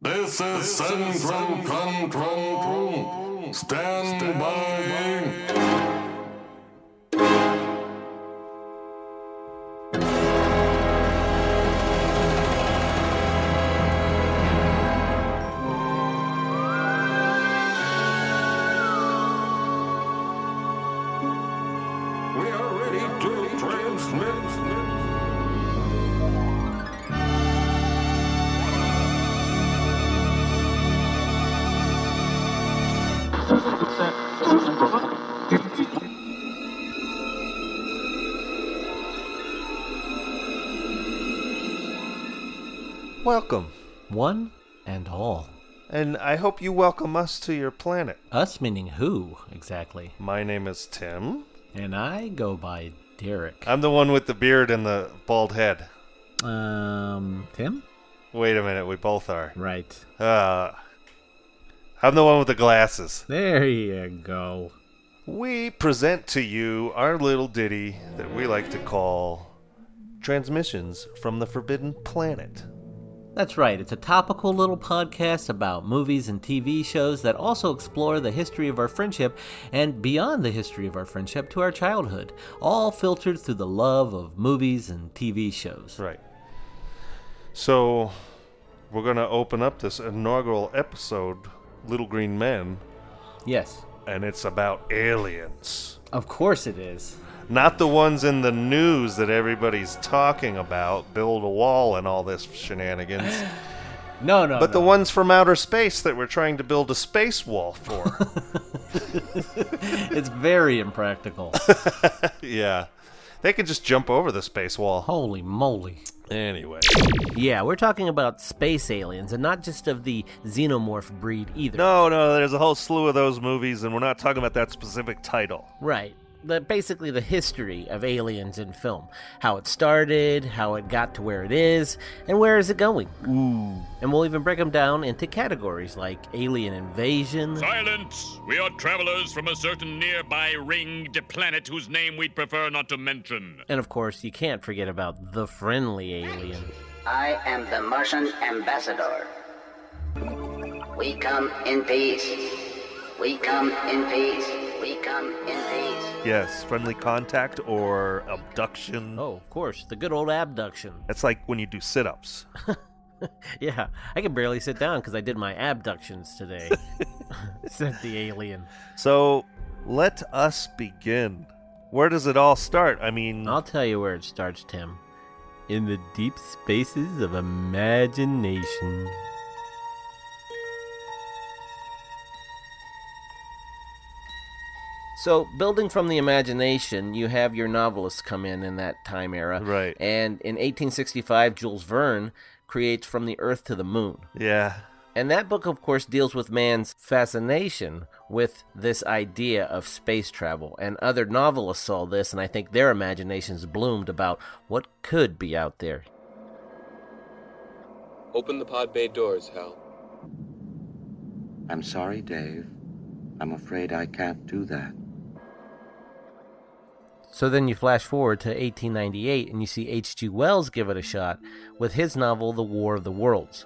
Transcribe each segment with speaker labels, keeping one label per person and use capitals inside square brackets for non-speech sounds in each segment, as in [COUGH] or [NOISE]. Speaker 1: This is Central Control. Stand by. We are ready to transmit.
Speaker 2: Welcome,
Speaker 3: One and all.
Speaker 2: and I hope you welcome us to your planet.
Speaker 3: Us meaning who exactly?
Speaker 2: My name is Tim.
Speaker 3: And I go by Derek.
Speaker 2: I'm the one with the beard and the bald head.
Speaker 3: Um, Tim?
Speaker 2: Wait a minute, we both are.
Speaker 3: Right.
Speaker 2: Uh, I'm the one with the glasses.
Speaker 3: There you go.
Speaker 2: We present to you our little ditty that we like to call Transmissions from the Forbidden Planet.
Speaker 3: That's right. It's a topical little podcast about movies and TV shows that also explore the history of our friendship and beyond the history of our friendship to our childhood, all filtered through the love of movies and TV shows.
Speaker 2: Right. So, we're going to open up this inaugural episode, Little Green Men,
Speaker 3: Yes.
Speaker 2: and it's about aliens.
Speaker 3: Of course it is.
Speaker 2: Not the ones in the news that everybody's talking about, build a wall and all this shenanigans, [LAUGHS]
Speaker 3: No, no.
Speaker 2: but the
Speaker 3: no.
Speaker 2: ones from outer space that we're trying to build a space wall [LAUGHS] for.
Speaker 3: It's very
Speaker 2: [LAUGHS]
Speaker 3: impractical.
Speaker 2: yeah. They could just jump over the space wall.
Speaker 3: Holy moly.
Speaker 2: Anyway.
Speaker 4: Yeah, we're talking about space aliens and not just of the xenomorph breed either.
Speaker 2: No, no, there's a whole slew of those movies, and we're not talking about that specific title.
Speaker 4: Right. The, basically, the history of aliens in film how it started, how it got to where it is, and where is it going. Ooh. And we'll even break them down into categories like alien invasion.
Speaker 5: Silence! We are travelers from a certain nearby ringed planet whose name we'd prefer not to mention.
Speaker 4: And of course, you can't forget about the friendly alien.
Speaker 6: I am the Martian ambassador. We come in peace. We come in peace. We come in peace.
Speaker 2: Yes, friendly contact or abduction.
Speaker 4: Oh, of course, the good old abduction.
Speaker 2: That's like when you do sit ups.
Speaker 4: Yeah, I can barely sit down because I did my abductions today, [LAUGHS] said the alien.
Speaker 2: So let us begin. Where does it all start? I mean,
Speaker 4: I'll tell you where it starts, Tim. In the deep spaces of imagination. So, building from the imagination, you have your novelists come in in that time era.
Speaker 2: Right.
Speaker 4: And in 1865, Jules Verne creates From the Earth to the Moon.
Speaker 2: yeah.
Speaker 4: And that book, of course, deals with man's fascination with this idea of space travel. And other novelists saw this, and I think their imaginations bloomed about what could be out there.
Speaker 7: Open the pod bay doors, Hal.
Speaker 8: I'm sorry, Dave. I'm afraid I can't do that.
Speaker 4: So then you flash forward to 1898, and you see H.G. Wells give it a shot with his novel, The War of the Worlds.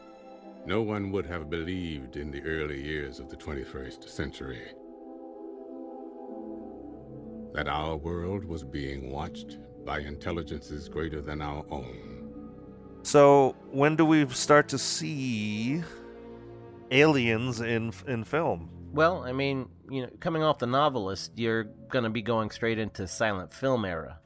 Speaker 9: No one would have believed in the early years of the 21st century that our world was being watched by intelligences greater than our own.
Speaker 2: So when do we start to see aliens in in film?
Speaker 4: Well, I mean, you know, coming off the novelist, you're going to be going straight into silent film era.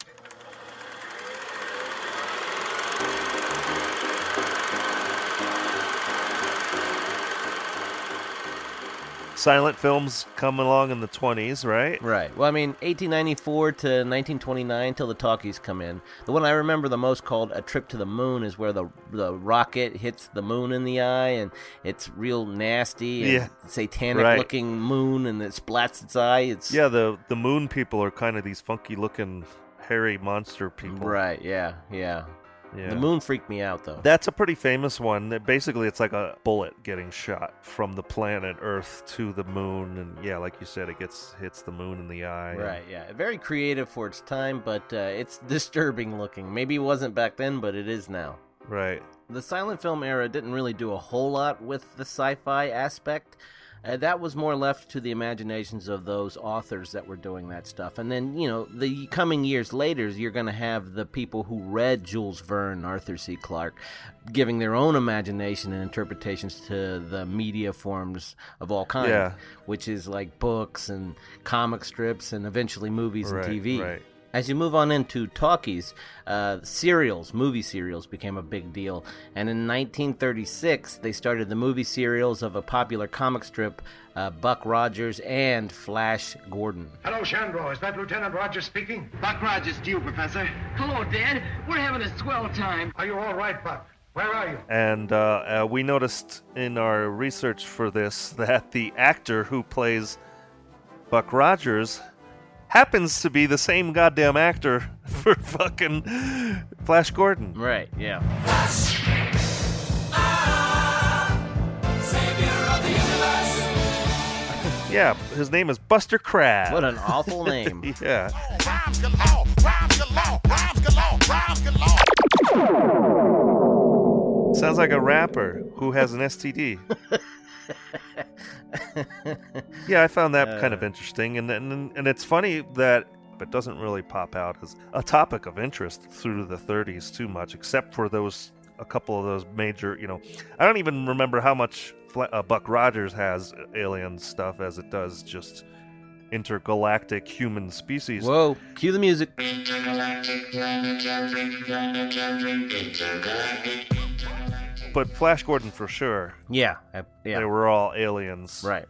Speaker 2: Silent films come along in the 20s, right?
Speaker 4: Right. Well, I mean, 1894 to 1929 till the talkies come in. The one I remember the most called "A Trip to the Moon" is where the the rocket hits the moon in the eye, and it's real nasty and
Speaker 2: Yeah.
Speaker 4: satanic
Speaker 2: Right.
Speaker 4: looking moon, and it splats its eye. It's
Speaker 2: Yeah, the the moon people are kind of these funky looking hairy monster people.
Speaker 4: Right. Yeah. Yeah.
Speaker 2: Yeah.
Speaker 4: The moon freaked me out though.
Speaker 2: That's a pretty famous one. That basically it's like a bullet getting shot from the planet Earth to the moon, and yeah, like you said, it gets hits the moon in the eye.
Speaker 4: Right, yeah. Very creative for [LAUGHS] its time, but uh, it's disturbing looking. Maybe it wasn't back then, but it is now.
Speaker 2: Right.
Speaker 4: The silent film era didn't really do a whole lot with the sci fi aspect. Uh, that was more left to the imaginations of those authors that were doing that stuff. And then, you know, the coming years later, you're going to have the people who read Jules Verne, Arthur C. Clarke, giving their own imagination and interpretations to the media forms of all kinds,
Speaker 2: Yeah.
Speaker 4: which is like books and comic strips and eventually movies
Speaker 2: Right,
Speaker 4: and TV.
Speaker 2: right.
Speaker 4: As you move on into talkies, uh, serials, movie serials became a big deal. And in 1936, they started the movie serials of a popular comic strip, uh, Buck Rogers and Flash Gordon.
Speaker 10: Hello, Shandro. Is that Lieutenant Rogers speaking?
Speaker 11: Buck Rogers to you, Professor. Hello, Dad. We're having a swell time.
Speaker 10: Are you all right, Buck? Where are you?
Speaker 2: And uh, uh, we noticed in our research for this [LAUGHS] that the actor who plays Buck Rogers happens to be the same goddamn actor [LAUGHS] for fucking Flash Gordon.
Speaker 4: Right, yeah.
Speaker 2: Yeah, his name is Buster Crab.
Speaker 4: What an awful name.
Speaker 2: yeah. Sounds like a rapper who has
Speaker 4: [LAUGHS]
Speaker 2: an STD. yeah, I found that kind of
Speaker 4: Uh.
Speaker 2: interesting, and, and and it's funny that it doesn't really pop out as a topic of interest through the 30s too much, except for those a couple of those major. You know, I don't even remember how much Fla- uh, Buck Rogers has uh, alien stuff as it does just intergalactic human species.
Speaker 4: Whoa, cue the music.
Speaker 2: But Flash Gordon for sure,
Speaker 4: Yeah, I- yeah.
Speaker 2: they were all aliens.
Speaker 4: Right.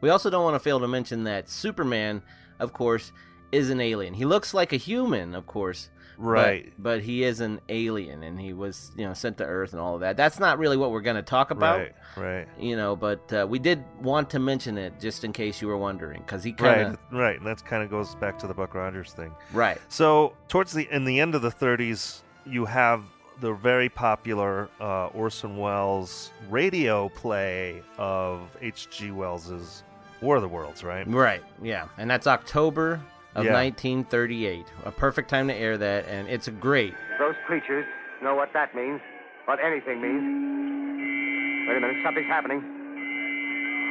Speaker 4: We also don't want to fail to mention that Superman, of course, is an alien. He looks like a human, of course. but-
Speaker 2: Right.
Speaker 4: But, he is an alien and he was, you know, sent to Earth and all of that. That's not really what we're going to talk about.
Speaker 2: Right. Right.
Speaker 4: You know, but uh, we did want to mention it just in case you were wondering, because he kind of
Speaker 2: Right, right, and that kind of goes back to the Buck Rogers thing.
Speaker 4: right,
Speaker 2: So towards the in the end of the 30s, you have the very popular uh, Orson Welles radio play of H.G. Wells's War of the Worlds, right?
Speaker 4: right, yeah, and that's October of
Speaker 2: Yeah.
Speaker 4: 1938, a perfect time to air that, and it's a great
Speaker 11: Those creatures know what that means, what anything means. Wait a minute, something's happening.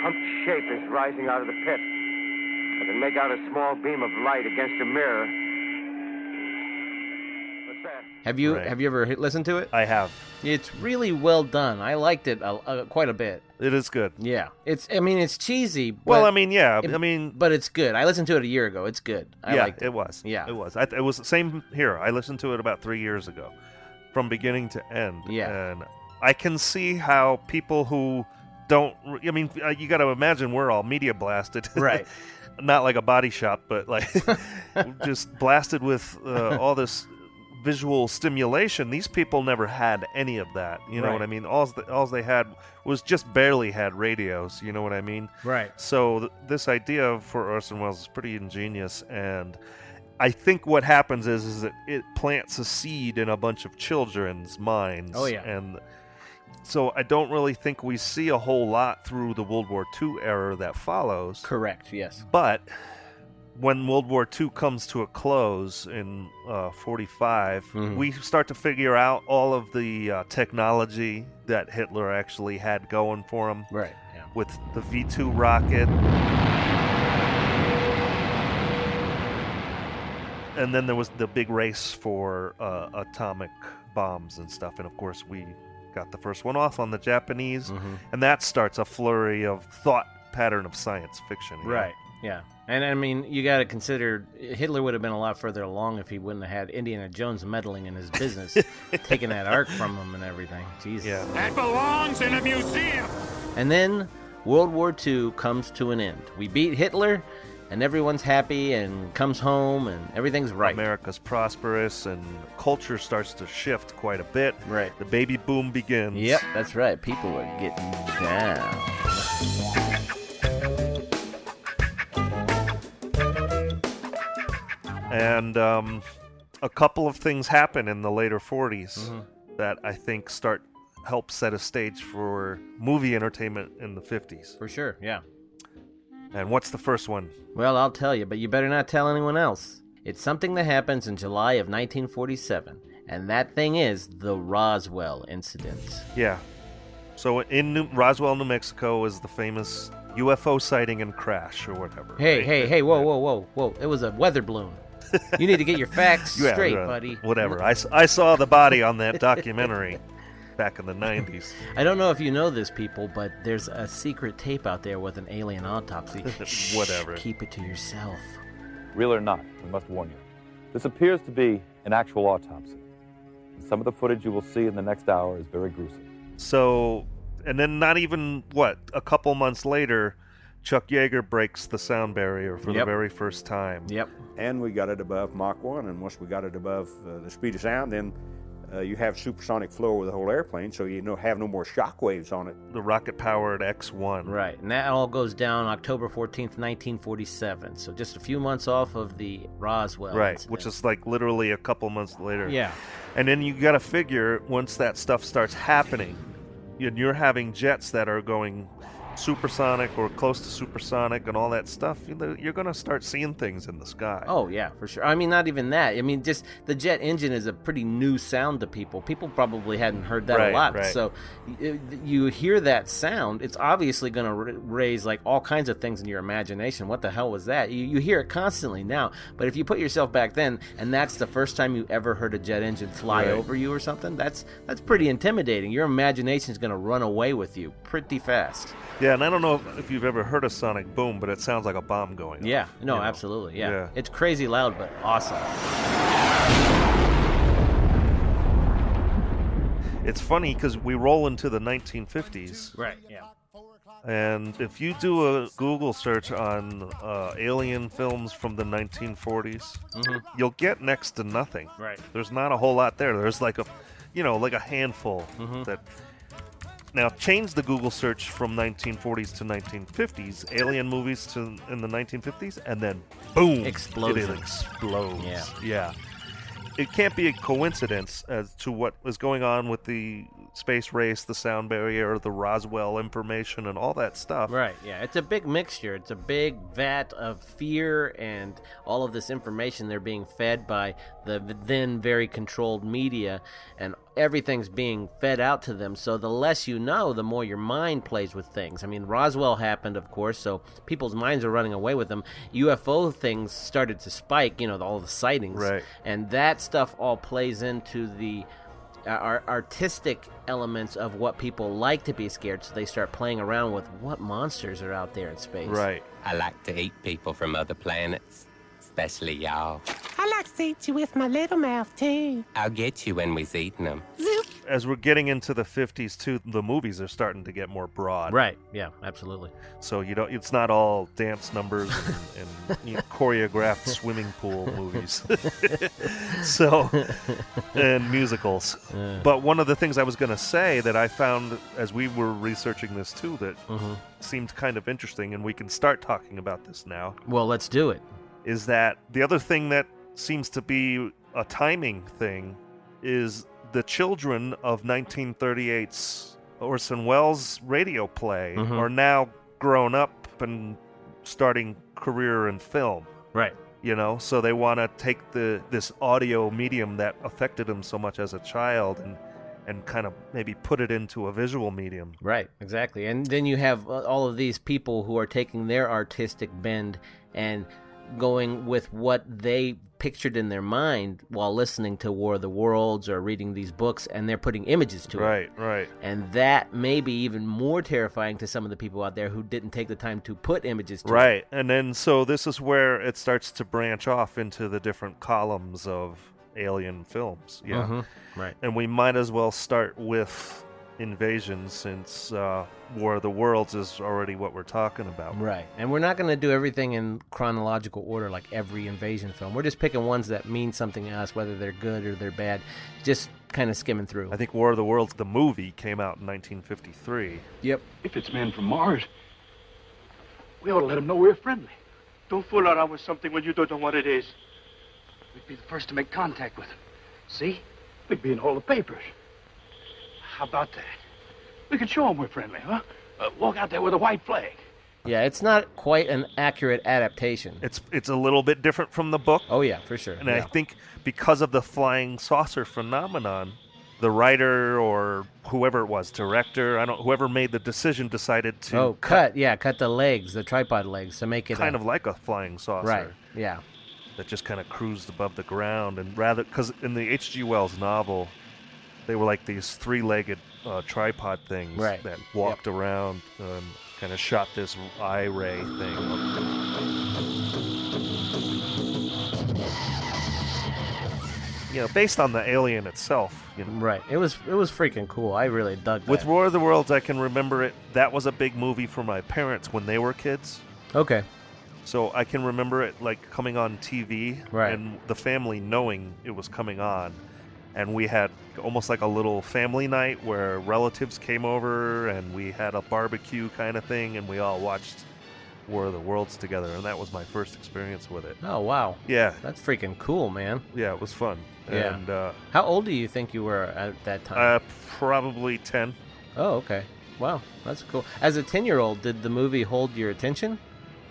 Speaker 11: Humped shape is rising out of the pit. I can make out a small beam of light against a mirror. What's that?
Speaker 4: Have you
Speaker 2: Right.
Speaker 4: have you ever he- listened to it?
Speaker 2: I have.
Speaker 4: It's really well done. I liked it a, a, quite a bit.
Speaker 2: It is good.
Speaker 4: Yeah, it's. I mean, it's cheesy. But,
Speaker 2: well, I mean, yeah,
Speaker 4: it-
Speaker 2: I mean,
Speaker 4: but it's good. I listened to it a year ago. It's good. I
Speaker 2: yeah,
Speaker 4: liked it.
Speaker 2: it was.
Speaker 4: Yeah.
Speaker 2: it was. I, it was the same here. I listened to it about three years ago, from beginning to end.
Speaker 4: Yeah.
Speaker 2: and I can see how people who don't. I mean, uh, you got to imagine we're all media blasted, [LAUGHS]
Speaker 4: Right.
Speaker 2: Not like a body shop,
Speaker 4: [LAUGHS]
Speaker 2: but like just blasted with uh, all this visual stimulation. These people never had any of that. You know
Speaker 4: Right.
Speaker 2: what I mean? All all they had was just barely had radios. You know what I mean?
Speaker 4: Right.
Speaker 2: So th- this idea for Orson Welles is pretty ingenious, and I think what happens is is that it plants a seed in a bunch of children's minds.
Speaker 4: Oh, yeah.
Speaker 2: and so I don't really think we see a whole lot through the World War II era that follows.
Speaker 4: Correct. Yes.
Speaker 2: But when World War II comes to a close in uh, 45,
Speaker 4: Mhm.
Speaker 2: we start to figure out all of the uh, technology that Hitler actually had going for him
Speaker 4: Right. Yeah.
Speaker 2: with the V 2 rocket. And then there was the big race for uh, atomic bombs and stuff. And of course, we got the first one off on the Japanese.
Speaker 4: Mm-hmm.
Speaker 2: And that starts a flurry of thought pattern of science fiction. you know?
Speaker 4: Right. Yeah. And I mean, you got to consider Hitler would have been a lot further along if he wouldn't have had Indiana Jones meddling in his business, taking that ark from him and everything. Jesus.
Speaker 2: Yeah.
Speaker 5: That belongs in a museum.
Speaker 4: And then World War II comes to an end. We beat Hitler, and everyone's happy and comes home, and everything's right.
Speaker 2: America's prosperous and culture starts to shift quite a bit.
Speaker 4: Right.
Speaker 2: The baby boom begins.
Speaker 4: Yep, that's right. People are getting down.
Speaker 2: And um, a couple of things happen in the later 40s
Speaker 4: Mm-hmm.
Speaker 2: that I think start help set a stage for movie entertainment in the 50s.
Speaker 4: For sure, yeah.
Speaker 2: And what's the first one?
Speaker 4: Well, I'll tell you, but you better not tell anyone else. It's something that happens in July of 1947, and and that thing is the Roswell incident.
Speaker 2: Yeah. So in New- Roswell, New Mexico, is the famous UFO sighting and crash or whatever.
Speaker 4: Hey,
Speaker 2: right?
Speaker 4: hey, hey! Whoa, whoa, whoa, whoa! It was a weather balloon. You need to get your [LAUGHS] facts
Speaker 2: Yeah,
Speaker 4: straight,
Speaker 2: uh,
Speaker 4: buddy.
Speaker 2: Whatever. I, s- I saw the body on
Speaker 4: [LAUGHS]
Speaker 2: that documentary back in the 90s.
Speaker 4: I don't know if you know this, people, but there's a secret tape out there with an alien [LAUGHS] autopsy. Shh,
Speaker 2: Whatever.
Speaker 4: Keep it to yourself.
Speaker 12: Real or not, we must warn you. This appears to be an actual autopsy. And some of the footage you will see in the next hour is very gruesome.
Speaker 2: So, and then not even what a couple months later, Chuck Yeager breaks the sound barrier for the
Speaker 13: Yep.
Speaker 2: very first time.
Speaker 4: Yep.
Speaker 13: And we got it above Mach 1, and once we got it above uh, the speed of sound, then uh, you have supersonic flow of the whole airplane, so you no, have no more shock waves on it.
Speaker 2: The rocket powered X1.
Speaker 4: Right, and that all goes down October 14th, 1947. So just a few months off of the Roswell.
Speaker 2: right, which is like literally a couple months later.
Speaker 4: Yeah.
Speaker 2: And then you got to figure once that stuff starts happening, and you're having jets that are going supersonic or close to supersonic and all that stuff, you know, you're going to start seeing things in the sky.
Speaker 4: Oh yeah, for sure. I mean, not even that. I mean, just the jet engine is a pretty new sound to people. People probably hadn't heard that
Speaker 2: Right,
Speaker 4: a lot.
Speaker 2: right.
Speaker 4: So y- you hear that sound, it's obviously going to raise like all kinds of things in your imagination. What the hell was that? You, you hear it constantly now, but if you put yourself back then, and that's the first time you ever heard a jet engine fly
Speaker 2: Right.
Speaker 4: over you or something, that's that's pretty intimidating. Your imagination's going to run away with you pretty fast.
Speaker 2: Yeah, and I don't know if- if you've ever heard a sonic boom, but it sounds like a bomb going. off,
Speaker 4: Yeah, no,
Speaker 2: you know?
Speaker 4: absolutely. Yeah.
Speaker 2: Yeah.
Speaker 4: It's crazy loud, but awesome.
Speaker 2: It's funny because we roll into the 1950s,
Speaker 4: Right, yeah.
Speaker 2: and if you do a Google search on uh, alien films from the 1940s,
Speaker 4: Mhm.
Speaker 2: you'll get next to nothing.
Speaker 4: Right.
Speaker 2: There's not a whole lot there. There's like a, you know, like a handful
Speaker 4: Mm-hmm.
Speaker 2: that. Now change the Google search from 1940s to 1950s, alien movies to in the 1950s, and then boom,
Speaker 4: Explosion.
Speaker 2: It explodes.
Speaker 4: Yeah.
Speaker 2: yeah. It can't be a coincidence as to what was going on with the space race, the sound barrier, the Roswell information, and all that stuff.
Speaker 4: Right, yeah. It's a big mixture. It's a big vat of fear and all of this information they're being fed by the v- then very controlled media and everything's being fed out to them. So the less you know, the more your mind plays with things. I mean, Roswell happened, of course, so people's minds are running away with them. UFO things started to spike, you know, all the sightings.
Speaker 2: Right.
Speaker 4: And that stuff all plays into the are artistic elements of what people like to be scared, so they start playing around with what monsters are out there in space.
Speaker 14: I like to eat people from other planets, especially y'all.
Speaker 15: I like to eat you with my little mouth, too.
Speaker 14: I'll get you when we's eating them.
Speaker 2: As we're getting into the 50s too, the movies are starting to get more broad.
Speaker 4: Right. Yeah. Absolutely.
Speaker 2: So you don't. It's not all dance numbers
Speaker 4: [LAUGHS]
Speaker 2: and, and you know, choreographed swimming pool movies. [LAUGHS] so and musicals.
Speaker 1: Yeah.
Speaker 2: But one of the things I was going to say that I found as we were researching this too that
Speaker 4: Mm-hmm.
Speaker 1: Mhm.
Speaker 2: seemed kind of interesting, and we can start talking about this now.
Speaker 4: Well, let's do it.
Speaker 2: Is that the other thing that seems to be a timing thing? Is the children of 1938's Orson Welles radio play
Speaker 4: Mm-hmm.
Speaker 1: Mhm.
Speaker 2: are now grown up and starting career in film.
Speaker 4: Right.
Speaker 2: You know, so they want to take the this audio medium that affected them so much as a child and and kind of maybe put it into a visual medium.
Speaker 4: Right, exactly. And then you have uh, all of these people who are taking their artistic bend and going with what they pictured in their mind while listening to War of the Worlds or reading these books, and they're putting images to it.
Speaker 2: Right, right.
Speaker 4: And that may be even more terrifying to some of the people out there who didn't take the time to put images to it.
Speaker 2: Right. And then so this is where it starts to branch off into the different columns of alien films. Yeah.
Speaker 4: Mhm, right.
Speaker 2: And we might as well start with Invasion since uh, War of the Worlds is already what we're talking about.
Speaker 4: Right. And we're not going to do everything in chronological order like every invasion film. We're just picking ones that mean something to us, whether they're good or they're bad, just kind of skimming through.
Speaker 2: I think War of the Worlds, the movie, came out in 1953.
Speaker 4: Yep.
Speaker 16: If it's men from Mars, we ought to let them know we're friendly. Don't fool around with something when you don't know what it is. We'd be the first to make contact with them. See? We'd be in all the papers. How about that? We could show them we're friendly, huh? Uh, walk out there with a white flag.
Speaker 4: Yeah, it's not quite an accurate adaptation.
Speaker 2: It's it's a little bit different from the book.
Speaker 4: Oh yeah, for sure.
Speaker 2: And I
Speaker 4: Yeah.
Speaker 2: think because of the flying saucer phenomenon, the writer or whoever it was, director, I don't whoever made the decision decided to
Speaker 4: oh, cut. Yeah, cut the legs, the tripod legs, to make it
Speaker 2: kind
Speaker 4: a-
Speaker 2: of like a flying saucer.
Speaker 4: Right. Yeah.
Speaker 2: That just kind of cruised above the ground, and rather because in the H.G. Wells novel, they were like these three-legged uh, tripod things
Speaker 4: Right.
Speaker 2: that walked around and kind of shot this eye ray thing. You know, based on the alien itself. You know.
Speaker 4: Right. It was it was freaking cool. I really dug that.
Speaker 2: With War of the Worlds, I can remember it. That was a big movie for my parents when they were kids.
Speaker 4: okay.
Speaker 2: So I can remember it like coming on TV
Speaker 4: Right.
Speaker 2: and the family knowing it was coming on. And we had almost like a little family night where relatives came over and we had a barbecue kind of thing and we all watched War of the Worlds together. And that was my first experience with it.
Speaker 4: Oh wow.
Speaker 2: Yeah.
Speaker 4: That's freaking cool, man.
Speaker 2: Yeah, it was fun.
Speaker 4: Yeah.
Speaker 2: And uh,
Speaker 4: How old do you think you were at that time?
Speaker 2: uh, probably 10.
Speaker 4: oh, okay. Wow, that's cool. As a ten-year-old, did the movie hold your attention?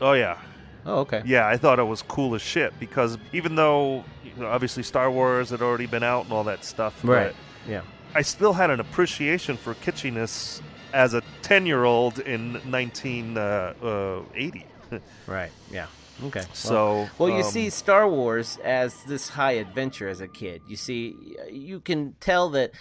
Speaker 2: Oh, yeah.
Speaker 4: Oh, okay.
Speaker 2: Yeah, I thought it was cool as shit because even though you know, obviously Star Wars had already been out and all that stuff, but
Speaker 4: Right. Yeah.
Speaker 2: I still had an appreciation for kitschiness as a 10 year old in uh, 1980.
Speaker 4: Right. Yeah. Okay. Well-
Speaker 2: [LAUGHS] So,
Speaker 4: well, you
Speaker 2: um,
Speaker 4: see Star Wars as this high adventure as a kid. You see, you can tell that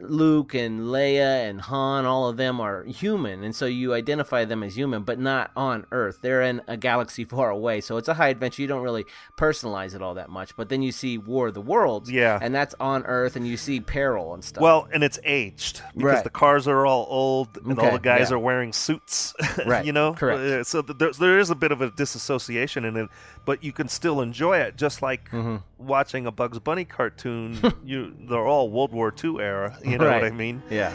Speaker 4: Luke and Leia and Han, all of them are human, and so you identify them as human, but not on Earth. They're in a galaxy [LAUGHS] far away, so it's a high adventure. You don't really personalize it all that much. But then you see War of the Worlds,
Speaker 2: Yeah.
Speaker 4: and that's on Earth, and you see peril and stuff.
Speaker 2: Well, and it's aged because
Speaker 4: Right.
Speaker 2: the cars are all old and all
Speaker 4: Okay,
Speaker 2: the guys
Speaker 4: yeah.
Speaker 2: are wearing suits.
Speaker 4: [LAUGHS]
Speaker 2: [LAUGHS]
Speaker 4: Right,
Speaker 2: you know,
Speaker 4: correct.
Speaker 2: Uh, So th- there's, there is a bit of a disassociation in it, but you can still enjoy it, just like
Speaker 4: Mm-hmm.
Speaker 2: watching a Bugs
Speaker 4: [LAUGHS]
Speaker 2: Bunny cartoon. you, they're all World War II era. You know what I
Speaker 4: Right.
Speaker 2: mean?
Speaker 4: Yeah.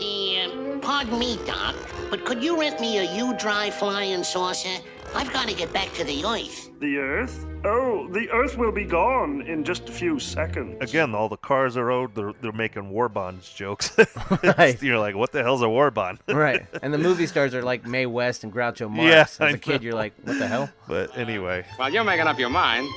Speaker 17: Uh, pardon me, Doc, but could you rent me a U-dry flying saucer? I've got to get back to the Earth.
Speaker 18: The Earth? Oh, the Earth will be gone in just a few seconds.
Speaker 2: Again, all the cars are old. They're, they're making war bonds jokes. [LAUGHS]
Speaker 4: Right.
Speaker 2: You're like, what the hell's a war bond? [LAUGHS]
Speaker 4: right. And the movie stars are like Mae West and Groucho Marx.
Speaker 2: Yeah,
Speaker 4: As
Speaker 2: I
Speaker 4: a kid,
Speaker 2: know.
Speaker 4: you're like, what the hell?
Speaker 2: But anyway,
Speaker 19: While you're making up your mind,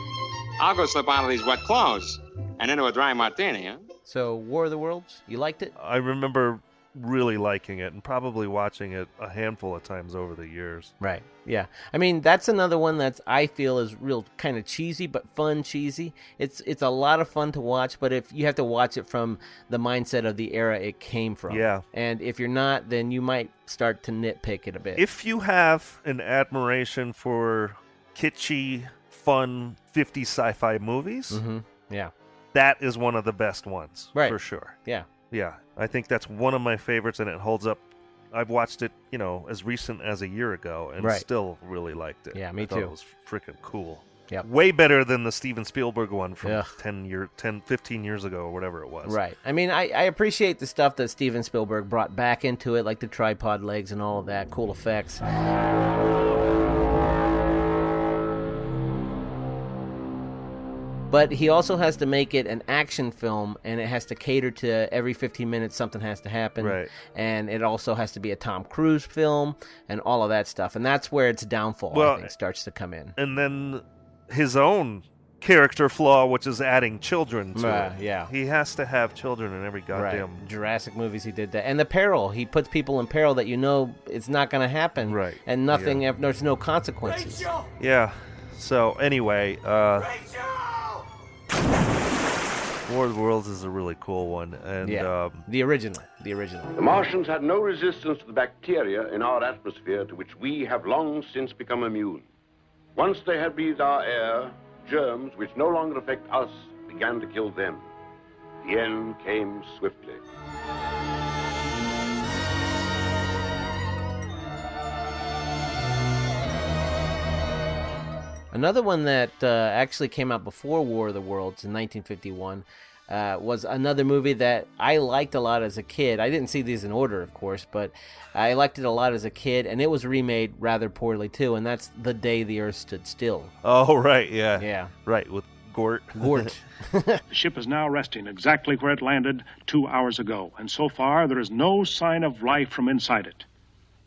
Speaker 19: I'll go slip out of these wet clothes and into a dry martini, huh?
Speaker 4: So, War of the Worlds, you liked it?
Speaker 2: I remember really liking it and probably watching it a handful of times over the years.
Speaker 4: Right. Yeah. I mean, that's another one that's I feel is real kind of cheesy but fun cheesy. It's it's a lot of fun to watch, but if you have to watch it from the mindset of the era it came from.
Speaker 2: Yeah.
Speaker 4: And if you're not, then you might start to nitpick it a bit.
Speaker 2: If you have an admiration for kitschy, fun 50 sci fi movies,
Speaker 4: Mhm. Yeah.
Speaker 2: that is one of the best ones.
Speaker 4: Right.
Speaker 2: For sure.
Speaker 4: Yeah.
Speaker 2: Yeah. I think that's one of my favorites and it holds up. I've watched it, you know, as recent as a year ago and
Speaker 4: Right.
Speaker 2: still really liked it.
Speaker 4: Yeah,
Speaker 2: I
Speaker 4: me
Speaker 2: thought
Speaker 4: too.
Speaker 2: It was freaking cool.
Speaker 4: Yep.
Speaker 2: Way better than the Steven Spielberg one from
Speaker 4: Ugh.
Speaker 2: 10 year 10 15 years ago or whatever it was.
Speaker 4: Right. I mean, I, I appreciate the stuff that Steven Spielberg brought back into it, like the tripod legs and all of that, cool effects. But he also has to make it an action film, and it has to cater to every 15 minutes something has to happen.
Speaker 2: Right.
Speaker 4: And it also has to be a Tom Cruise film and all of that stuff. And that's where its downfall, I
Speaker 2: Well,
Speaker 4: think, starts to come in.
Speaker 2: and then his own character flaw, which is adding children to
Speaker 4: Uh,
Speaker 2: it.
Speaker 4: yeah.
Speaker 2: he has to have children in every goddamn.
Speaker 4: Right. Jurassic movies, he did that, and the peril. He puts people in peril that you know it's not going to happen, right? And nothing, ev- there's no consequences.
Speaker 2: Yeah. So anyway, uh, War of the Worlds is a really cool one, and
Speaker 4: Yeah.
Speaker 2: um,
Speaker 4: the original, the original.
Speaker 20: The Martians had no resistance to the bacteria in our atmosphere to which we have long since become immune. Once they had breathed our air, germs which no longer affect us began to kill them. The end came swiftly.
Speaker 4: Another one that uh, actually came out before War of the Worlds in 1951 uh, was another movie that I liked a lot as a kid. I didn't see these in order, of course, but I liked it a lot as a kid, and it was remade rather poorly too. And that's The Day the Earth Stood Still.
Speaker 2: oh [LAUGHS] right, yeah,
Speaker 4: yeah,
Speaker 2: right with Gort.
Speaker 4: Gort.
Speaker 21: the ship is now resting exactly where it landed two hours ago, and so far there is no sign of life from inside it.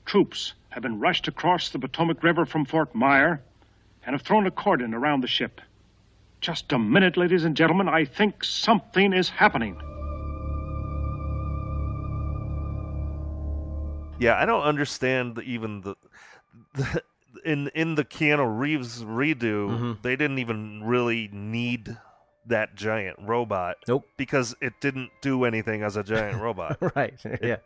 Speaker 21: Troops have been rushed across the Potomac River from Fort Myer and have thrown a cordon around the ship. Just a minute, ladies and gentlemen. I think something is happening.
Speaker 2: Yeah, I don't understand the, even the, the [LAUGHS] in in the Keanu Reeves redo.
Speaker 4: Mhm.
Speaker 2: They didn't even really need that giant robot.
Speaker 4: Nope,
Speaker 2: because it didn't do anything as a giant robot.
Speaker 4: [LAUGHS]
Speaker 2: [LAUGHS]
Speaker 4: right. Yeah.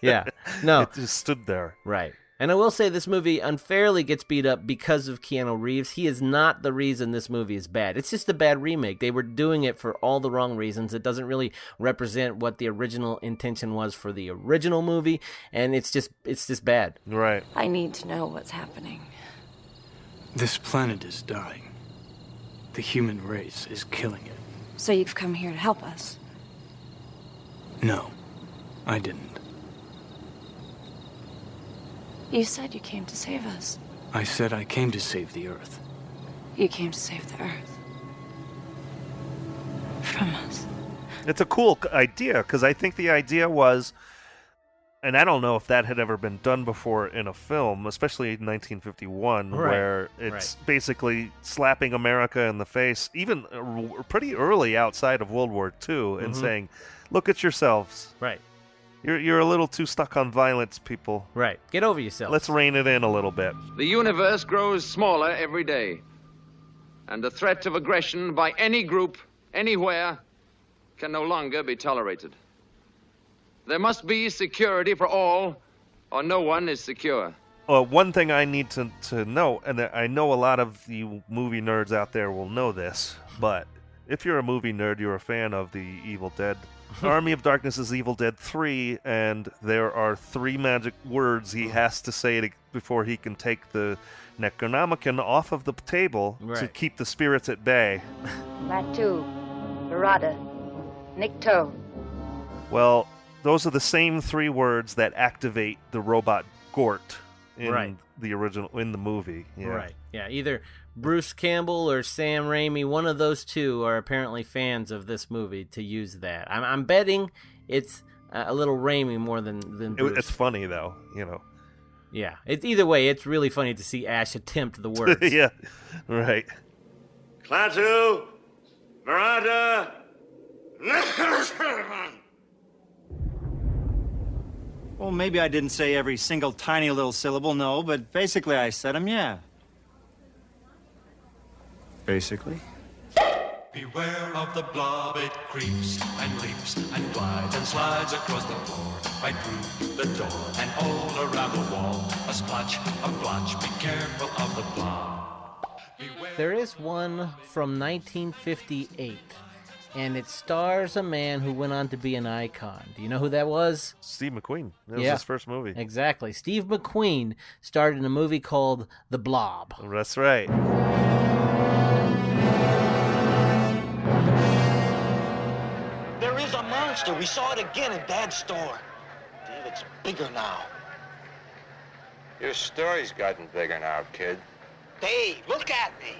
Speaker 4: yeah. No.
Speaker 2: it just stood there.
Speaker 4: Right. And I will say this movie unfairly gets beat up because of Keanu Reeves. He is not the reason this movie is bad. It's just a bad remake. They were doing it for all the wrong reasons. It doesn't really represent what the original intention was for the original movie, and it's just it's just bad.
Speaker 2: Right.
Speaker 3: I need to know what's happening.
Speaker 22: This planet is dying. The human race is killing it.
Speaker 3: So you've come here to help us.
Speaker 22: No, I didn't.
Speaker 3: You said you came to save us.
Speaker 22: I said I came to save the Earth.
Speaker 3: You came to save the Earth. From us.
Speaker 2: It's a cool c- idea because I think the idea was, and I don't know if that had ever been done before in a film, especially in 1951,
Speaker 1: Right,
Speaker 2: where it's basically slapping America in the face, even uh, r- pretty early outside of World War II, and
Speaker 4: Mhm.
Speaker 1: Mm-hmm.
Speaker 2: saying, "Look at yourselves.
Speaker 4: Right.
Speaker 2: You're you're a little too stuck on violence, people.
Speaker 4: Right. Get over yourself.
Speaker 2: Let's rein it in a little bit."
Speaker 23: The universe grows smaller every day. And the threat of aggression by any group, anywhere, can no longer be tolerated. There must be security for all, or no one is secure.
Speaker 2: Uh, one thing I need to, to know, and that I know a lot of you movie nerds out there will know this, but if you're a movie nerd, you're a fan of the Evil
Speaker 4: [LAUGHS]
Speaker 2: Dead. Army of Darkness is Evil Dead 3, and there are three magic words he has to say to, before he can take the Necronomicon off of the table to
Speaker 24: Right.
Speaker 2: keep the spirits at bay.
Speaker 24: Latu, Barada, Nikto.
Speaker 2: Well, those are the same three words that activate the robot Gort in
Speaker 4: Right.
Speaker 2: the original in the movie. Yeah.
Speaker 4: Right. Yeah. Either Bruce Campbell or Sam Raimi, one of those two are apparently fans of this movie to use that. I'm, I'm betting it's uh, a little Raimi more than than
Speaker 2: It-
Speaker 4: Bruce.
Speaker 2: it's funny though, you know.
Speaker 4: yeah. It's either way. It's really funny to see Ash attempt the words.
Speaker 2: [LAUGHS] yeah. Right.
Speaker 25: Klaatu, Verada.
Speaker 26: Well, maybe I didn't say every single tiny little syllable, no, but basically I said them, yeah.
Speaker 12: Basically?
Speaker 27: Beware of the blob, it creeps and leaps and glides and slides across the floor, right through the door and all around the wall. A splotch, a blotch, be careful of the blob.
Speaker 4: There is one from 1958, and it stars a man who went on to be an icon. Do you know who that was?
Speaker 2: Steve McQueen. That was his first movie.
Speaker 4: Exactly. Steve McQueen starred in a movie called The Blob.
Speaker 2: That's right.
Speaker 28: There is a monster. We saw it again in Dad's store. Dad, it's bigger now.
Speaker 29: Your story's gotten bigger now, kid.
Speaker 28: Dave, look at me.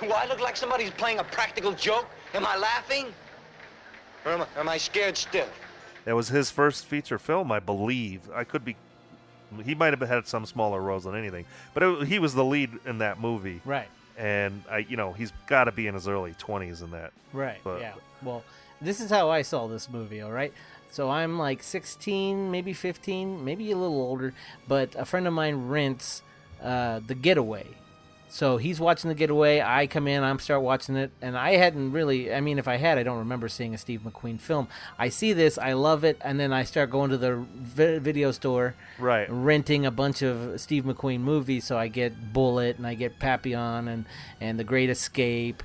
Speaker 28: Do I look like somebody's playing a practical joke? Am I laughing? Or am I, am I scared stiff?
Speaker 2: That was his first feature film, I believe. I could be. He might have had some smaller roles than anything, but it, he was the lead in that movie.
Speaker 4: Right.
Speaker 2: And I, you know, he's got to be in his early twenties in that.
Speaker 4: Right.
Speaker 2: But-
Speaker 4: yeah. Well, this is how I saw this movie, all right? So I'm like 16, maybe 15, maybe a little older, but a friend of mine rents uh, The Getaway. So he's watching The Getaway. I come in, I'm start watching it, and I hadn't really, I mean, if I had, I don't remember seeing a Steve McQueen film. I see this, I love it, and then I start going to the vi- video store
Speaker 2: Right.
Speaker 4: renting a bunch of Steve McQueen movies. So I get Bullet and I get Papillon and, and The Great Escape,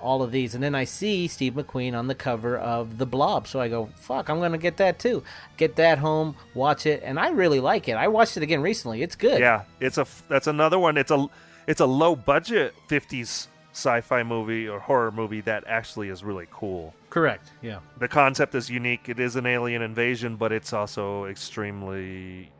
Speaker 4: all of these. And then I see Steve McQueen on the cover of The Blob. So I go, fuck, I'm going to get that too. Get that home, watch it. And I really like it. I watched it again recently. It's good.
Speaker 2: Yeah. It's a. f- That's another one. It's a. It's a low budget fifties sci-fi movie or horror movie that actually is really cool.
Speaker 4: Correct. Yeah.
Speaker 2: The concept is unique. It is an alien invasion, but it's also extremely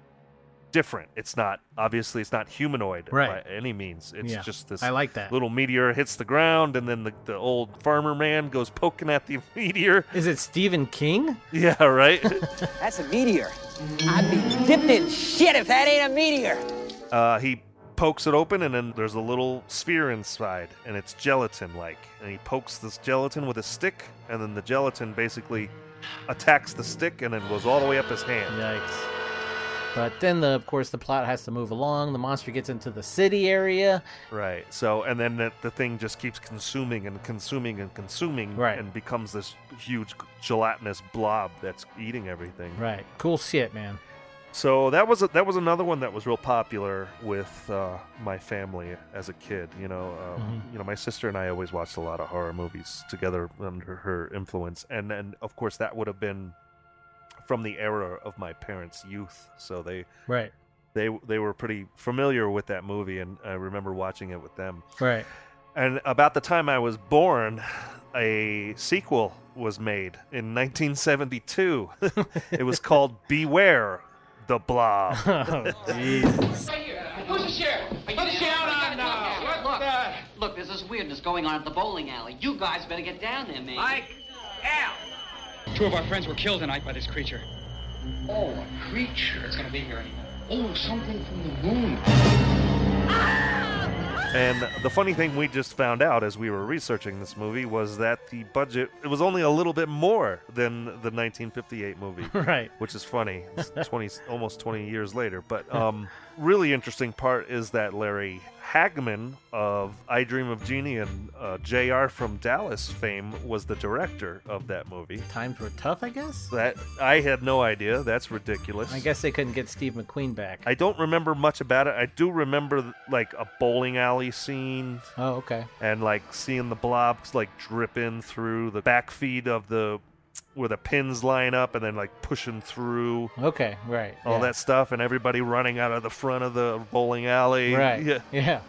Speaker 2: different. It's not obviously it's not humanoid
Speaker 4: Right.
Speaker 2: by any means. It's
Speaker 4: Yeah.
Speaker 2: just this
Speaker 4: I like that.
Speaker 2: little meteor hits the ground and then the, the old farmer man goes poking at the [LAUGHS] meteor.
Speaker 4: Is it Stephen King?
Speaker 5: [LAUGHS]
Speaker 2: Yeah, right.
Speaker 30: That's a meteor.
Speaker 5: I'd be dipped in shit if that ain't a meteor.
Speaker 2: Uh, he pokes it open, and then there's a little sphere inside, and it's gelatin like. And he pokes this gelatin with a stick, and then the gelatin basically attacks the stick and then goes all the way up his hand.
Speaker 4: Yikes. But then, the, of course, the plot has to move along. The monster gets into the city area.
Speaker 2: Right. So, and then the, the thing just keeps consuming and consuming and consuming
Speaker 4: Right.
Speaker 2: and becomes this huge gelatinous blob that's eating everything.
Speaker 4: Right. Cool shit, man.
Speaker 2: So that was a, that was another one that was real popular with uh, my family as a kid. You know, um, you know, my sister and I always watched a lot of horror movies together under her influence, and and of course that would have been from the era of my parents' youth. So they
Speaker 4: Right.
Speaker 2: they they were pretty familiar with that movie, and I remember watching it with them.
Speaker 4: [LAUGHS] Right.
Speaker 2: And about the time I was born, a sequel was made in 1972. [LAUGHS] it was called Beware the Blob.
Speaker 6: Who's the sheriff? Put the sheriff on now. Look, look, there's this weirdness going on at the bowling alley. You guys better get down there, man. Mike,
Speaker 7: Two of our friends were killed tonight by this creature.
Speaker 6: oh, a creature. It's gonna be here anymore. Oh, something from the moon.
Speaker 2: And the funny thing we just found out as we were researching this movie was that the budget it was only a little bit more than the
Speaker 4: [LAUGHS]
Speaker 2: 1958 movie.
Speaker 4: Right.
Speaker 2: Which is funny.
Speaker 4: [LAUGHS]
Speaker 2: It's 20 almost 20 years later, but um really interesting part is that Larry Hagman of I Dream of Jeannie and uh, JR from Dallas fame was the director of that movie.
Speaker 4: Times were tough, I guess.
Speaker 2: That I had no idea. That's ridiculous.
Speaker 4: I guess they couldn't get Steve McQueen back.
Speaker 2: I don't remember much about it. I do remember like a bowling alley scene
Speaker 4: Oh, okay.
Speaker 2: and like seeing the blobs like dripping through the back feed of the where the pins line up and then like pushing through
Speaker 4: Okay, right.
Speaker 2: all
Speaker 4: yeah.
Speaker 2: that stuff and everybody running out of the front of the bowling alley.
Speaker 4: Right.
Speaker 2: Yeah.
Speaker 4: Yeah.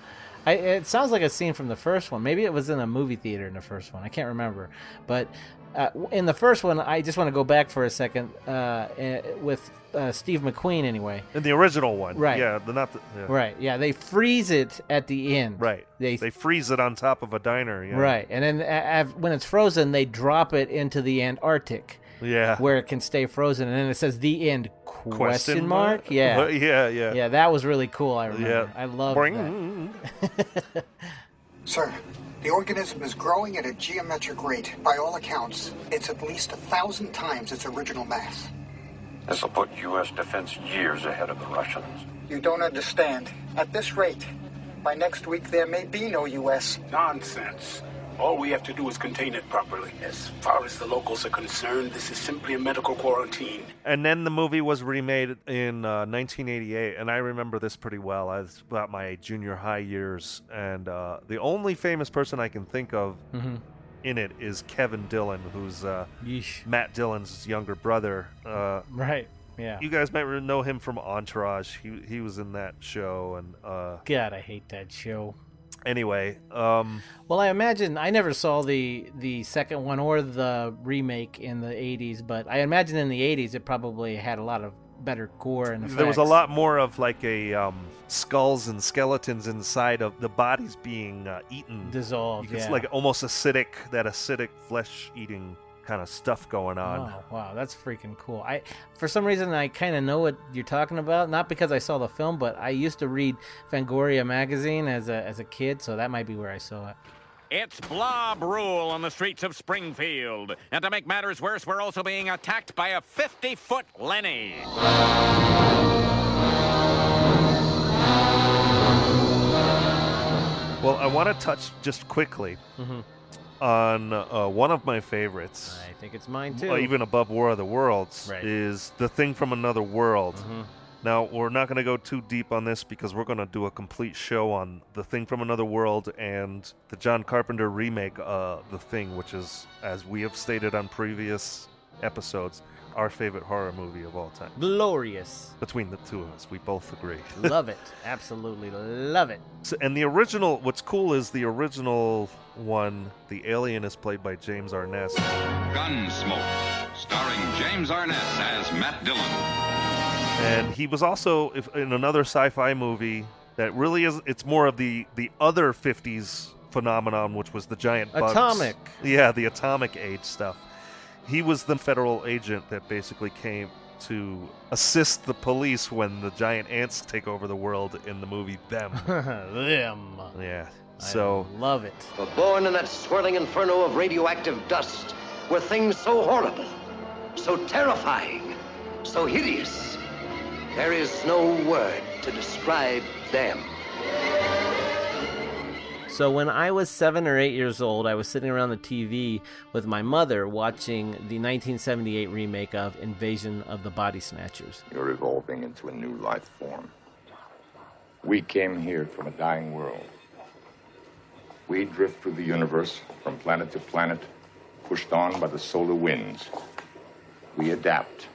Speaker 4: I, it sounds like a scene from the first one. Maybe it was in a movie theater in the first one. I can't remember. But uh, w- in the first one, I just want to go back for a second uh, eh, with uh, Steve McQueen, anyway.
Speaker 2: In the original one.
Speaker 4: Right.
Speaker 2: Yeah, the not the, yeah.
Speaker 4: Right. Yeah. They freeze it at the end.
Speaker 2: Right.
Speaker 4: They-
Speaker 2: they freeze it on top of a diner, yeah.
Speaker 4: Right. And then a- av- when it's frozen, they drop it into the Antarctic.
Speaker 2: Yeah.
Speaker 4: Where it can stay frozen. And then it says the end question,
Speaker 2: Question
Speaker 4: mark?
Speaker 2: mark?
Speaker 4: Yeah.
Speaker 2: [LAUGHS] Yeah,
Speaker 4: [LAUGHS]
Speaker 2: yeah.
Speaker 4: Yeah, that was really cool. I remember.
Speaker 2: Yeah.
Speaker 4: I love
Speaker 2: Boing.
Speaker 4: that.
Speaker 8: Sir, the organism is growing at a geometric rate. By all accounts, it's at least a thousand times its original mass.
Speaker 9: This'll put U.S. defense years ahead of the Russians.
Speaker 8: You don't understand. At this rate, by next week there may be no U.S. Nonsense. All we have to do is contain it properly. As far as the locals are concerned, this is simply a medical quarantine.
Speaker 2: And then the movie was remade in uh, 1988, and I remember this pretty well. I was about my junior high years, and uh, the only famous person I can think of
Speaker 4: Mhm.
Speaker 2: in it is Kevin Dillon, who's uh,
Speaker 4: Yeesh.
Speaker 2: Matt Dillon's younger brother. Uh,
Speaker 4: Right. Yeah.
Speaker 2: You guys might re- know him from Entourage. He he was in that show, and uh,
Speaker 4: God, I hate that show.
Speaker 2: Anyway, um,
Speaker 4: Well, I imagine I never saw the the second one or the remake in the '80s, but I imagine in the '80s it probably had a lot of better gore and effects.
Speaker 2: there was a lot more of like a um, skulls and skeletons inside of the bodies being uh, eaten,
Speaker 4: dissolved.
Speaker 2: It's
Speaker 4: yeah.
Speaker 2: like almost acidic, that acidic flesh eating kind of stuff going on.
Speaker 4: Oh, wow, that's freaking cool. I for some reason I kind of know what you're talking about, not because I saw the film, but I used to read Fangoria magazine as a as a kid, so that might be where I saw it.
Speaker 10: It's blob rule on the streets of Springfield. And to make matters worse, we're also being attacked by a 50 foot Lenny.
Speaker 4: Oh.
Speaker 2: Well, I want to touch just quickly
Speaker 4: Mhm.
Speaker 2: on uh, one of my favorites. I
Speaker 4: think it's mine
Speaker 2: Well,
Speaker 4: too.
Speaker 2: even above War of the Worlds
Speaker 4: Right.
Speaker 2: is The Thing from Another World.
Speaker 4: Mhm.
Speaker 2: Now, we're not going to go too deep on this because we're going to do a complete show on The Thing from Another World and the John Carpenter remake, uh, The Thing, which is, as we have stated on previous episodes, our favorite horror movie of all time.
Speaker 4: Glorious.
Speaker 2: Between the two of us, we both agree.
Speaker 4: love it, absolutely love it. [LAUGHS]
Speaker 2: So, and the original, what's cool is the original one, the alien is played by James Arness.
Speaker 9: Gunsmoke, starring James Arness as Matt Dillon.
Speaker 2: And he was also if, in another sci fi movie that really is, it's more of the, the other 50s phenomenon, which was the giant bugs.
Speaker 4: Atomic.
Speaker 2: Yeah, the atomic age stuff. He was the federal agent that basically came to assist the police when the giant ants take over the world in the movie
Speaker 4: [LAUGHS]
Speaker 2: Them.
Speaker 4: Them.
Speaker 2: Yeah.
Speaker 4: I
Speaker 2: So
Speaker 4: love it.
Speaker 28: We're born in that swirling inferno of radioactive dust, where things so horrible, so terrifying, so hideous. There is no word to describe them.
Speaker 4: So when I was seven or eight years old, I was sitting around the TV with my mother watching the 1978 remake of Invasion of the Body Snatchers.
Speaker 11: You're evolving into a new life form. We came here from a dying world. We drift through the universe from planet to planet, pushed on by the solar winds. We adapt,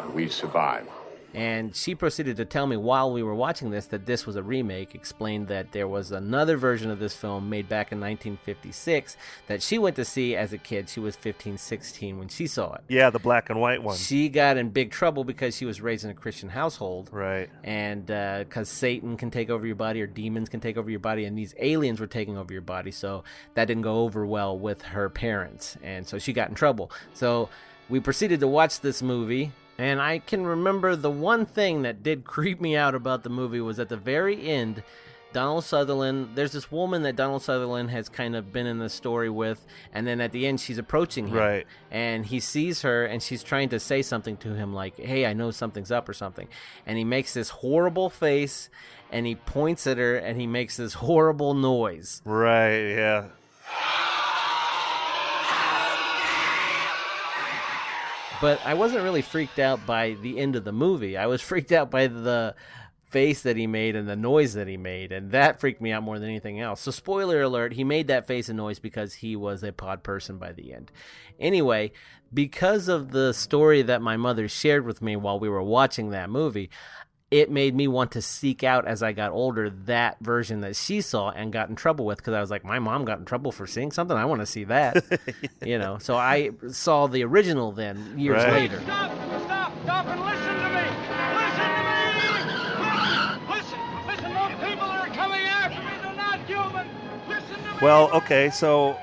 Speaker 11: and we survive.
Speaker 4: And she proceeded to tell me while we were watching this that this was a remake, explained that there was another version of this film made back in 1956 that she went to see as a kid. She was 15, 16 when she saw it.
Speaker 2: yeah, the black and white one.
Speaker 4: She got in big trouble because she was raised in a Christian household.
Speaker 2: Right.
Speaker 4: And because Satan can take over your body or demons can take over your body, and these aliens were taking over your body. So that didn't go over well with her parents. And so she got in trouble. So we proceeded to watch this movie. And I can remember the one thing that did [LAUGHS] creep me out about the movie was at the very end. Donald Sutherland, there's this woman that Donald Sutherland has kind of been in the story with, and then at the end she's approaching him.
Speaker 2: Right.
Speaker 4: And he sees her and she's trying to say something to him, like, hey, I know something's up or something. And he makes this horrible face and he points at her and he makes this horrible noise. [LAUGHS]
Speaker 2: Right, yeah.
Speaker 4: But I wasn't really freaked out by the end of the movie. I was [LAUGHS] freaked out by the face that he made and the noise that he made, and that freaked me out more than anything else. So, spoiler alert, he made that face and noise because he was a pod person by the end. Anyway, because of the story that my mother shared with me while we were watching that movie, it made me want to seek out as I got older that version that she saw and got in trouble with because I was like, my mom got in trouble for seeing something. I want to see that, you know. So I saw the original then years
Speaker 2: Right.
Speaker 4: later.
Speaker 7: Stop! Stop and listen to me! Listen to me! Listen! Listen! Those people that are coming after me, they're not human! Listen to me!
Speaker 2: Well, okay, so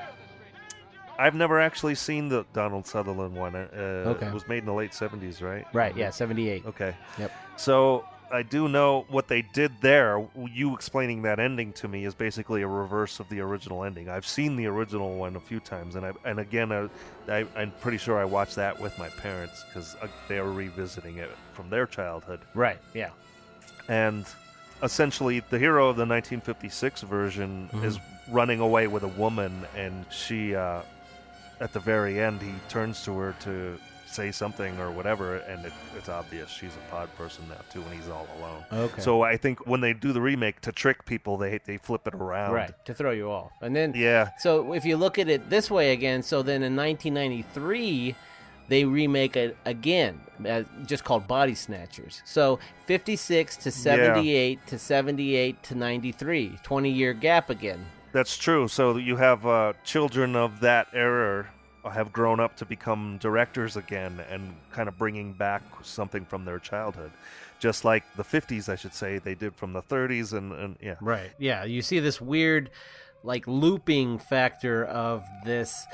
Speaker 2: I've never actually seen the Donald Sutherland one. Uh,
Speaker 4: Okay.
Speaker 2: It was made in the late 70s, right?
Speaker 4: Right, yeah, 78.
Speaker 2: Okay.
Speaker 4: Yep.
Speaker 2: So I do know what they did there. You explaining that ending to me is basically a reverse of the original ending. I've seen the original one a few times, and I and again, I, I, I'm pretty sure I watched that with my parents because they were revisiting it from their childhood.
Speaker 4: Right, yeah.
Speaker 2: And essentially, the hero of the 1956 version
Speaker 4: Mhm.
Speaker 2: is running away with a woman, and she, uh, at the very end, he turns to her to say something or whatever, and it, it's obvious she's a pod person now too, and he's all alone.
Speaker 4: Okay.
Speaker 2: So I think when they do the remake to trick people, they they flip it around.
Speaker 4: Right, to throw you off. And then
Speaker 2: Oh. Yeah.
Speaker 4: So if you look at it this way again, so then in 1993 they remake it again, uh, just called Body Snatchers. So 56 to 78 to 78 to 93, 20 year gap again.
Speaker 2: That's true. So you have uh, children of that era have grown up to become directors again and kind of bringing back something from their childhood. Just like the 50s, I should say, they did from the 30s and, and yeah.
Speaker 4: Right. Yeah, you see this weird like looping factor of this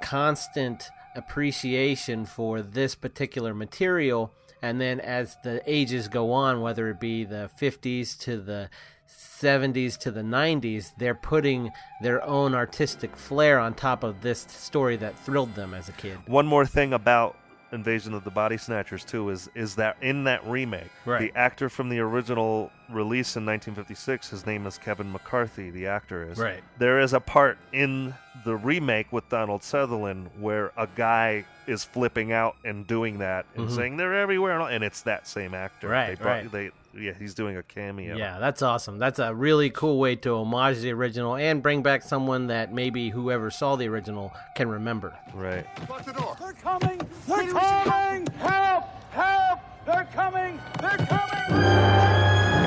Speaker 4: constant appreciation for this particular material and then as the ages go on whether it be the 50s to the 70s to the 90s they're putting their own artistic flair on top of this story that thrilled them as a kid
Speaker 2: One more thing about Invasion of the Body Snatchers too is is that in that remake,
Speaker 4: Right.
Speaker 2: the actor from the original release in 1956, his name is Kevin McCarthy. The actor is
Speaker 4: Right.
Speaker 2: There is a part in the remake with Donald Sutherland where a guy is flipping out and doing that and
Speaker 4: Mhm.
Speaker 2: saying they're everywhere, and, all, and it's that same actor.
Speaker 4: Right,
Speaker 2: They
Speaker 4: right.
Speaker 2: They, yeah, he's doing a cameo.
Speaker 4: Yeah, that's awesome. That's a really cool way to homage the original and bring back someone that maybe whoever saw the original can remember.
Speaker 2: Right.
Speaker 7: Lock the door! They're coming! They're coming! Help! Help! They're coming! They're coming!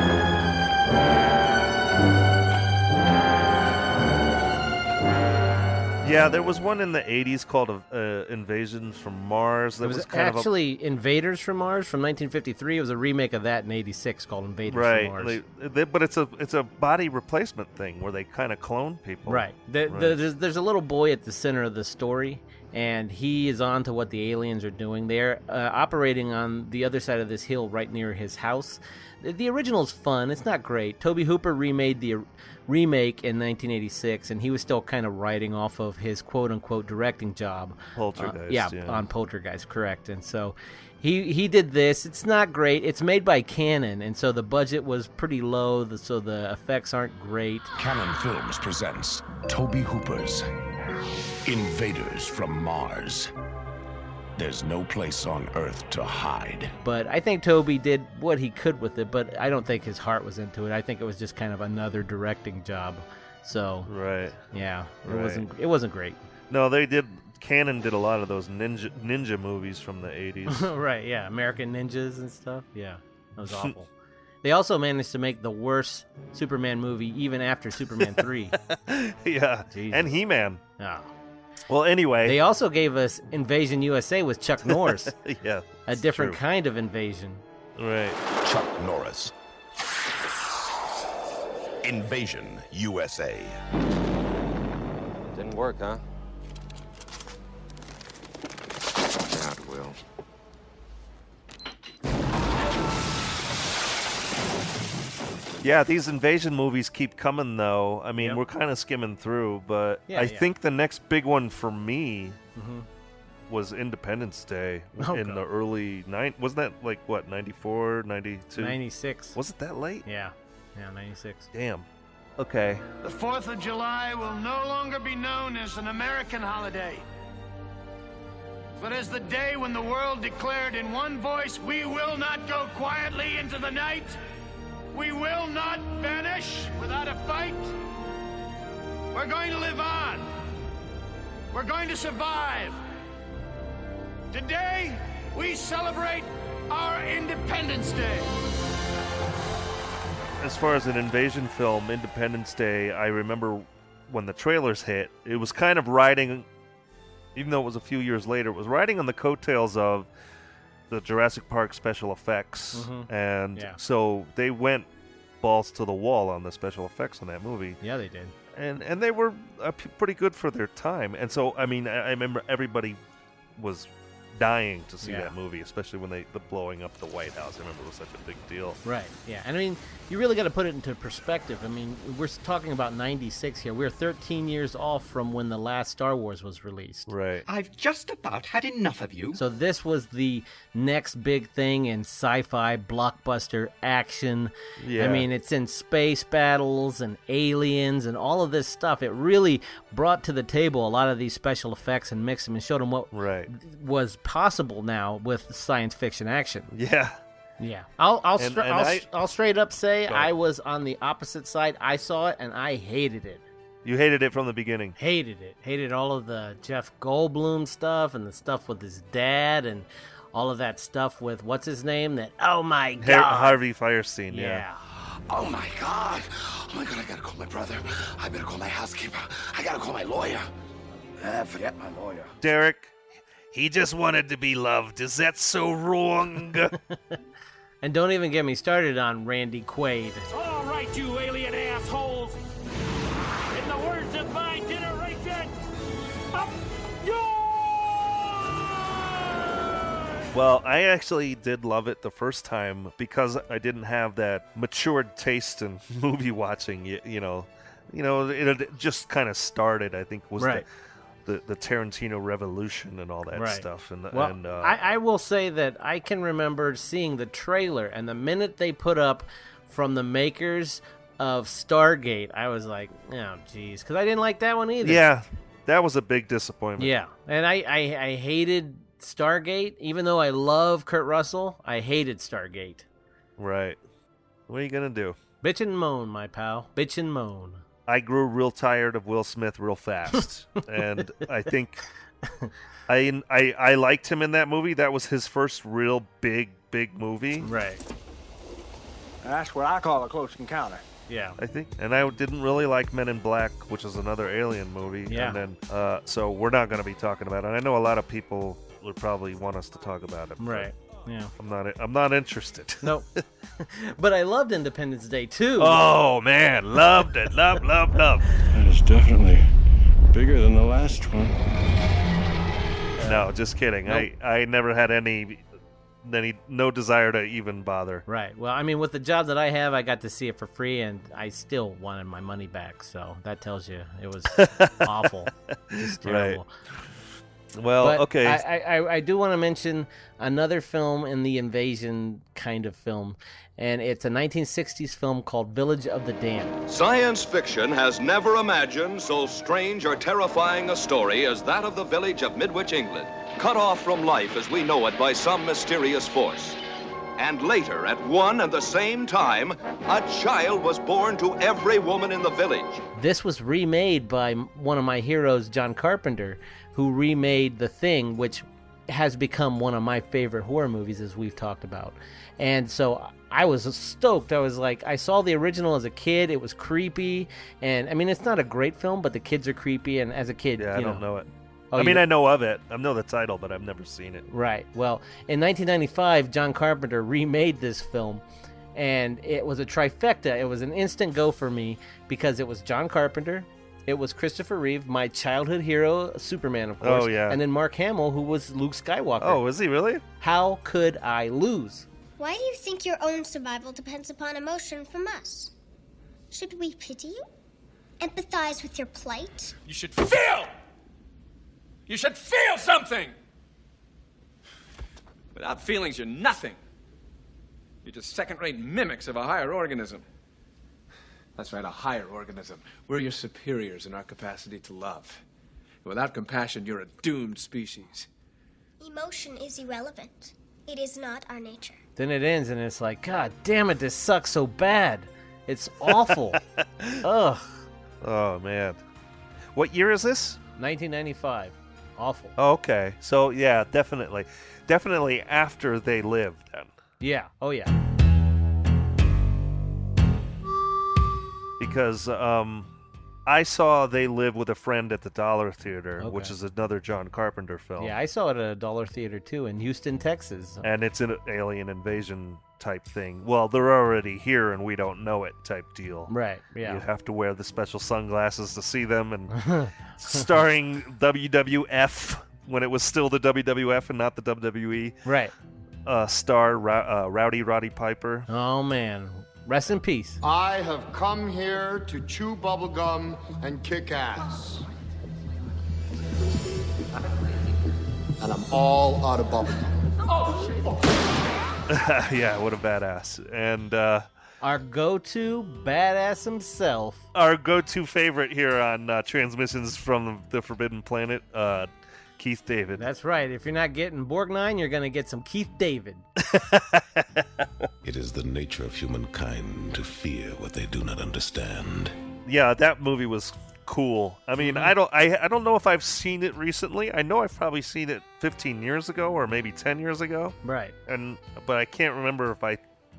Speaker 2: Yeah, there was one in the 80s called uh, Invasions from Mars. That
Speaker 4: it was,
Speaker 2: kind of a
Speaker 4: actually Invaders from Mars from 1953. It was a remake of that in '86 called Invaders
Speaker 2: right
Speaker 4: from Mars.
Speaker 2: They- they- but it's a it's a body replacement thing where they kind of clone people
Speaker 4: Right. The, The, there's, there's a little boy at the center of the story, and he is on to what the aliens are doing. They're uh, operating on the other side of this hill, right near his house. The, the original's fun. It's not great. Toby Hooper remade the remake in 1986, and he was still kind of writing off of his quote unquote directing job. Uh,
Speaker 2: Poltergeist,
Speaker 4: yeah,
Speaker 2: yeah.
Speaker 4: on Poltergeist, correct. And so he he did this. It's not great. It's made by Canon, and so the budget was pretty low, th- so the effects aren't great.
Speaker 13: Canon Films presents Toby Hooper's Invaders from Mars. There's no place on Earth to hide.
Speaker 4: But I think Toby did what he could with it, but I don't think his heart was into it. I think it was just kind of another directing job. So
Speaker 2: Right.
Speaker 4: yeah, it
Speaker 2: Right.
Speaker 4: wasn't it wasn't great.
Speaker 2: No, they did. Canon did a lot of those ninja ninja movies from the
Speaker 4: [LAUGHS] [LAUGHS]
Speaker 2: eighties.
Speaker 4: right, yeah, American Ninjas and stuff. Yeah, that was [LAUGHS] awful. they also managed to make the worst Superman movie even after [LAUGHS] Superman 3.
Speaker 2: [LAUGHS] yeah. And He Man.
Speaker 4: Yeah.
Speaker 2: Well, anyway. [LAUGHS]
Speaker 4: They also gave us Invasion USA with [LAUGHS] Chuck Norris.
Speaker 2: yeah.
Speaker 4: A different
Speaker 2: true.
Speaker 4: kind of invasion.
Speaker 2: Right.
Speaker 13: Chuck Norris. Invasion USA.
Speaker 29: Didn't work, huh? Yeah, it will.
Speaker 2: Yeah, these invasion movies keep coming though. I mean, we're kind of skimming through, but
Speaker 4: Yeah,
Speaker 2: I
Speaker 4: yeah.
Speaker 2: think the next big one for me
Speaker 4: Mhm.
Speaker 2: was Independence Day
Speaker 4: Oh,
Speaker 2: in the early nine. Wasn't that like what 94, 92?
Speaker 4: 96.
Speaker 2: Was it that late?
Speaker 4: Yeah. Yeah, 96.
Speaker 2: Damn. Okay.
Speaker 14: The 4th of July will no longer be known as an American holiday, but as the day when the world declared in one voice, we will not go quietly into the night, we will not vanish without a fight. We're going to live on, we're going to survive. Today, we celebrate our Independence Day.
Speaker 2: As far as an invasion film, Independence Day, I remember when the trailers hit, it was kind of riding, even though it was a few years later, it was riding on the coattails of the Jurassic Park special effects.
Speaker 4: Mhm.
Speaker 2: And
Speaker 4: Yeah.
Speaker 2: so they went balls to the wall on the special effects on that movie.
Speaker 4: Yeah, they did.
Speaker 2: And, and they were uh, p- pretty good for their time. And so, I mean, I, I remember everybody was dying to see
Speaker 4: Yeah.
Speaker 2: that movie, especially when they the blowing up the White House. I remember it was such a big deal.
Speaker 4: Right. Yeah. And I mean, you really got to put it into perspective. I mean, we're talking about 96 here. We're 13 years off from when the last Star Wars was released.
Speaker 2: Right.
Speaker 4: I've just about had enough of you. So this was the next big thing in sci-fi blockbuster action. I
Speaker 2: Yeah.
Speaker 4: mean, it's in space battles and aliens and all of this stuff. It really brought to the table a lot of these special effects and mixed them and showed them what
Speaker 2: right.
Speaker 4: was possible now with science fiction action.
Speaker 2: Yeah.
Speaker 4: Yeah. I'll I'll,
Speaker 2: And-
Speaker 4: stra-
Speaker 2: and
Speaker 4: I'll,
Speaker 2: I-
Speaker 4: s- I'll straight up say
Speaker 2: Go.
Speaker 4: I was on the opposite side. I saw it and I hated it.
Speaker 2: You hated it from the beginning.
Speaker 4: Hated it. Hated all of the Jeff Goldblum stuff and the stuff with his dad and all of that stuff with what's his name that oh my god.
Speaker 2: Har- Harvey Firestein. Yeah.
Speaker 4: yeah.
Speaker 14: Oh my god! Oh my god, I gotta call my brother. I better call my housekeeper. I gotta call my lawyer. Ah, forget my lawyer.
Speaker 2: Derek, he just wanted to be loved. Is that
Speaker 4: [LAUGHS]
Speaker 2: so wrong?
Speaker 4: And don't even get me started on Randy Quaid.
Speaker 15: All right, you alien assholes. In the words of my generation, up
Speaker 2: well, I actually did love it the first time because I didn't have that matured taste in [LAUGHS] movie watching. You, you know, you know, it, had just kind of started. I think was
Speaker 4: Right.
Speaker 2: the, the the Tarantino revolution and all that
Speaker 4: Right.
Speaker 2: stuff. And
Speaker 4: well,
Speaker 2: and uh,
Speaker 4: I, I will say that I can remember seeing the trailer, and the minute they put up from the makers of Stargate, I was like, oh, geez, because I didn't like that one either.
Speaker 2: yeah, that was a big disappointment.
Speaker 4: Yeah, and I, I, I hated Stargate, even though I love Kurt Russell. I hated Stargate.
Speaker 2: Right. What are you gonna do?
Speaker 4: Bitch and moan, my pal. Bitch and moan.
Speaker 2: I grew real tired of Will Smith real fast, and I think I, I I liked him in that movie. That was his first real big big movie,
Speaker 4: right?
Speaker 16: That's what I call a close encounter.
Speaker 4: Yeah.
Speaker 2: I think, and I didn't really like Men in Black, which is another Alien movie.
Speaker 16: Yeah.
Speaker 2: And then, uh, so we're not going to be talking about it. I know a lot of people would probably want us to talk about it. but
Speaker 4: Right. Yeah.
Speaker 2: I'm not. I'm not interested.
Speaker 4: [LAUGHS]
Speaker 2: [LAUGHS]
Speaker 4: Nope. but I loved Independence Day too.
Speaker 2: Oh man, loved it. Love, love, love.
Speaker 17: That is definitely bigger than the last one.
Speaker 2: No, just kidding. I I never had any any no desire to even bother.
Speaker 4: Right. Well, I mean, with the job that I have, I got to see it for free, and I still wanted my money back. So that tells you it [LAUGHS] was awful, just terrible.
Speaker 2: Well,
Speaker 4: But
Speaker 2: Oh, okay.
Speaker 4: I, I- I, I do want to mention another film in the invasion kind of film, and it's a 1960s film called Village of the Damned.
Speaker 1: Science fiction has never imagined so strange or terrifying a story as that of the village of Midwich, England, cut off from life as we know it by some mysterious force. And later, at one and the same time, a child was born to every woman in the village.
Speaker 4: This was remade by m- one of my heroes, John Carpenter, who remade The Thing, which has become one of my favorite horror movies, as we've talked about. And so I was stoked. I was like, I saw the original as a kid. It was creepy. And I mean, it's not a great film, but the kids are creepy. And as a kid,
Speaker 2: yeah, I
Speaker 4: you
Speaker 2: don't know it.
Speaker 4: Oh,
Speaker 2: I
Speaker 4: you
Speaker 2: mean,
Speaker 4: don't-
Speaker 2: I know of it. I know the title, but I've never seen it.
Speaker 4: Right. Well, in 1995, John Carpenter remade this film, and it was a trifecta. It was an instant go for me because it was John Carpenter, it was Christopher Reeve, my childhood hero, Superman, of course.
Speaker 2: Oh, yeah.
Speaker 4: And then Mark Hamill, who was Luke Skywalker.
Speaker 2: Oh, is he really?
Speaker 4: How could I lose?
Speaker 3: Why do you think your own survival depends upon emotion from us? Should we pity you? Empathize with your plight?
Speaker 17: You should feel! You should feel something! Without feelings, you're nothing. You're just second rate mimics of a higher organism. That's right, a higher organism. We're your superiors in our capacity to love. Without compassion, you're a doomed species.
Speaker 3: Emotion is irrelevant. It is not our nature.
Speaker 4: Then it ends, and it's like, God damn it, this sucks so bad. It's
Speaker 2: [LAUGHS]
Speaker 4: awful. Ugh.
Speaker 2: Oh man, what year is this?
Speaker 4: 1995. Awful.
Speaker 2: Oh, okay, so yeah, definitely, definitely after they lived. Then
Speaker 4: Yeah. Oh, yeah.
Speaker 2: because um, I saw they live with a friend at the Dollar Theater, which
Speaker 4: Okay.
Speaker 2: is another John Carpenter film.
Speaker 4: Yeah, I saw it at a dollar theater too in Houston, Texas.
Speaker 2: and it's an alien invasion type thing. Well, they're already here and we don't know it type deal.
Speaker 4: Right, yeah.
Speaker 2: You have to wear the special sunglasses to see
Speaker 4: [LAUGHS]
Speaker 2: them and starring WWF when it was still the WWF and not the WWE.
Speaker 4: Right.
Speaker 2: Uh, star Ro- uh, Rowdy Roddy Piper. [LAUGHS]
Speaker 4: Oh man, rest in peace.
Speaker 18: I have come here to chew bubblegum and kick ass. And I'm all out of bubblegum.
Speaker 2: yeah, what a badass. And uh,
Speaker 4: our go-to badass himself.
Speaker 2: Our go-to favorite here on uh, Transmissions from the Forbidden Planet, uh, Keith David.
Speaker 4: That's right. If you're not getting Borgnine, you're gonna get some Keith David.
Speaker 13: It is the nature of humankind to fear what they do not understand.
Speaker 2: yeah that movie was cool i mean i don't I, I don't know if i've seen it recently i know i've probably seen it 15 years ago or maybe 10 years ago
Speaker 4: Right.
Speaker 2: and but i can't remember if i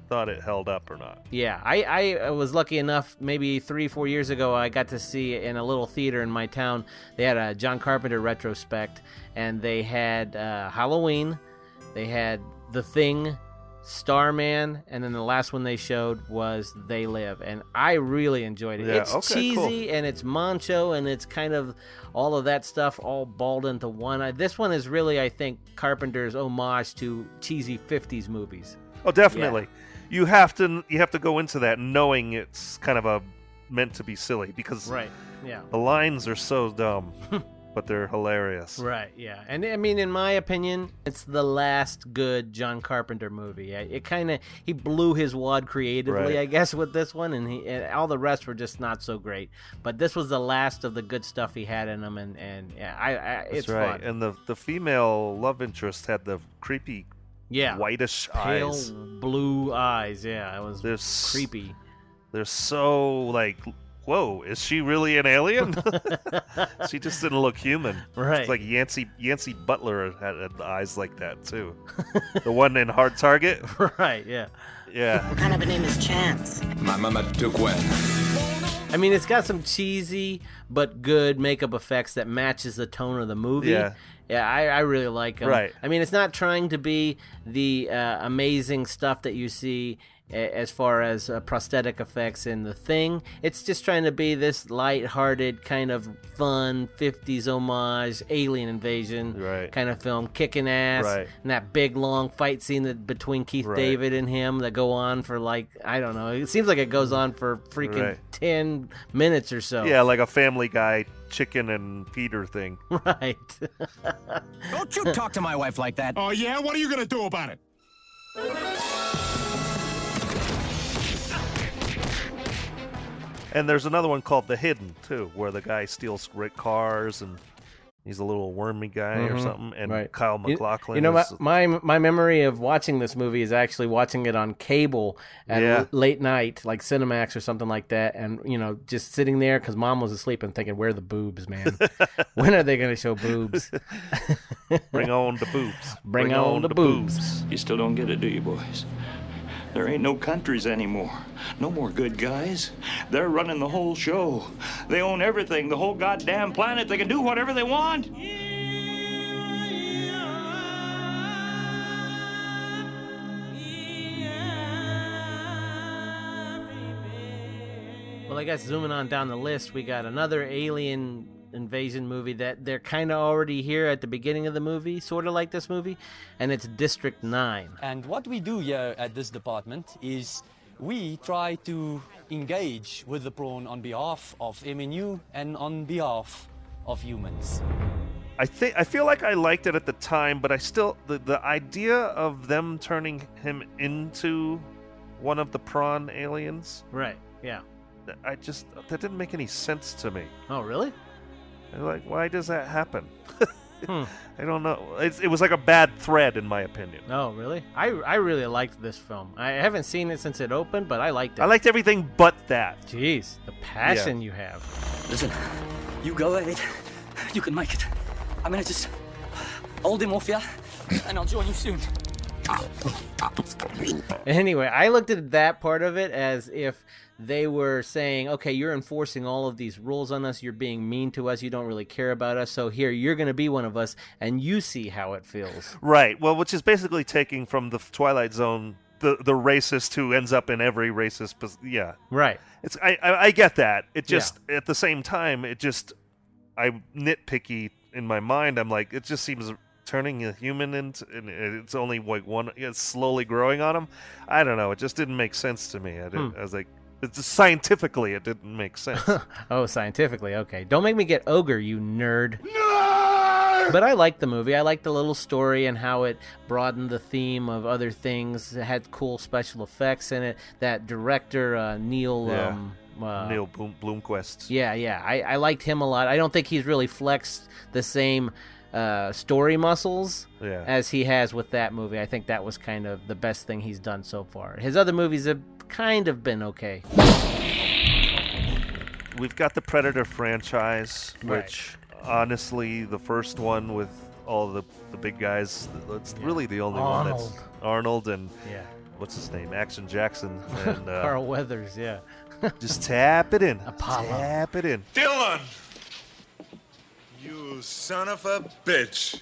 Speaker 2: thought it held up or not
Speaker 4: Yeah, I, I uh, was lucky enough. Maybe three, four years ago, I got to see in a little theater in my town. They had a John Carpenter retrospect, and they had uh, Halloween, they had The Thing, Starman, and then the last one they showed was They Live, and I really enjoyed it.
Speaker 2: Yeah,
Speaker 4: it's
Speaker 2: okay,
Speaker 4: cheesy
Speaker 2: cool.
Speaker 4: and it's mancho and it's kind of all of that stuff all balled into one. I, this one is really, I think, Carpenter's homage to cheesy '50s movies.
Speaker 2: oh definitely you have to you have to go into that knowing it's kind of a meant to be silly because
Speaker 4: Right, yeah.
Speaker 2: the lines are so dumb but they're hilarious
Speaker 4: Right, yeah. And I mean, in my opinion, it's the last good John Carpenter movie. I- It kind of, he blew his wad creatively,
Speaker 2: Right.
Speaker 4: I guess, with this one, and, he, and all the rest were just not so great. But this was the last of the good stuff he had in him, and, and yeah, I, I,
Speaker 2: That's
Speaker 4: it's fun.
Speaker 2: right and the the female love interest had the creepy
Speaker 4: Yeah.
Speaker 2: whitish
Speaker 4: Pale
Speaker 2: eyes
Speaker 4: blue eyes, yeah. It was
Speaker 2: They're s-
Speaker 4: creepy. [LAUGHS]
Speaker 2: They're so like, whoa, is she really an alien? [LAUGHS] she just didn't look human.
Speaker 4: Right.
Speaker 2: It's like Yancey Yancey Butler had, had eyes like that too. the one in Hard Target.
Speaker 4: [LAUGHS] Right, yeah. [LAUGHS]
Speaker 2: Yeah.
Speaker 19: kind of a name is Chance?
Speaker 1: My mama took
Speaker 4: I mean, it's got some cheesy but good makeup effects that matches the tone of the movie.
Speaker 2: Yeah.
Speaker 4: Yeah, I, I really like them.
Speaker 2: Right.
Speaker 4: I mean, it's not trying to be the uh, amazing stuff that you see a- as far as uh, prosthetic effects in the thing. It's just trying to be this light-hearted kind of fun 50s homage alien invasion
Speaker 2: right.
Speaker 4: kind of film, kicking ass,
Speaker 2: Right.
Speaker 4: and that big long fight scene that between Keith
Speaker 2: Right.
Speaker 4: David and him that go on for like I don't know. It seems like it goes on for freaking
Speaker 2: Right.
Speaker 4: 10 minutes or so.
Speaker 2: Yeah, like a Family Guy chicken and Peter thing.
Speaker 4: [LAUGHS] Right.
Speaker 12: Don't you talk to my wife like that. Oh, yeah? What are you going to do about it?
Speaker 2: And there's another one called The Hidden too, where the guy steals great cars and he's a little wormy guy or
Speaker 4: Mhm.
Speaker 2: something. And
Speaker 4: Right.
Speaker 2: Kyle
Speaker 4: You-
Speaker 2: McLaughlin.
Speaker 4: You know, my,
Speaker 2: is-
Speaker 4: my my memory of watching this movie is actually watching it on cable at
Speaker 2: Yeah.
Speaker 4: l- late night, like Cinemax or something like that, and you know, just sitting there because mom was asleep and thinking, "Where are the boobs,
Speaker 2: [LAUGHS]
Speaker 4: man? when are they going to show boobs?
Speaker 2: Bring on the boobs.
Speaker 4: [LAUGHS] Bring, on, the, boobs.
Speaker 19: You still don't get it, do you, boys? There ain't no countries anymore. No more good guys. They're running the whole show. They own everything, the whole goddamn planet. They can do whatever they want.
Speaker 4: Well, I guess zooming on down the list, we got another alien invasion movie that they're kind of already here at the beginning of the movie, sort of like this movie, and it's District 9.
Speaker 20: And what we do here at this department is we try to engage with the prawn on behalf of MNU and on behalf of humans.
Speaker 2: I think I feel like I liked it at the time, but I still the, the idea of them turning him into one of the prawn aliens.
Speaker 4: Right. Yeah.
Speaker 2: I just that didn't make any sense to me.
Speaker 4: Oh, really?
Speaker 2: I'm like, why does that happen? [LAUGHS]
Speaker 4: Hmm.
Speaker 2: I don't know. It's, it was like a bad thread, in my opinion.
Speaker 4: Oh, really? I, I really liked this film. I haven't seen it since it opened, but I liked it.
Speaker 2: I liked everything but that.
Speaker 4: Jeez, the passion you have.
Speaker 20: Listen, you go at it. You can make it. I'm gonna just hold him off here, and I'll join you soon.
Speaker 4: Anyway, I looked at that part of it as if they were saying, okay, you're enforcing all of these rules on us. You're being mean to us. You don't really care about us. So here, you're going to be one of us, and you see how it feels.
Speaker 2: Right. Well, which is basically taking from the Twilight Zone the the racist who ends up in every racist. pos- Yeah.
Speaker 4: Right.
Speaker 2: It's I I, I get that. It
Speaker 4: Yeah.
Speaker 2: just at the same time it just I nitpicky in my mind. I'm like it just seems turning a human into and it's only like one it's slowly growing on him. I don't know. It just didn't make sense to me. I, didn't,
Speaker 4: Hmm.
Speaker 2: I was like it's just scientifically it didn't make
Speaker 4: [LAUGHS]
Speaker 2: sense.
Speaker 4: Oh, scientifically, okay. Don't make me get ogre, you nerd. But I liked the movie. I liked the little story and how it broadened the theme of other things. It had cool special effects in it. That director uh, Neil
Speaker 2: Yeah.
Speaker 4: um, uh,
Speaker 2: Neil Bloom, Bloomquist.
Speaker 4: yeah, yeah. I, I liked him a lot. I don't think he's really flexed the same uh, story muscles
Speaker 2: Yeah.
Speaker 4: as he has with that movie. I think that was kind of the best thing he's done so far. His other movies have kind of been okay.
Speaker 2: We've got the Predator franchise,
Speaker 4: Right.
Speaker 2: which honestly, the first one with all the, the big guys, that's really the only one that's Arnold and
Speaker 4: Yeah.
Speaker 2: what's his name? Action Jackson
Speaker 4: [LAUGHS]
Speaker 2: and uh,
Speaker 4: Carl Weathers, yeah.
Speaker 2: Just tap it in.
Speaker 4: Apollo.
Speaker 2: Tap it in.
Speaker 21: Dylan! You son of a bitch.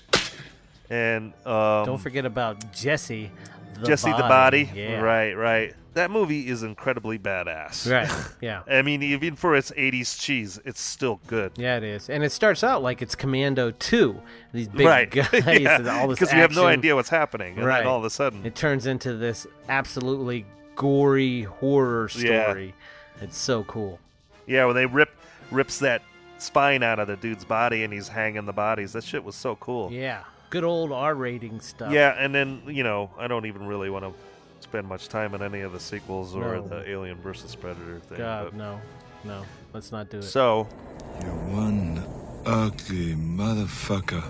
Speaker 2: And um,
Speaker 4: Don't forget about Jesse. The
Speaker 2: Jesse
Speaker 4: body.
Speaker 2: the Body.
Speaker 4: Yeah.
Speaker 2: Right, right. That movie is incredibly badass. [LAUGHS]
Speaker 4: Right, yeah.
Speaker 2: I mean, even for its 80s cheese, it's still good.
Speaker 4: Yeah, it is. And it starts out like it's Commando 2. These big
Speaker 2: right. [LAUGHS]
Speaker 4: guys [LAUGHS] and all this
Speaker 2: Because we have no
Speaker 4: action.
Speaker 2: idea what's happening. And
Speaker 4: right.
Speaker 2: then all of a sudden.
Speaker 4: It turns into this absolutely gory horror
Speaker 2: Yeah.
Speaker 4: story. It's so cool.
Speaker 2: Yeah, when they rip rips that spine out of the dude's body and he's hanging the bodies. That shit was so cool.
Speaker 4: Yeah. Good old R rating stuff.
Speaker 2: Yeah, and then you know I don't even really want to spend much time on any of the sequels or
Speaker 4: No.
Speaker 2: the Alien versus Predator thing.
Speaker 4: God,
Speaker 2: but-
Speaker 4: no. No. Let's not do it.
Speaker 2: So
Speaker 22: One ugly motherfucker.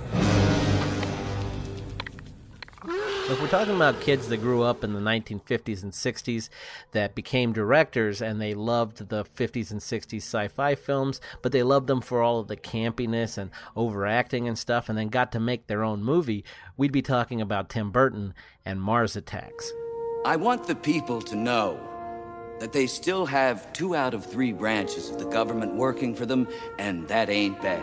Speaker 4: If we're talking about kids that grew up in the 1950s and 60s that became directors and they loved the 50s and 60s sci fi films, but they loved them for all of the campiness and overacting and stuff, and then got to make their own movie, we'd be talking about Tim Burton and Mars Attacks.
Speaker 23: I want the people to know that they still have two out of three branches of the government working for them, and that ain't bad.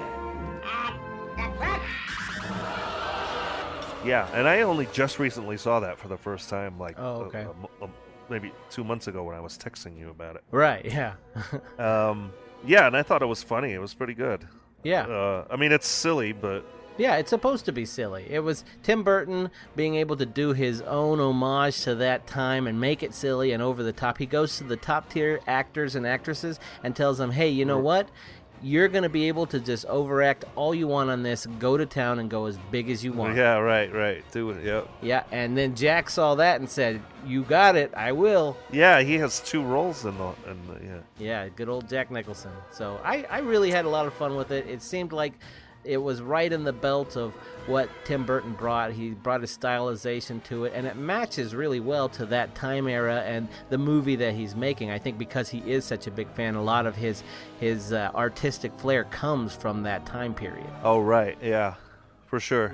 Speaker 2: yeah, and I only just recently saw that for the first time, like
Speaker 4: Oh, okay.
Speaker 2: a, a, a maybe two months ago when I was texting you about it.
Speaker 4: Right. Yeah. [LAUGHS]
Speaker 2: um, yeah, and I thought it was funny. It was pretty good.
Speaker 4: Yeah.
Speaker 2: Uh, I mean, it's silly, but
Speaker 4: Yeah, it's supposed to be silly. It was Tim Burton being able to do his own homage to that time and make it silly and over the top. He goes to the top tier actors and actresses and tells them, hey, you know what? You're going to be able to just overact all you want on this, go to town and go as big as you want.
Speaker 2: yeah, right, right. Do it. Yep.
Speaker 4: Yeah, and then Jack saw that and said, You got it, I will.
Speaker 2: Yeah, he has two roles in the in the yeah.
Speaker 4: Yeah, good old Jack Nicholson. So I, I really had a lot of fun with it. It seemed like it was right in the belt of what Tim Burton brought. He brought his stylization to it, and it matches really well to that time era and the movie that he's making. I think because he is such a big fan, a lot of his his uh, artistic flair comes from that time period.
Speaker 2: Oh, right. Yeah, for sure.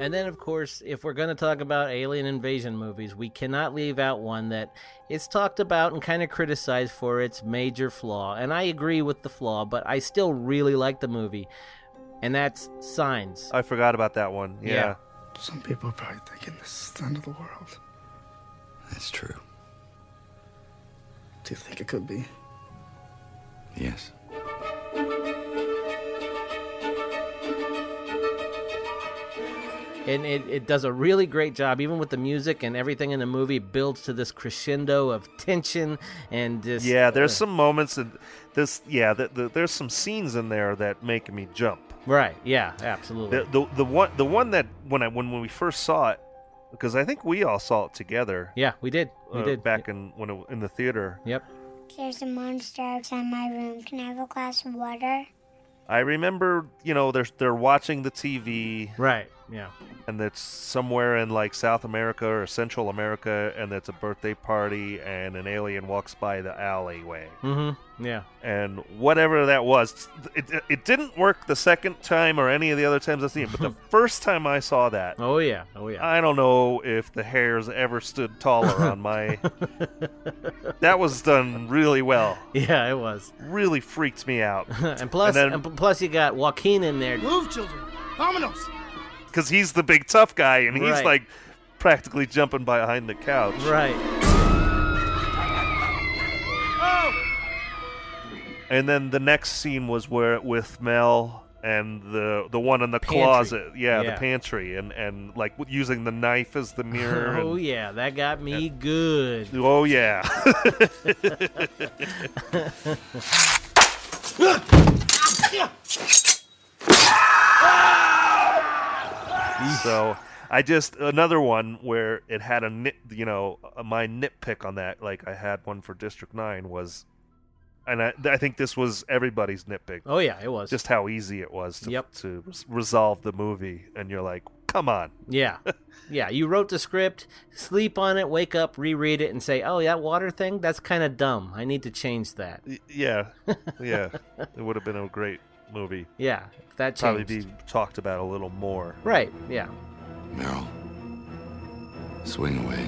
Speaker 4: And then, of course, if we're going to talk about alien invasion movies, we cannot leave out one that is talked about and kind of criticized for its major flaw. And I agree with the flaw, but I still really like the movie. And that's Signs.
Speaker 2: I forgot about that one. Yeah.
Speaker 4: Yeah.
Speaker 5: Some people are probably thinking this is the end of the world.
Speaker 6: That's true.
Speaker 5: Do you think it could be?
Speaker 6: Yes.
Speaker 4: And it, it does a really great job, even with the music and everything in the movie builds to this crescendo of tension and just.
Speaker 2: Yeah, there's some moments and this. Yeah, the, the, there's some scenes in there that make me jump.
Speaker 4: Right, yeah, absolutely.
Speaker 2: The, the the one the one that when I when, when we first saw it, because I think we all saw it together.
Speaker 4: Yeah, we did. We
Speaker 2: uh,
Speaker 4: did.
Speaker 2: back in when it, in the theater.
Speaker 4: Yep.
Speaker 8: There's a monster outside my room. Can I have a glass of water?
Speaker 2: I remember, you know, they're they're watching the TV.
Speaker 4: Right. Yeah.
Speaker 2: And it's somewhere in like South America or Central America, and it's a birthday party, and an alien walks by the alleyway,
Speaker 4: Mm hmm. Yeah.
Speaker 2: and whatever that was, it, it, it didn't work the second time or any of the other times I've seen it.
Speaker 4: [LAUGHS]
Speaker 2: But the first time I saw that,
Speaker 4: Oh, yeah. Oh, yeah.
Speaker 2: I don't know if the hairs ever stood taller
Speaker 4: [LAUGHS]
Speaker 2: on my. that was done really well.
Speaker 4: [LAUGHS] Yeah, it was.
Speaker 2: Really freaked me out.
Speaker 4: [LAUGHS] and plus,
Speaker 2: then-
Speaker 4: and p- plus you got Joaquin in there.
Speaker 5: Move, children! Vominos!
Speaker 2: because he's the big tough guy, and he's
Speaker 4: Right.
Speaker 2: like practically jumping behind the couch.
Speaker 4: Right.
Speaker 2: And then the next scene was where with Mel and the the one in the
Speaker 4: Pantry.
Speaker 2: closet, yeah,
Speaker 4: Yeah.
Speaker 2: the pantry, and and like w- using the knife as the mirror.
Speaker 4: [LAUGHS] Oh
Speaker 2: and-
Speaker 4: yeah, that got me good.
Speaker 2: Oh yeah. [LAUGHS] so I just another one where it had a nit, you know, my nitpick on that. Like I had one for District Nine was, and I, I think this was everybody's nitpick.
Speaker 4: Oh, yeah, it was.
Speaker 2: just how easy it was to
Speaker 4: Yep.
Speaker 2: to res- resolve the movie, and you're like, come on,
Speaker 4: Yeah. Yeah, you wrote the script, sleep on it, wake up, reread it and say, "Oh, that water thing, that's kind of dumb. I need to change that."
Speaker 2: Y- [LAUGHS] yeah, yeah, it would have been a great movie.
Speaker 4: Yeah, if that
Speaker 2: probably
Speaker 4: changed.
Speaker 2: be talked about a little more.
Speaker 4: Right. Yeah.
Speaker 6: Meryl, swing away.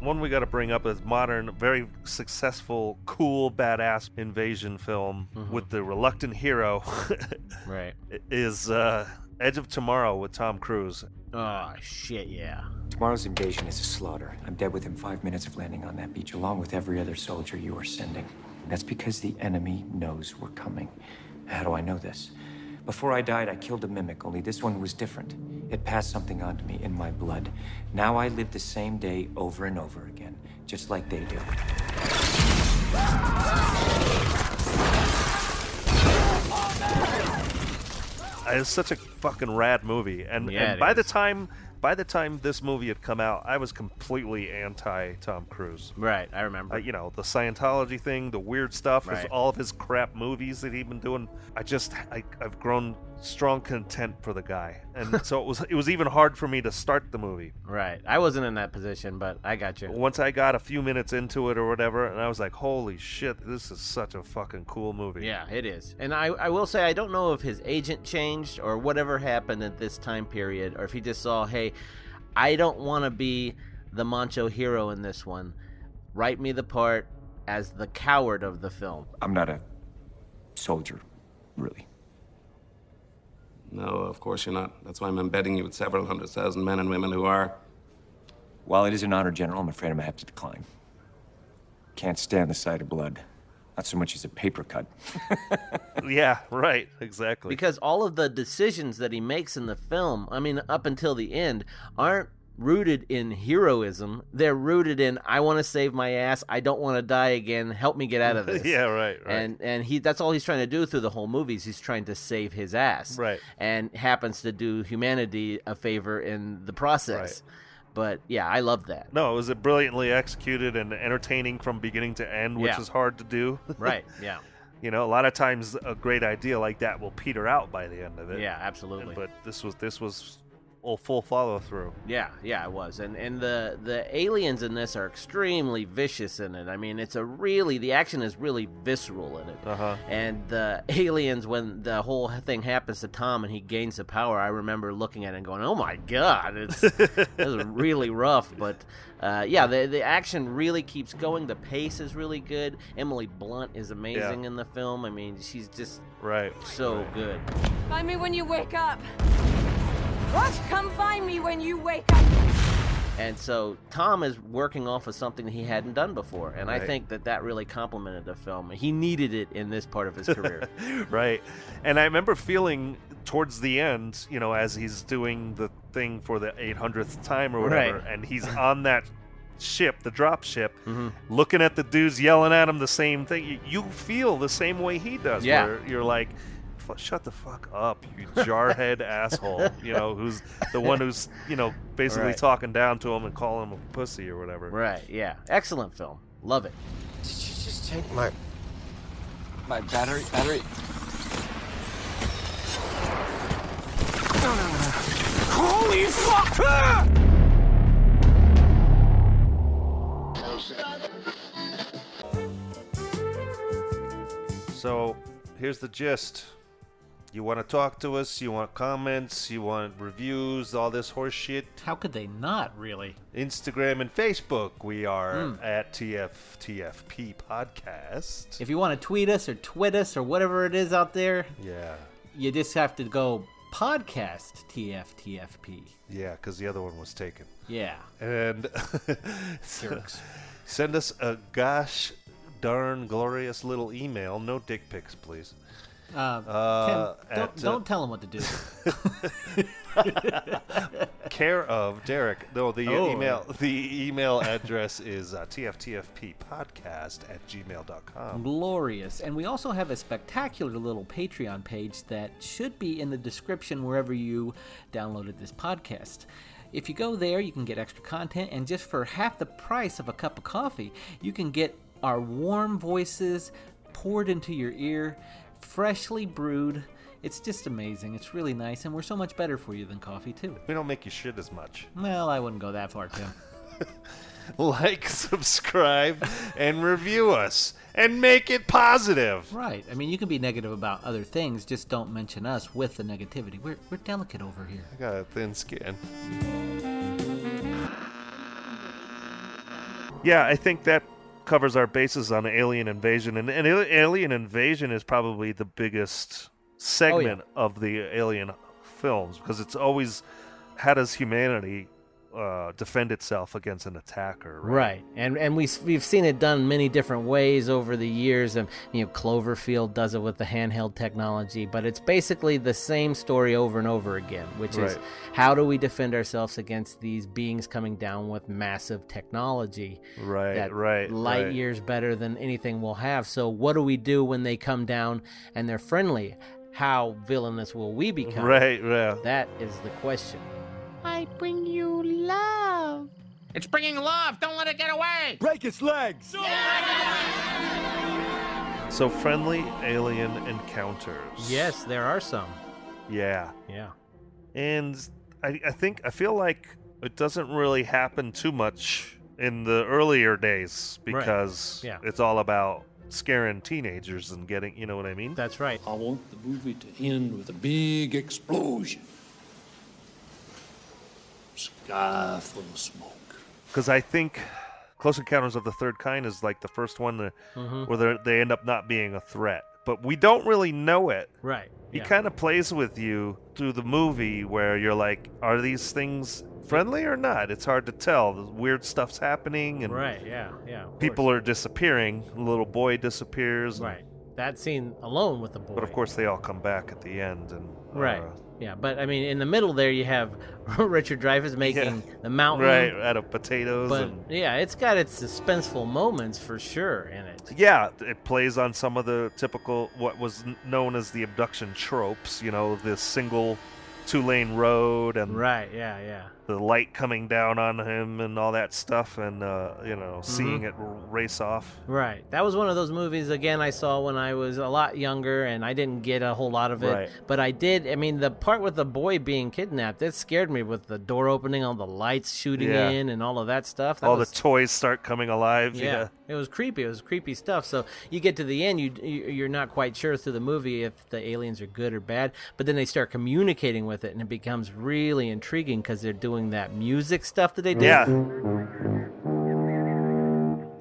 Speaker 2: One we got to bring up is modern, very successful, cool, badass invasion film
Speaker 4: Mm-hmm.
Speaker 2: with the reluctant hero. [LAUGHS]
Speaker 4: right.
Speaker 2: Is uh, Edge of Tomorrow with Tom Cruise.
Speaker 4: Oh shit, yeah.
Speaker 9: Tomorrow's invasion is a slaughter. I'm dead within five minutes of landing on that beach, along with every other soldier you are sending. That's because the enemy knows we're coming. How do I know this? Before I died, I killed a mimic, only this one was different. It passed something on to me in my blood. Now I live the same day over and over again, just like they do.
Speaker 2: It's such a fucking rad movie, and,
Speaker 4: Yeah,
Speaker 2: and
Speaker 4: it
Speaker 2: by the time by the time this movie had come out, I was completely anti Tom Cruise.
Speaker 4: Right, I remember.
Speaker 2: uh, you know the Scientology thing, the weird stuff, his,
Speaker 4: Right.
Speaker 2: all of his crap movies that he'd been doing. I just I, I've grown strong contempt for the guy,
Speaker 4: [LAUGHS]
Speaker 2: and so it was it was even hard for me to start the movie.
Speaker 4: Right. I wasn't in that position, but I got you.
Speaker 2: Once I got a few minutes into it or whatever, and I was like, "Holy shit, this is such a fucking cool movie."
Speaker 4: Yeah, it is. And I, I will say, I don't know if his agent changed or whatever happened at this time period, or if he just saw, hey, I don't want to be the macho hero in this one. Write me the part as the coward of the film.
Speaker 9: I'm not a soldier, really.
Speaker 7: No, of course you're not. That's why I'm embedding you with several hundred thousand men and women who are.
Speaker 9: While it is an honor, General, I'm afraid I'm gonna have to decline. Can't stand the sight of blood. Not so much as a paper cut.
Speaker 2: [LAUGHS] yeah, right, exactly.
Speaker 4: Because all of the decisions that he makes in the film, I mean, up until the end, aren't rooted in heroism. They're rooted in I want to save my ass. I don't want to die again. Help me get out
Speaker 2: [LAUGHS]
Speaker 4: of this.
Speaker 2: Yeah, right, right.
Speaker 4: And and he that's all he's trying to do through the whole movie is he's trying to save his ass.
Speaker 2: Right.
Speaker 4: And happens to do humanity a favor in the process.
Speaker 2: Right.
Speaker 4: But yeah, I love
Speaker 2: [LAUGHS]
Speaker 4: that.
Speaker 2: No, it was brilliantly executed and entertaining from beginning to end, which
Speaker 4: Yeah.
Speaker 2: is hard to do. [LAUGHS]
Speaker 4: Right, yeah.
Speaker 2: You know, a lot of times a great idea like that will peter out by the end of it.
Speaker 4: Yeah, absolutely.
Speaker 2: But this was this was a full follow through.
Speaker 4: Yeah, yeah, it was, and and the the aliens in this are extremely vicious in it. I mean, it's a really the action is really visceral in it.
Speaker 2: Uh-huh.
Speaker 4: And the [LAUGHS] aliens, when the whole thing happens to Tom and he gains the power, I remember looking at it and going, "Oh my god,
Speaker 2: [LAUGHS]
Speaker 4: it's this is really rough." But uh, yeah, the the action really keeps going. The pace is really good. Emily Blunt is amazing in the film. I mean, she's just
Speaker 2: right
Speaker 4: so good.
Speaker 10: Find me when you wake up. What? Come find me when you wake up.
Speaker 4: And so Tom is working off of something he hadn't done before, and I
Speaker 2: Right.
Speaker 4: think that that really complemented the film. He needed it in this part of his
Speaker 2: [LAUGHS]
Speaker 4: career.
Speaker 2: right. And I remember feeling towards the end, you know, as he's doing the thing for the 800th time or whatever,
Speaker 4: Right.
Speaker 2: and he's on that ship, the drop ship,
Speaker 4: Mm-hmm.
Speaker 2: looking at the dudes yelling at him the same thing. You, you feel the same way he does.
Speaker 4: Yeah.
Speaker 2: Where you're like, "F- shut the fuck up, you
Speaker 4: [LAUGHS]
Speaker 2: jarhead asshole. You know, who's the one who's, you know, basically
Speaker 4: Right.
Speaker 2: talking down to him and calling him a pussy or whatever.
Speaker 4: right? Yeah, excellent film. Love it.
Speaker 11: Just take my my battery battery.
Speaker 12: Holy fuck! Ah!
Speaker 2: So here's the gist. You want to talk to us, you want comments, you want reviews, all this horse shit.
Speaker 4: How could they not, really?
Speaker 2: Instagram and Facebook, we are
Speaker 24: Mm.
Speaker 2: at TFTFP Podcast.
Speaker 24: If you want to tweet us or twit us or whatever it is out there,
Speaker 2: Yeah.
Speaker 24: you just have to go podcast TFTFP.
Speaker 2: Yeah, because the other one was taken.
Speaker 24: Yeah.
Speaker 2: And [LAUGHS]
Speaker 24: Jerks.
Speaker 2: send us a gosh darn glorious little email. No dick pics, please.
Speaker 24: Uh,
Speaker 2: Uh,
Speaker 24: Tim, don't,
Speaker 2: at, uh,
Speaker 24: don't tell him what to do.
Speaker 2: care of Derek. No, the uh,
Speaker 24: Oh.
Speaker 2: email the email address is uh, tftfppodcast at gmail.com.
Speaker 24: Glorious. And we also have a spectacular little Patreon page that should be in the description wherever you downloaded this podcast. If you go there, you can get extra content, and just for half the price of a cup of coffee, you can get our warm voices poured into your ear, freshly brewed. It's just amazing. It's really nice, and we're so much better for you than coffee, too.
Speaker 2: We don't make you shit as much. [LAUGHS]
Speaker 24: Well, I wouldn't go that far, Tim.
Speaker 2: Like, subscribe, and review us, and make it positive.
Speaker 24: Right. I mean, you can be negative about other things, just don't mention us with the negativity. We're, we're delicate over here.
Speaker 2: I got a thin skin. Yeah, I think that covers our bases on alien invasion, and, and al- alien invasion is probably the biggest segment
Speaker 4: Oh,
Speaker 2: of the alien films because it's always how does humanity uh, defend itself against an attacker?
Speaker 4: Right, and and we s- we've seen it done many different ways over the years, and you know Cloverfield does it with the handheld technology, but it's basically the same story over and over again, which is
Speaker 24: Right.
Speaker 4: how do we defend ourselves against these beings coming down with massive technology,
Speaker 2: Right,
Speaker 4: that
Speaker 2: right,
Speaker 4: light
Speaker 2: right.
Speaker 4: years better than anything we'll have. So what do we do when they come down and they're friendly? How villainous will we become?
Speaker 2: Right, yeah.
Speaker 4: That is the question.
Speaker 12: I bring you love. It's bringing love. Don't let it get away. Break its legs.
Speaker 2: So friendly alien encounters.
Speaker 4: Yes, there are some.
Speaker 2: Yeah.
Speaker 4: Yeah.
Speaker 2: And I, I think I feel like it doesn't really happen too much in the earlier days
Speaker 4: Right.
Speaker 2: because
Speaker 4: Yeah.
Speaker 2: it's all about scaring teenagers and getting you know what I mean?
Speaker 4: That's right.
Speaker 25: I want the movie to end with a big explosion. Sky full of smoke.
Speaker 2: Because I think Close Encounters of the Third Kind is like the first one that,
Speaker 25: Mhm.
Speaker 4: Mm-hmm.
Speaker 2: where they're- they end up not being a threat. but we don't really know it.
Speaker 4: Right.
Speaker 2: He
Speaker 4: yeah.
Speaker 2: kind of plays with you through the movie where you're like, are these things friendly or not? It's hard to tell. The Weird stuff's happening and
Speaker 4: Right, yeah, yeah. of
Speaker 2: people are disappearing. The little boy disappears. and-
Speaker 4: Right. That scene alone with the boy.
Speaker 2: But of course, they all come back at the end and
Speaker 4: Right.
Speaker 2: uh,
Speaker 4: yeah, but I mean, in the middle there, you have [LAUGHS] Richard Dreyfuss making the mountain.
Speaker 2: right out of potatoes.
Speaker 4: But
Speaker 2: and
Speaker 4: yeah, it's got its suspenseful moments for sure in it.
Speaker 2: yeah, it plays on some of the typical what was n- known as the abduction tropes. You know, the single two-lane road and
Speaker 4: Right. Yeah. Yeah.
Speaker 2: the light coming down on him and all that stuff, and uh, you
Speaker 4: Mm-hmm.
Speaker 2: know, seeing it r- race off.
Speaker 4: Right. That was one of those movies again I saw when I was a lot younger and I didn't get a whole lot of it.
Speaker 2: Right.
Speaker 4: But I did I mean the part with the boy being kidnapped, it scared me with the door opening, all the lights shooting
Speaker 2: Yeah.
Speaker 4: in and all of that stuff. That
Speaker 2: all
Speaker 4: was,
Speaker 2: the toys start coming alive.
Speaker 4: yeah, It was creepy. It was creepy stuff. So you get to the end, you you- you're not quite sure through the movie if the aliens are good or bad. But then they start communicating with it, and it becomes really intriguing because they're doing that music stuff that they do.
Speaker 2: Yeah.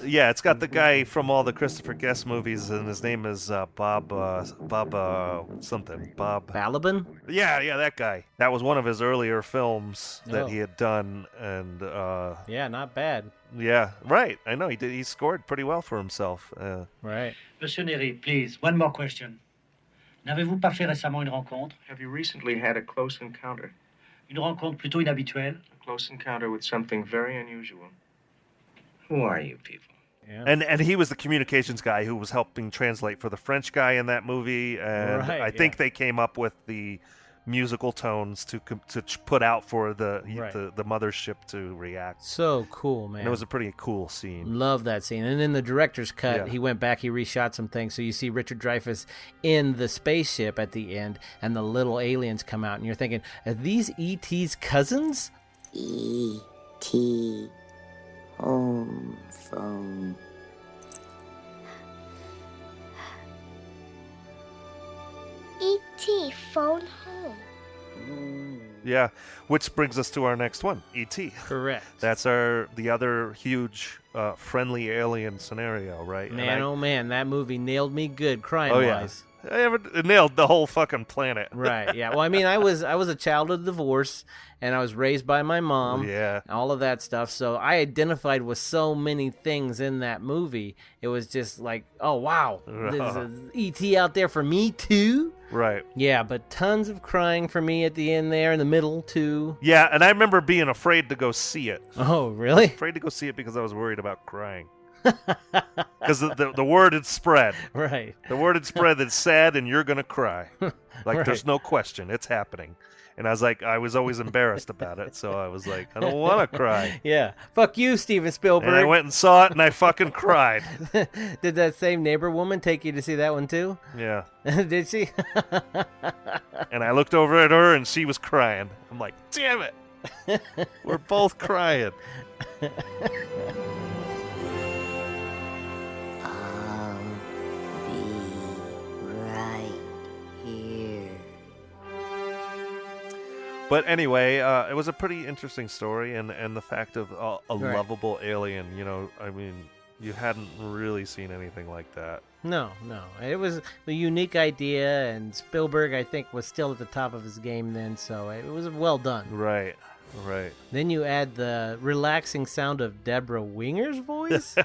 Speaker 2: Yeah, it's got the guy from all the Christopher Guest movies, and his name is uh, Bob uh, Bob uh, something Bob
Speaker 4: Balaban.
Speaker 2: Yeah, yeah, that guy. That was one of his earlier films that
Speaker 4: Oh.
Speaker 2: he had done, and uh,
Speaker 4: Yeah, not bad.
Speaker 2: yeah, right. I know he did. He scored pretty well for himself. Uh,
Speaker 4: Right.
Speaker 3: Monsieur Neri, please, one more question. N'avez-vous pas fait récemment une rencontre?
Speaker 14: Have you recently had a close encounter?
Speaker 3: Une rencontre plutôt inhabituelle?
Speaker 14: A close encounter with something very unusual. Who are you people?
Speaker 2: And and he was the communications guy who was helping translate for the French guy in that movie, and
Speaker 4: Right,
Speaker 2: I think they came up with the musical tones to com- to ch- put out for the
Speaker 4: Right.
Speaker 2: the, the mothership to react.
Speaker 4: So cool, man. Mm.
Speaker 2: And it was a pretty cool scene.
Speaker 4: Love that scene. And in the director's cut,
Speaker 2: Yeah.
Speaker 4: he went back, he reshot some things. So you see Richard Dreyfuss in the spaceship at the end, and the little aliens come out, and you're thinking, are these ET's cousins?
Speaker 15: E.T. Home phone.
Speaker 10: E
Speaker 8: E.T. phone home.
Speaker 2: Yeah, which brings us to our next one, ET.
Speaker 4: Correct.
Speaker 2: That's our the other huge uh, friendly alien scenario, right? And
Speaker 4: Man,
Speaker 2: I-
Speaker 4: oh man, that movie nailed me good crying
Speaker 2: oh yeah,
Speaker 4: wise.
Speaker 2: I ever, it nailed the whole fucking planet.
Speaker 4: right. Yeah. Well, I mean, I was I was a child of divorce, and I was raised by my mom.
Speaker 2: Yeah.
Speaker 4: and All of that stuff. So I identified with so many things in that movie. It was just like, oh
Speaker 2: [LAUGHS]
Speaker 4: wow, there's a ET out there for me too.
Speaker 2: Right.
Speaker 4: Yeah, but tons of crying for me at the end there in the middle too.
Speaker 2: Yeah, and I remember being afraid to go see it.
Speaker 4: Oh, really?
Speaker 2: Afraid to go see it because I was worried about crying. Because the, the, the word had spread.
Speaker 4: [LAUGHS] Right.
Speaker 2: The word had spread that's sad and you're going to cry. Like,
Speaker 4: Right.
Speaker 2: there's no question. It's happening. And I was like, I was always embarrassed about it. So I was like, I don't want to cry.
Speaker 4: yeah. Fuck you, Steven Spielberg.
Speaker 2: And I went and saw it and I fucking cried.
Speaker 4: [LAUGHS] Did that same neighbor woman take you to see that one too? [LAUGHS]
Speaker 2: Yeah.
Speaker 4: Did she?
Speaker 2: And I looked over at her and she was crying. I'm like, damn it. We're both crying.
Speaker 15: I'll be right here.
Speaker 2: But anyway, uh, it was a pretty interesting story, and, and the fact of a, a
Speaker 4: Right.
Speaker 2: lovable alien. You know, I mean, you hadn't really seen anything like that.
Speaker 4: No, no. It was a unique idea, and Spielberg, I think, was still at the top of his game then, so it was well done.
Speaker 2: Right, right.
Speaker 4: Then you add the relaxing sound of Deborah Winger's voice.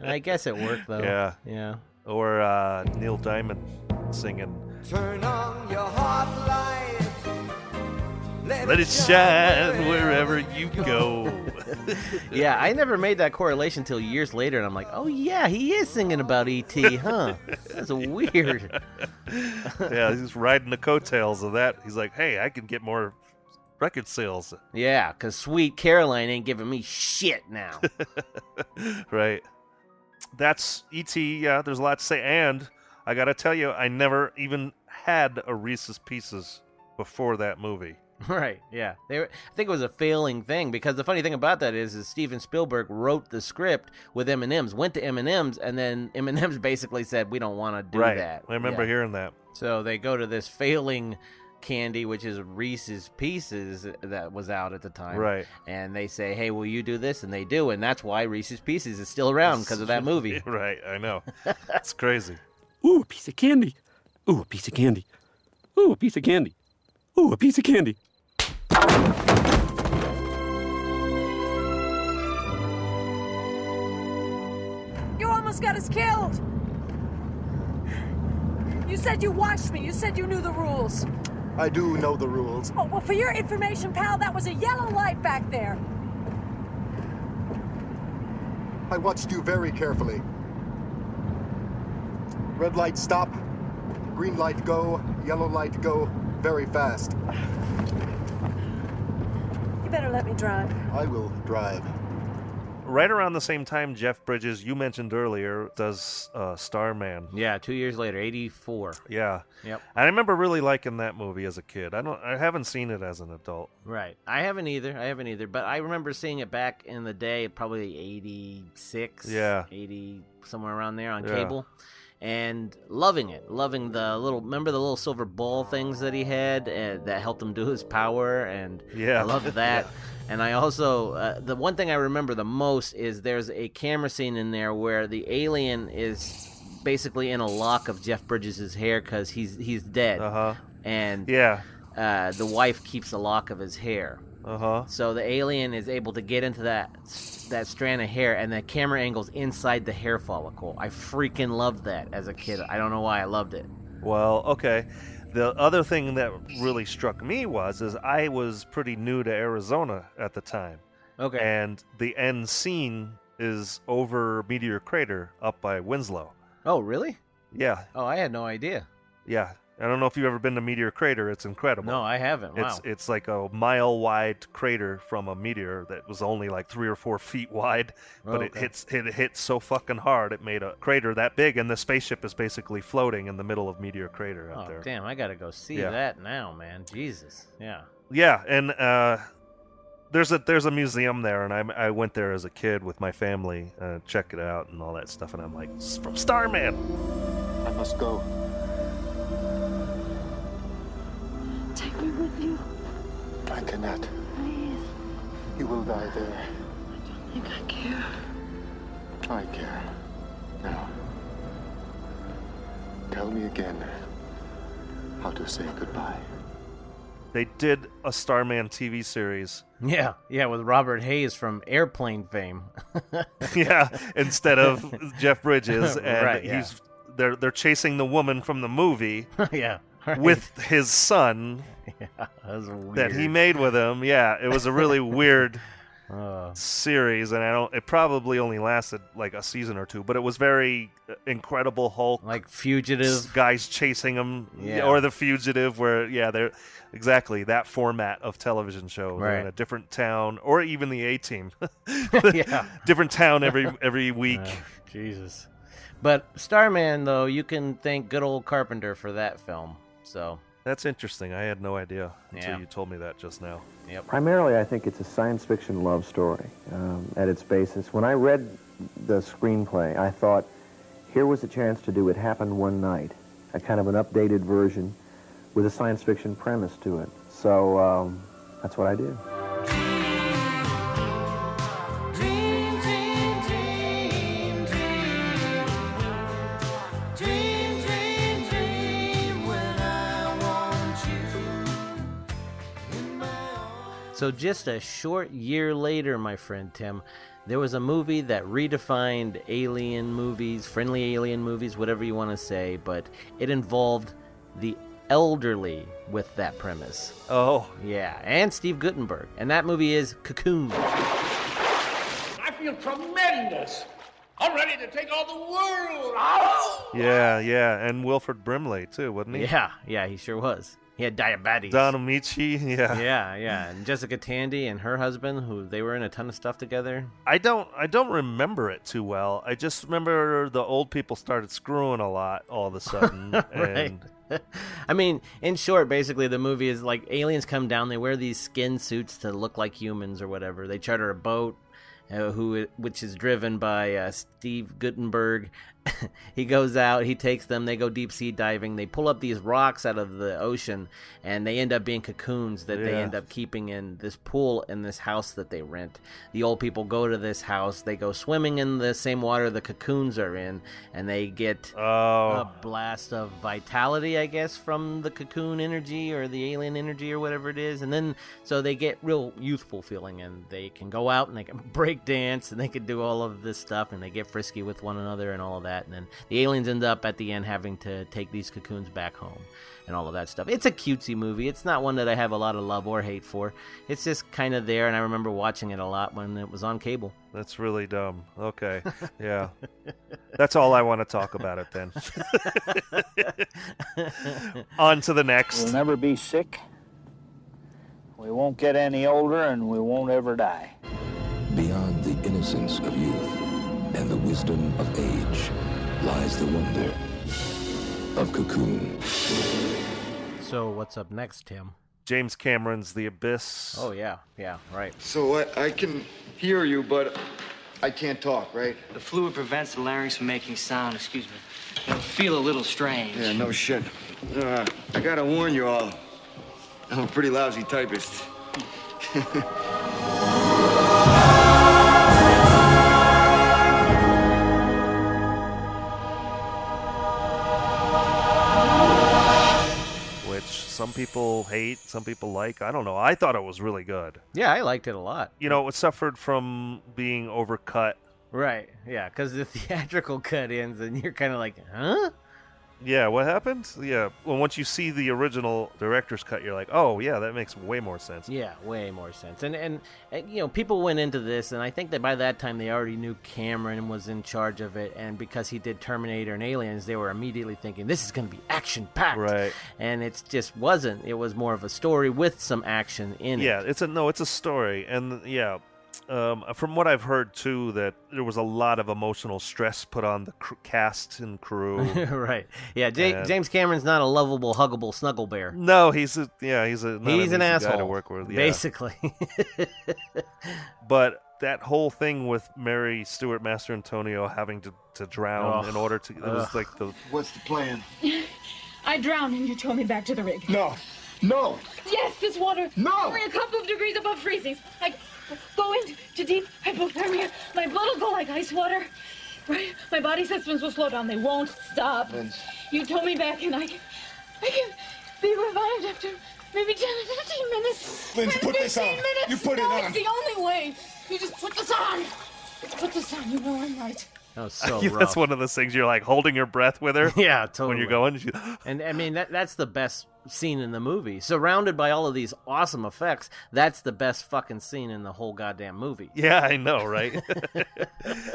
Speaker 4: I guess it worked, though.
Speaker 2: Yeah,
Speaker 4: yeah.
Speaker 2: Or uh, Neil Diamond singing
Speaker 12: Turn on your hot light.
Speaker 2: "Let it shine wherever you go."
Speaker 4: yeah, I never made that correlation till years later, and I'm like, oh, yeah, he is singing about E.T., huh? That's weird.
Speaker 2: [LAUGHS] yeah, he's riding the coattails of that. He's like, "Hey, I can get more record sales."
Speaker 4: Yeah, because Sweet Caroline ain't giving me shit now.
Speaker 2: Right. That's ET. Yeah, there's a lot to say, and I gotta tell you, I never even had a Reese's Pieces before that movie.
Speaker 4: [LAUGHS] Right. Yeah. They were, I think it was a failing thing because the funny thing about that is, is Steven Spielberg wrote the script with M and M's, went to M and M's, and then [LAUGHS] M and M's basically said, "We don't want to do
Speaker 2: right.
Speaker 4: that."
Speaker 2: I remember
Speaker 4: Yeah.
Speaker 2: hearing that.
Speaker 4: So they go to this failing candy, which is Reese's Pieces uh, that was out at the time.
Speaker 2: Right. [LAUGHS]
Speaker 4: And they say, "Hey, will you do this?" And they do, [LAUGHS]
Speaker 2: [LAUGHS]
Speaker 4: and that's why Reese's Pieces is still around because of that movie.
Speaker 2: right. I know. It's crazy.
Speaker 1: Ooh, a piece of candy. Ooh, a piece of candy. Ooh, a piece of candy. Ooh, a piece of candy.
Speaker 10: You almost got us killed! You said you watched me. You said you knew the rules.
Speaker 13: I do know the rules.
Speaker 10: Oh, well, for your information, pal, that was a yellow light back there.
Speaker 13: I watched you very carefully. Red light stop, green light go, yellow light go very fast.
Speaker 10: You better let me drive.
Speaker 13: I will drive.
Speaker 2: Right around the same time, Jeff Bridges, you mentioned earlier, does uh, Starman.
Speaker 4: Yeah, two years later, '84.
Speaker 2: Yeah.
Speaker 4: Yep.
Speaker 2: And I remember really liking that movie as a kid. I don't. I haven't seen it as an adult.
Speaker 4: Right. I haven't either. I haven't either. But I remember seeing it back in the day, probably 86,
Speaker 2: Yeah.
Speaker 4: 80, somewhere around there on
Speaker 2: Yeah.
Speaker 4: cable. And loving it, loving the little. Remember the little silver ball things that he had uh, that helped him do his power, and
Speaker 2: Yeah.
Speaker 4: I
Speaker 2: [LAUGHS]
Speaker 4: loved that. And I also uh, the one thing I remember the most is there's a camera scene in there where the alien is basically in a lock of Jeff Bridges' hair because he's he's dead.
Speaker 2: Uh-huh.
Speaker 4: And
Speaker 2: Yeah.
Speaker 4: uh, the wife keeps a lock of his hair.
Speaker 2: Uh huh.
Speaker 4: So the alien is able to get into that that strand of hair, and the camera angles inside the hair follicle. I freaking loved that as a kid. I don't know why I loved it.
Speaker 2: Well, okay. The other thing that really struck me was is I was pretty new to Arizona at the time.
Speaker 4: Okay.
Speaker 2: And the end scene is over Meteor Crater up by Winslow.
Speaker 4: Oh, really?
Speaker 2: Yeah.
Speaker 4: Oh, I had no idea.
Speaker 2: Yeah. I don't know if you've ever been to Meteor Crater. It's incredible.
Speaker 4: No, I haven't. Wow.
Speaker 2: It's it's like a mile wide crater from a meteor that was only like three or four feet wide, but it
Speaker 4: Okay.
Speaker 2: hits it hit so fucking hard it made a crater that big, and the spaceship is basically floating in the middle of Meteor Crater out
Speaker 4: oh,
Speaker 2: there.
Speaker 4: damn! I gotta go see
Speaker 2: Yeah.
Speaker 4: that now, man. Jesus. Yeah.
Speaker 2: Yeah, and uh, there's a there's a museum there, and I I went there as a kid with my family, uh, check it out and all that stuff, and I'm like, "It's from Starman.
Speaker 13: I must go.
Speaker 16: Take me with you.
Speaker 13: I cannot.
Speaker 16: Please.
Speaker 13: You will die there.
Speaker 16: I think I care.
Speaker 13: I care. Now, tell me again how to say goodbye.
Speaker 2: They did a Starman TV series. [LAUGHS]
Speaker 4: Yeah, yeah, with Robert Hayes from Airplane fame. [LAUGHS]
Speaker 2: yeah, instead of Jeff Bridges, and
Speaker 4: Right, yeah.
Speaker 2: he's they're they're chasing the woman from the movie.
Speaker 4: yeah, [LAUGHS] right.
Speaker 2: with his son
Speaker 4: that, was weird.
Speaker 2: that he made with him. Yeah, it was a
Speaker 4: [LAUGHS]
Speaker 2: really weird
Speaker 4: Uh.
Speaker 2: series, and I don't. It probably only lasted like a season or two, but it was very uh, Incredible Hulk,
Speaker 4: like fugitive.
Speaker 2: guys chasing him,
Speaker 4: Yeah.
Speaker 2: or the fugitive, where yeah, they're exactly that format of television show. They're in
Speaker 4: Right.
Speaker 2: a different town, or even the A Team. [LAUGHS]
Speaker 4: [LAUGHS] Yeah.
Speaker 2: different town every
Speaker 4: [LAUGHS]
Speaker 2: every week.
Speaker 4: Jesus. But Starman, though, you can thank good old Carpenter for that film. So
Speaker 2: That's interesting. I had no idea until
Speaker 4: Yeah.
Speaker 2: you told me that just now.
Speaker 4: Yep.
Speaker 17: Primarily, I think it's a science fiction love story um, at its basis. When I read the screenplay, I thought, here was a chance to do It Happened One Night, a kind of an updated version with a science fiction premise to it. So um, that's what I did.
Speaker 16: Dream, dream, dream, dream. Dream, dream, dream when I want you.
Speaker 4: So just a short year later, my friend Tim, there was a movie that redefined alien movies, friendly alien movies, whatever you want to say, but it involved the elderly with that premise.
Speaker 2: Oh,
Speaker 4: yeah, and Steve Guttenberg. And that movie is Cocoon.
Speaker 18: I feel tremendous. I'm ready to take on the world. Ow!
Speaker 2: Yeah, yeah, and Wilfred Brimley too, wasn't he?
Speaker 4: Yeah, yeah, he sure was. He had diabetes.
Speaker 2: Don Amici, [LAUGHS] yeah.
Speaker 4: Yeah, yeah. And Jessica Tandy and her husband, who they were in a ton of stuff together.
Speaker 2: I don't I don't remember it too well. I just remember the old people started screwing a lot all of a
Speaker 4: [LAUGHS]
Speaker 2: sudden.
Speaker 4: right.
Speaker 2: and
Speaker 4: [LAUGHS] I mean, in short, basically, the movie is like aliens come down. They wear these skin suits to look like humans or whatever. They charter a boat, uh, who which is driven by uh, Steve Gutenberg. [LAUGHS] he goes out, he takes them, they go deep sea diving, they pull up these rocks out of the ocean, and they end up being cocoons that they
Speaker 2: Yeah.
Speaker 4: end up keeping in this pool in this house that they rent. The old people go to this house, they go swimming in the same water the cocoons are in, and they get
Speaker 2: oh,
Speaker 4: a blast of vitality, I guess, from the cocoon energy or the alien energy or whatever it is. And then so they get real youthful feeling and they can go out and they can [LAUGHS] break dance and they can do all of this stuff and they get frisky with one another and all of that. And then the aliens end up at the end having to take these cocoons back home and all of that stuff. It's a cutesy movie. It's not one that I have a lot of love or hate for. It's just kind of there and I remember watching it a lot when it was on cable.
Speaker 2: That's really dumb. Okay. Yeah. That's all I want to talk about it
Speaker 4: [LAUGHS]
Speaker 2: then. On to the next.
Speaker 19: We'll never be sick. We won't get any older, and we won't ever die.
Speaker 6: Beyond the innocence of youth and the wisdom of age lies the wonder of Cocoon.
Speaker 4: So what's up next, Tim?
Speaker 2: James Cameron's The Abyss.
Speaker 4: Oh, yeah. Yeah, right.
Speaker 13: So I, I can hear you, but I can't talk, right?
Speaker 20: The fluid prevents the larynx from making sound, excuse me. It'll feel a little strange.
Speaker 13: Yeah, no shit. Uh, I gotta warn you all. I'm a pretty lousy typist.
Speaker 2: Which some people hate, some people like. I don't know. I thought it was really good.
Speaker 4: Yeah, I liked it a lot.
Speaker 2: You know, it suffered from being overcut.
Speaker 4: Right. Yeah, because the [LAUGHS] theatrical cut ends and you're kind of like, huh?
Speaker 2: Yeah, what happened? Yeah. Well, once you see the original director's cut, you're like, oh, yeah, that makes way more sense.
Speaker 4: Yeah, way more sense. And, and and you know, people went into this, and I think that by that time they already knew Cameron was in charge of it, and because he did Terminator and Aliens, they were immediately thinking this is going to be action packed.
Speaker 2: Right.
Speaker 4: And it just wasn't. It was more of a story with some action in it.
Speaker 2: yeah, it's a no, it's a story, and yeah, um, from what I've heard too, that there was a lot of emotional stress put on the cr- cast and crew.
Speaker 4: right. [LAUGHS] Yeah, J-
Speaker 2: And-
Speaker 4: James Cameron's not a lovable, huggable snuggle bear.
Speaker 2: No, he's a, yeah, he's a not
Speaker 4: He's an
Speaker 2: easy guy
Speaker 4: asshole
Speaker 2: to work with, yeah.
Speaker 4: basically. [LAUGHS]
Speaker 2: but that whole thing with Mary Stuart Master Antonio having to, to drown
Speaker 13: Ugh.
Speaker 2: in order to it was
Speaker 13: Ugh.
Speaker 2: like the
Speaker 13: What's the plan?
Speaker 21: I drown and you tow me back to the rig.
Speaker 13: No, no.
Speaker 21: Yes, this water.
Speaker 13: No.
Speaker 21: Only a couple of degrees above freezing. I go into deep hypothermia. My blood will go like ice water. Right? My body systems will slow down. They won't stop.
Speaker 13: Vince.
Speaker 21: You tow me back and I can, I can be revived after maybe 10 or 15 minutes.
Speaker 13: Vince,
Speaker 21: Maybe
Speaker 13: put this
Speaker 21: 15
Speaker 13: on.
Speaker 21: Minutes.
Speaker 13: You put it
Speaker 21: no,
Speaker 13: on.
Speaker 21: It's the only way. You just put this on. Put this on. You know I'm right.
Speaker 4: That was so
Speaker 2: [LAUGHS] [LAUGHS] Yeah,
Speaker 4: rough.
Speaker 2: that's one of those things you're like holding your breath with her.
Speaker 4: [LAUGHS] yeah,
Speaker 2: When you're going, she-
Speaker 4: and I mean that that's the best scene in the movie. Surrounded by all of these awesome effects, that's the best fucking scene in the whole goddamn movie.
Speaker 2: yeah, I know, right? [LAUGHS]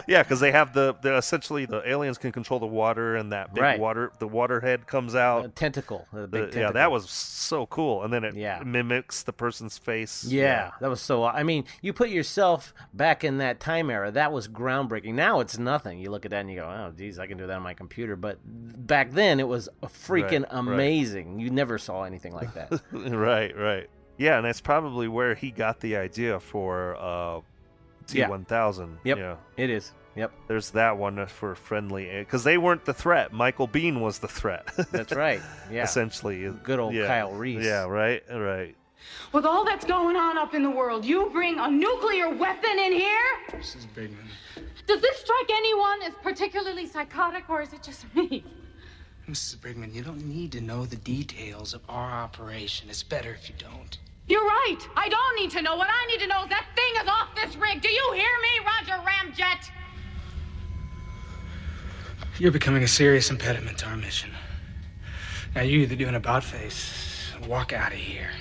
Speaker 2: yeah, because they have the, the essentially the aliens can control the water, and that big
Speaker 4: Right.
Speaker 2: water the water head comes out.
Speaker 4: tentacle, the big
Speaker 2: Uh, yeah, that
Speaker 4: tentacle.
Speaker 2: was so cool, and then it mimics the person's face.
Speaker 4: Yeah, that was so. I mean, you put yourself back in that time era. That was groundbreaking. Now it's nothing. You look at that and you go, "Oh, geez, I can do that on my computer." But back then, it was freaking
Speaker 2: Right, right.
Speaker 4: amazing. You never saw anything like
Speaker 2: [LAUGHS]
Speaker 4: that.
Speaker 2: [LAUGHS] right, right. Yeah, and that's probably where he got the idea for uh,
Speaker 4: Yeah.
Speaker 2: T1000.
Speaker 4: Yep,
Speaker 2: Yeah.
Speaker 4: It is. Yep.
Speaker 2: There's that one for friendly because they weren't the threat. Michael Bean was the threat.
Speaker 4: That's
Speaker 2: [LAUGHS]
Speaker 4: right. Yeah.
Speaker 2: Essentially.
Speaker 4: Good old
Speaker 2: yeah.
Speaker 4: Kyle Reese.
Speaker 2: Yeah, right, right.
Speaker 21: With all that's going on up in the world, you bring a nuclear weapon in here?
Speaker 5: Mrs. Bigman.
Speaker 21: Does this strike anyone as particularly psychotic, or is it just me?
Speaker 5: Mrs. Bigman, you don't need to know the details of our operation. It's better if you don't.
Speaker 21: You're right. I don't need to know. What I need to know is that thing is off this rig. Do you hear me, Roger Ramjet?
Speaker 5: You're becoming a serious impediment to our mission. Now you either do an about face, or walk out of here.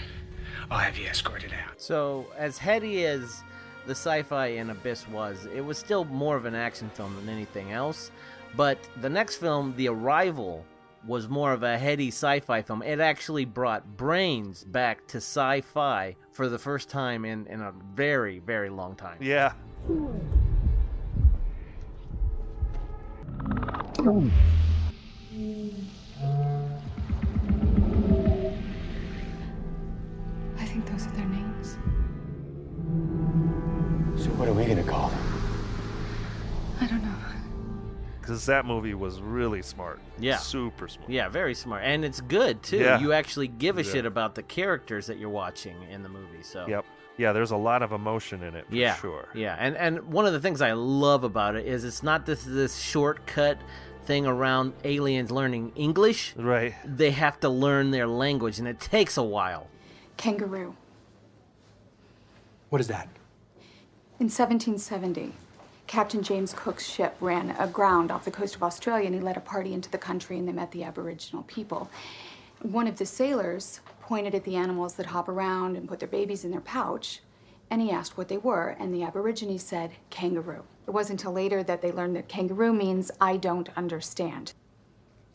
Speaker 5: I'll have you escorted out.
Speaker 4: So, as heady as the sci fi in Abyss was, it was still more of an action film than anything else. But the next film, The Arrival, was more of a heady sci fi film. It actually brought brains back to sci fi for the first time in, in a very, very long time.
Speaker 2: Yeah.
Speaker 21: I think those are their names.
Speaker 19: So
Speaker 7: What are we gonna call them?
Speaker 21: I don't know.
Speaker 2: Because that movie was really smart.
Speaker 4: Yeah.
Speaker 2: Super smart.
Speaker 4: Yeah, very smart, and it's good too.
Speaker 2: Yeah.
Speaker 4: You actually give a
Speaker 2: Yeah.
Speaker 4: shit about the characters that you're watching in the movie. So
Speaker 2: Yep. Yeah, there's a lot of emotion in it for
Speaker 4: yeah,
Speaker 2: sure.
Speaker 4: yeah, and and one of the things I love about it is it's not this this shortcut thing around aliens learning English.
Speaker 2: Right.
Speaker 4: They have to learn their language, and it takes a while.
Speaker 9: Kangaroo.
Speaker 7: What is that?
Speaker 9: In 1770, Captain James Cook's ship ran aground off the coast of Australia and he led a party into the country and they met the Aboriginal people. One of the sailors pointed at the animals that hop around and put their babies in their pouch and he asked what they were and the Aborigines said kangaroo. It wasn't until later that they learned that kangaroo means I don't understand.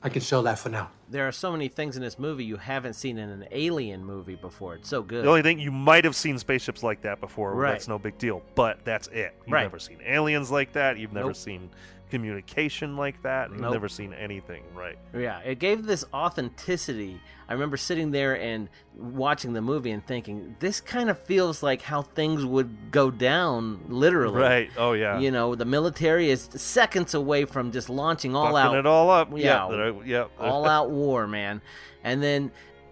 Speaker 7: I can sell that for now.
Speaker 4: There are so many things in this movie you haven't seen in an alien movie before. It's so good.
Speaker 2: The only thing you might have seen spaceships like that before.
Speaker 4: Right.
Speaker 2: That's no big deal. But that's it. You've
Speaker 4: Right.
Speaker 2: never seen aliens like that. You've never
Speaker 4: Nope.
Speaker 2: seen communication like that. You've
Speaker 4: Nope.
Speaker 2: never seen anything. Right.
Speaker 4: Yeah, it gave this authenticity. I remember sitting there and watching the movie and thinking, this kind of feels like how things would go down, literally.
Speaker 2: Right. Oh, yeah.
Speaker 4: You know, the military is seconds away from just launching all
Speaker 2: Fucking
Speaker 4: out.
Speaker 2: it all up.
Speaker 4: Yeah. Uh,
Speaker 2: Yeah, they're- yep.
Speaker 4: all out war, man. And then,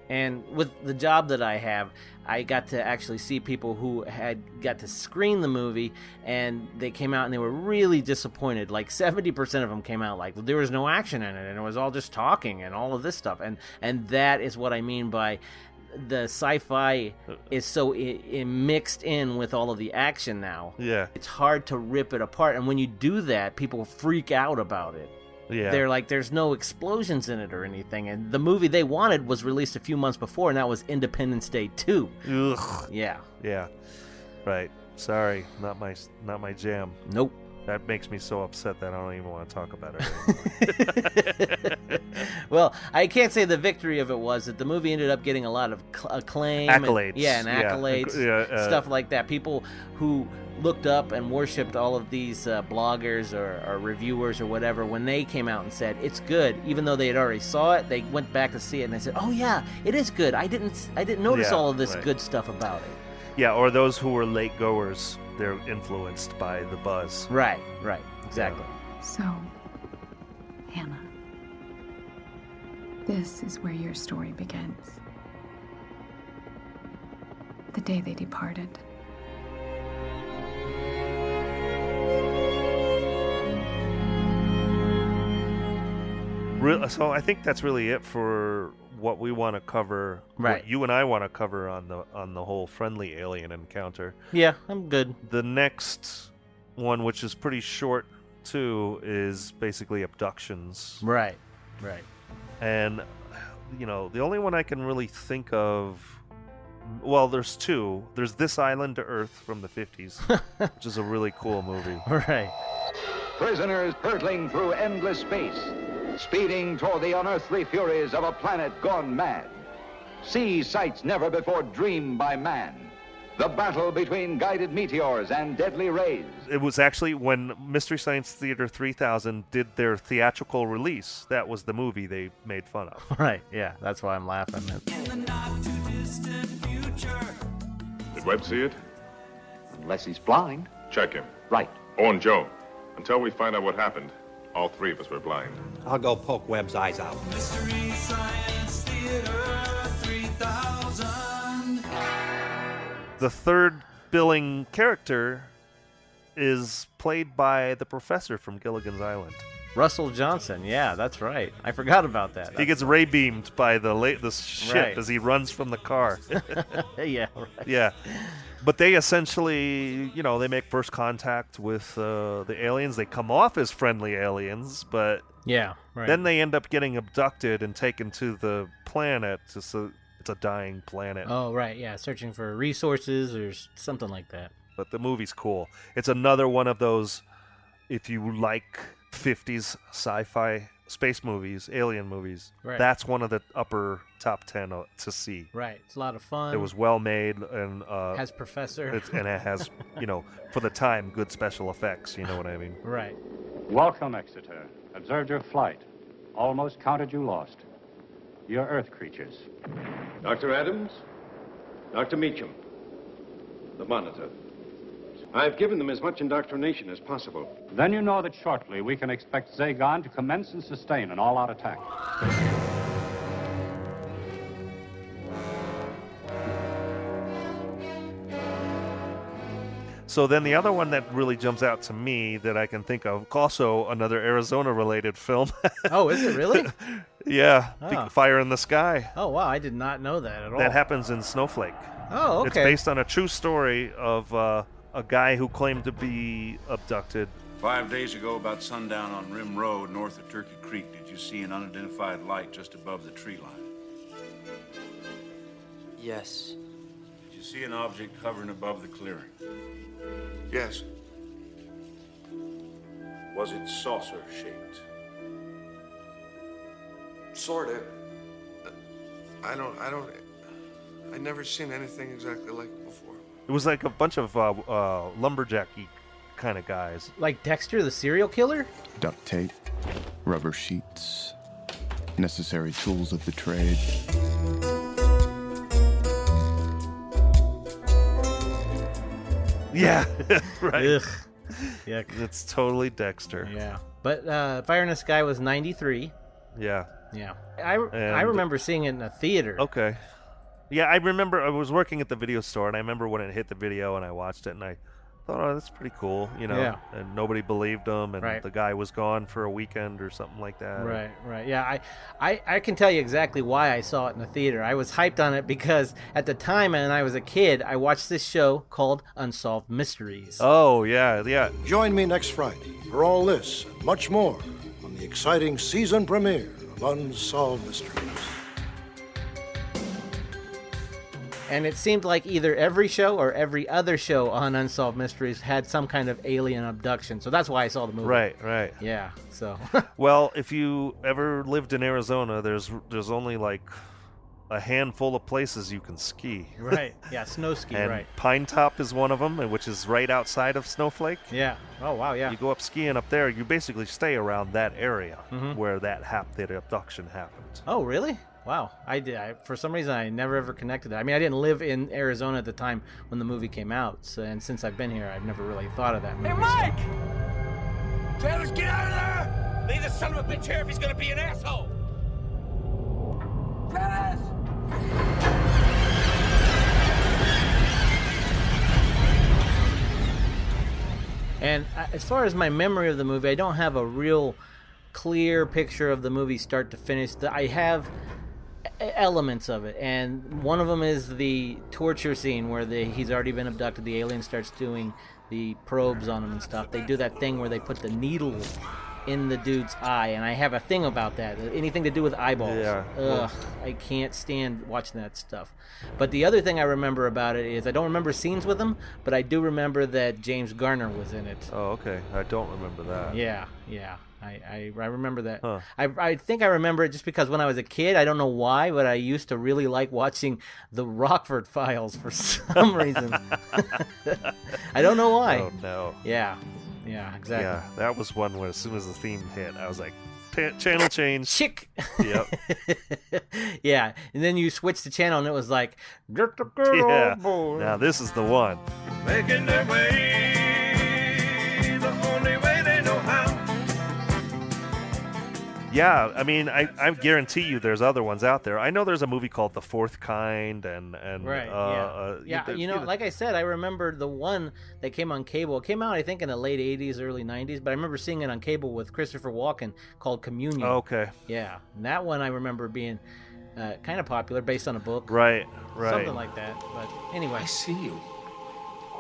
Speaker 4: and with the job that I have, I got to actually see people who had got to screen the movie and they came out and they were really disappointed. Like 70% of them came out like there was no action in it and it was all just talking and all of this stuff. And and that is what I mean by the sci-fi is so i i mixed in with all of the action now.
Speaker 2: Yeah.
Speaker 4: It's hard to rip it apart and when you do that, people freak out about it.
Speaker 2: Yeah.
Speaker 4: They're like, there's no explosions in it or anything. And the movie they wanted was released a few months before, and that was Independence Day 2.
Speaker 2: Ugh.
Speaker 4: Yeah.
Speaker 2: Yeah. Right. Sorry. Not my not my jam.
Speaker 4: Nope.
Speaker 2: That makes me so upset that I don't even want to talk about it.
Speaker 4: [LAUGHS] Well, I can't say the victory of it was that the movie ended up getting a lot of cl- acclaim. and-
Speaker 2: Accolades,
Speaker 4: yeah, and
Speaker 2: yeah.
Speaker 4: accolades.
Speaker 2: Ac- yeah, uh,
Speaker 4: stuff like that. People who looked up and worshipped all of these uh, bloggers or, or reviewers or whatever when they came out and said it's good even though they had already saw it they went back to see it and they said oh yeah it is good i didn't s- i didn't notice
Speaker 2: Yeah,
Speaker 4: all of this
Speaker 2: right.
Speaker 4: good stuff about it
Speaker 2: yeah. Or those who were late goers, they're influenced by the buzz.
Speaker 4: Right. Right. Exactly.
Speaker 9: So, Hannah, this is where your story begins. The day they departed.
Speaker 2: Re- so I think that's really it for what we want to cover.
Speaker 4: Right.
Speaker 2: What you and I want to cover on the on the whole friendly alien encounter.
Speaker 4: Yeah, I'm good.
Speaker 2: The next one, which is pretty short too, is basically abductions.
Speaker 4: Right. Right. [LAUGHS]
Speaker 2: And you know, the only one I can really think of. Well, there's two. There's this island to Earth from the 50s, which is a really cool movie.
Speaker 4: Right.
Speaker 11: Prisoners hurtling through endless space, speeding toward the unearthly furies of a planet gone mad. See sights never before dreamed by man. The battle between guided meteors and deadly rays.
Speaker 2: it was actually when Mystery Science Theater 3000 did their theatrical release. That was the movie they made
Speaker 4: [LAUGHS]
Speaker 2: fun of.
Speaker 4: Right. Yeah. That's why I'm laughing.
Speaker 22: Did Webb see it? Unless he's blind. Check him. Right. Oh, and Joe. Until we find out what happened, all three of us were blind.
Speaker 23: I'll go poke Webb's eyes out.
Speaker 16: Mystery Science Theater 3000.
Speaker 2: The third billing character is played by the professor from Gilligan's Island.
Speaker 4: Russell Johnson. Yeah, that's right. I forgot about that.
Speaker 2: He gets ray beamed by the late the ship
Speaker 4: Right.
Speaker 2: as he runs from the car.
Speaker 4: yeah. [LAUGHS] Right.
Speaker 2: yeah. But they essentially, you know, they make first contact with uh, the aliens. They come off as friendly aliens, but
Speaker 4: Yeah, right.
Speaker 2: then they end up getting abducted and taken to the planet. It's a, it's a dying planet.
Speaker 4: Oh, right. Yeah. Searching for resources or s- something like that.
Speaker 2: But the movie's cool. It's another one of those, if you like 50s sci fi space movies, alien movies,
Speaker 4: Right.
Speaker 2: that's one of the upper top 10 o- to see.
Speaker 4: Right. It's a lot of fun.
Speaker 2: It was well made and uh,
Speaker 4: Has Professor. [LAUGHS]
Speaker 2: it's, and it has you know for the time good special effects. You know what I mean?
Speaker 4: Right.
Speaker 26: Welcome, Exeter. Observed your flight. Almost counted you lost. You're Earth creatures.
Speaker 27: Dr. Adams? Dr. Meacham? The monitor.
Speaker 3: I've given them as much indoctrination as possible.
Speaker 26: Then you know that shortly we can expect Zagon to commence and sustain an all-out attack.
Speaker 2: So then the other one that really jumps out to me that I can think of, also another Arizona related film. [LAUGHS]
Speaker 4: oh, is it really?
Speaker 2: yeah, Be-
Speaker 4: Ah.
Speaker 2: Fire in the Sky.
Speaker 4: Oh wow, I did not know that at all.
Speaker 2: That happens in Snowflake.
Speaker 4: Oh,
Speaker 2: It's
Speaker 4: okay.
Speaker 2: based on a true story of uh, a guy who claimed to be abducted.
Speaker 8: Five days ago, about sundown on Rim Road, north of Turkey Creek, did you see an unidentified light just above the tree line?
Speaker 20: Yes.
Speaker 8: Did you see an object hovering above the clearing? Yes. Was it saucer shaped?
Speaker 14: Sort of. I don't. I don't. I never seen anything exactly like it before.
Speaker 2: It was like a bunch of uh, uh, lumberjacky kind of guys. [LAUGHS]
Speaker 4: Like Dexter, the serial killer.
Speaker 15: duct tape, rubber sheets, necessary tools of the trade.
Speaker 2: Yeah, [LAUGHS] right.
Speaker 4: Ugh.
Speaker 2: [LAUGHS]
Speaker 4: Yuck.
Speaker 2: It's totally Dexter.
Speaker 4: Yeah. But uh, Fire in the Sky was '93.
Speaker 2: Yeah.
Speaker 4: Yeah. I I
Speaker 2: And-
Speaker 4: remember seeing it in a theater.
Speaker 2: Okay. Yeah, I remember I was working at the video store, and I remember when it hit the video, and I watched it, and I thought, "Oh, that's pretty cool," you know.
Speaker 4: Yeah.
Speaker 2: And nobody believed him, and
Speaker 4: Right.
Speaker 2: the guy was gone for a weekend or something like that.
Speaker 4: Right, right. Yeah, I, I, I can tell you exactly why I saw it in the theater. I was hyped on it because at the time, and I was a kid, I watched this show called Unsolved Mysteries.
Speaker 2: Oh yeah, yeah.
Speaker 24: Join me next Friday for all this and much more on the exciting season premiere of Unsolved Mysteries.
Speaker 4: And it seemed like either every show or every other show on Unsolved Mysteries had some kind of alien abduction. So that's why I saw the movie.
Speaker 2: Right, right.
Speaker 4: Yeah. So. [LAUGHS]
Speaker 2: well, if you ever lived in Arizona, there's there's only like a handful of places you can ski.
Speaker 4: Right. Yeah, snow ski,
Speaker 2: and
Speaker 4: right.
Speaker 2: Pine Top is one of them, which is right outside of Snowflake.
Speaker 4: Yeah. Oh wow. Yeah.
Speaker 2: You go up skiing up there. You basically stay around that area
Speaker 4: Mhm.
Speaker 2: where that hap- that abduction happened.
Speaker 4: Oh really? Wow. I did. I, for some reason, I never ever connected. That. I mean, I didn't live in Arizona at the time when the movie came out, so, and since I've been here, I've never really thought of that movie.
Speaker 16: Hey, Mike! Travis, get out of there! Leave the son of a bitch here if he's gonna be an asshole! Travis!
Speaker 4: And uh, as far as my memory of the movie, I don't have a real clear picture of the movie start to finish. The- I have e- elements of it, and one of them is the torture scene where the, he's already been abducted. The alien starts doing the probes on him and stuff. They do that thing where they put the needle in the dude's eye, and I have a thing about that. Anything to do with eyeballs. Uh,
Speaker 2: Yeah.
Speaker 4: Ugh, I can't stand watching that stuff. But the other thing I remember about it is I don't remember scenes with him, but I do remember that James Garner was in it.
Speaker 2: Oh, okay. I don't remember that.
Speaker 4: Yeah, yeah. I, I, I remember that.
Speaker 2: Huh.
Speaker 4: I, I think I remember it just because when I was a kid, I don't know why, but I used to really like watching the Rockford Files for [LAUGHS] some reason. [LAUGHS] I don't know why.
Speaker 2: Oh no.
Speaker 4: Yeah, yeah, exactly.
Speaker 2: Yeah, that was one where as soon as the theme hit, I was like, "Pa- channel change. [LAUGHS]
Speaker 4: Chick. [LAUGHS]
Speaker 2: Yep.
Speaker 4: yeah, and then you switch the channel and it was like, get the good
Speaker 2: [LAUGHS] yeah.
Speaker 4: old Oh, boy.
Speaker 2: Now this is the one.
Speaker 16: Making their way the only way they know how.
Speaker 2: Yeah, I mean, I, I guarantee you, there's other ones out there. I know there's a movie called The Fourth Kind, and and
Speaker 4: Right.
Speaker 2: uh, uh,
Speaker 4: yeah. yeah.
Speaker 2: there-
Speaker 4: You know, like I said, I remember the one that came on cable. It came out, I think, in the late '80s, early '90s. But I remember seeing it on cable with Christopher Walken called Communion.
Speaker 2: Okay.
Speaker 4: Yeah, and that one I remember being uh, kind of popular, based on a book.
Speaker 2: Right. Right.
Speaker 4: Something like that. But anyway, I
Speaker 7: see you.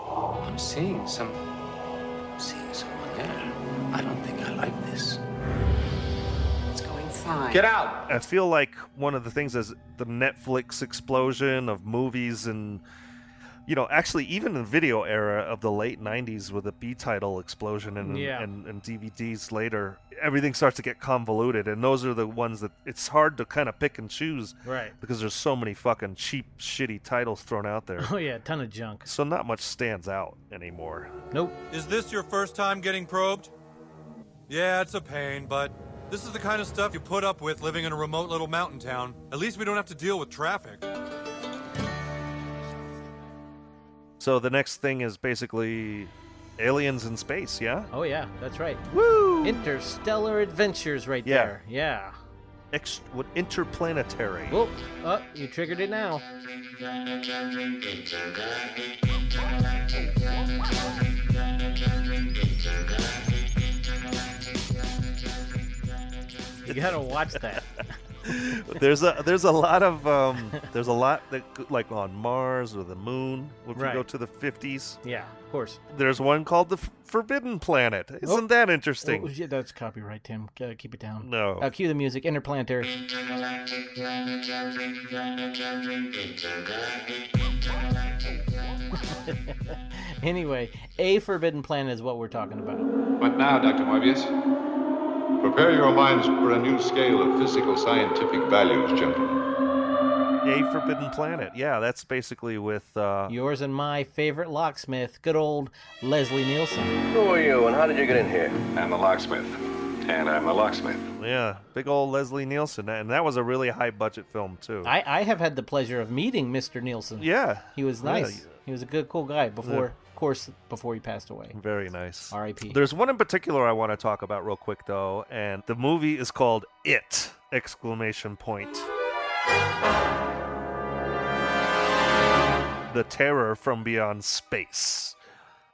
Speaker 7: I'm seeing some. Seeing someone there. I don't think I like this.
Speaker 16: It's going fine.
Speaker 2: I feel like one of the things is the Netflix explosion of movies and you know, actually even the video era of the late nineties with the B title explosion and,
Speaker 4: Yeah.
Speaker 2: and and DVDs later, everything starts to get convoluted and those are the ones that it's hard to kind of pick and choose.
Speaker 4: Right.
Speaker 2: Because there's so many fucking cheap, shitty titles thrown
Speaker 4: [LAUGHS]
Speaker 2: out there.
Speaker 4: [LAUGHS] Oh yeah, a ton of junk.
Speaker 2: So not much stands out anymore.
Speaker 4: Nope.
Speaker 25: Is this your first time getting probed? Yeah, it's a pain, but this is the kind of stuff you put up with living in a remote little mountain town. At least we don't have to deal with traffic.
Speaker 2: So the next thing is basically aliens in space, yeah?
Speaker 4: Oh yeah, that's right. Woo! Interstellar adventures, right
Speaker 2: Yeah.
Speaker 4: there. Yeah.
Speaker 2: Ex- what interplanetary?
Speaker 4: Whoop! Oh, you triggered it now. You gotta watch that.
Speaker 2: there's a there's a lot of um, there's a lot that go- like on Mars or the Moon. If we
Speaker 4: Right.
Speaker 2: go to the 50s,
Speaker 4: Yeah, of course.
Speaker 2: there's one called the F- Forbidden Planet. Isn't
Speaker 4: Oh.
Speaker 2: that interesting?
Speaker 4: Oh, yeah, that's copyright, Tim. Uh, keep it down.
Speaker 2: No.
Speaker 4: Uh, cue the music. [LAUGHS] Interplanetary. anyway, a forbidden planet is what we're talking about.
Speaker 1: What now, Dr. Morbius? Prepare your minds for a new scale of physical scientific values, gentlemen.
Speaker 4: Oh.
Speaker 2: A Forbidden Planet. Yeah, that's basically with uh,
Speaker 4: Yours and my favorite locksmith, good old Leslie Nielsen.
Speaker 6: Who are you and how did you get in here?
Speaker 1: I'm a locksmith. And I'm a locksmith.
Speaker 2: yeah, big old Leslie Nielsen, and that was a really high budget film too.
Speaker 4: I, I have had the pleasure of meeting Mr. Nielsen.
Speaker 2: Yeah.
Speaker 4: He was
Speaker 2: Yeah,
Speaker 4: nice. He was a good, cool guy before,
Speaker 2: Yeah. Mm.
Speaker 4: of course, before he passed away.
Speaker 2: Very nice.
Speaker 4: R.I.P.
Speaker 2: There's one in particular I want to talk about real quick though, and the movie is called It! Exclamation point. The Terror from Beyond Space.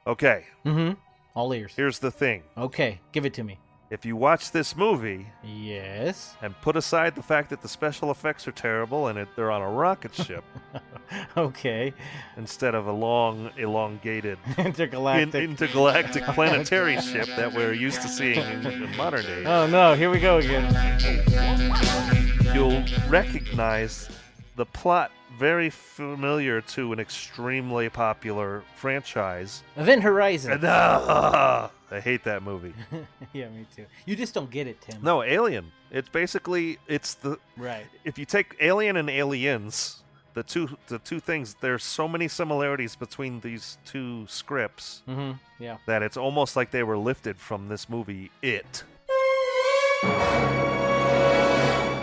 Speaker 2: Okay.
Speaker 4: Mm-hmm. All ears.
Speaker 2: Here's the thing.
Speaker 4: Okay, give it to me.
Speaker 2: If you watch this movie
Speaker 4: Yes. [LAUGHS]
Speaker 2: and put aside the fact that the special effects are terrible and it, they're on a rocket ship
Speaker 4: Okay. [LAUGHS]
Speaker 2: instead of a long, elongated
Speaker 4: Intergalactic.
Speaker 2: in- intergalactic planetary ship that we're used to seeing in, in modern days.
Speaker 4: Oh no, here we go again.
Speaker 2: You'll recognize the plot very familiar to an extremely popular franchise.
Speaker 4: Event Horizon.
Speaker 2: And, [LAUGHS] ah, I hate that movie.
Speaker 4: [LAUGHS] yeah, me too. You just don't get it, Tim.
Speaker 2: No, Alien. It's basically it's the
Speaker 4: Right.
Speaker 2: If you take Alien and Aliens, the two the two things, there's so many similarities between these two scripts
Speaker 4: Mhm, yeah.
Speaker 2: that it's almost like they were lifted from this movie. It.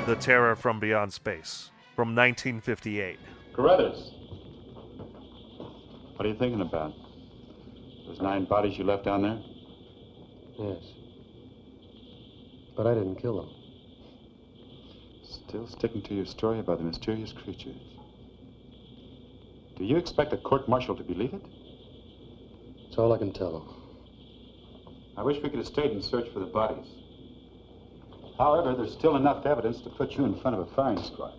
Speaker 2: The Terror from Beyond Space from 1958.
Speaker 26: Carruthers. What are you thinking about? Those nine bodies you left down there?
Speaker 7: Yes. But I didn't kill them.
Speaker 1: Still sticking to your story about the mysterious creatures. Do you expect a court martial to believe it?
Speaker 7: That's all I can tell them.
Speaker 1: I wish we could have stayed and searched for the bodies. However, there's still enough evidence to put you in front of a firing squad.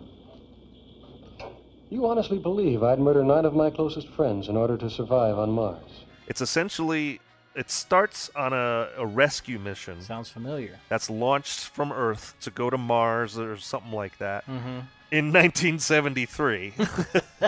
Speaker 7: You honestly believe I'd murder nine of my closest friends in order to survive on Mars?
Speaker 2: It's essentially it starts on a, a rescue mission.
Speaker 4: Sounds familiar.
Speaker 2: That's launched from Earth to go to Mars or something like that.
Speaker 4: Mhm.
Speaker 2: In [LAUGHS] 1973,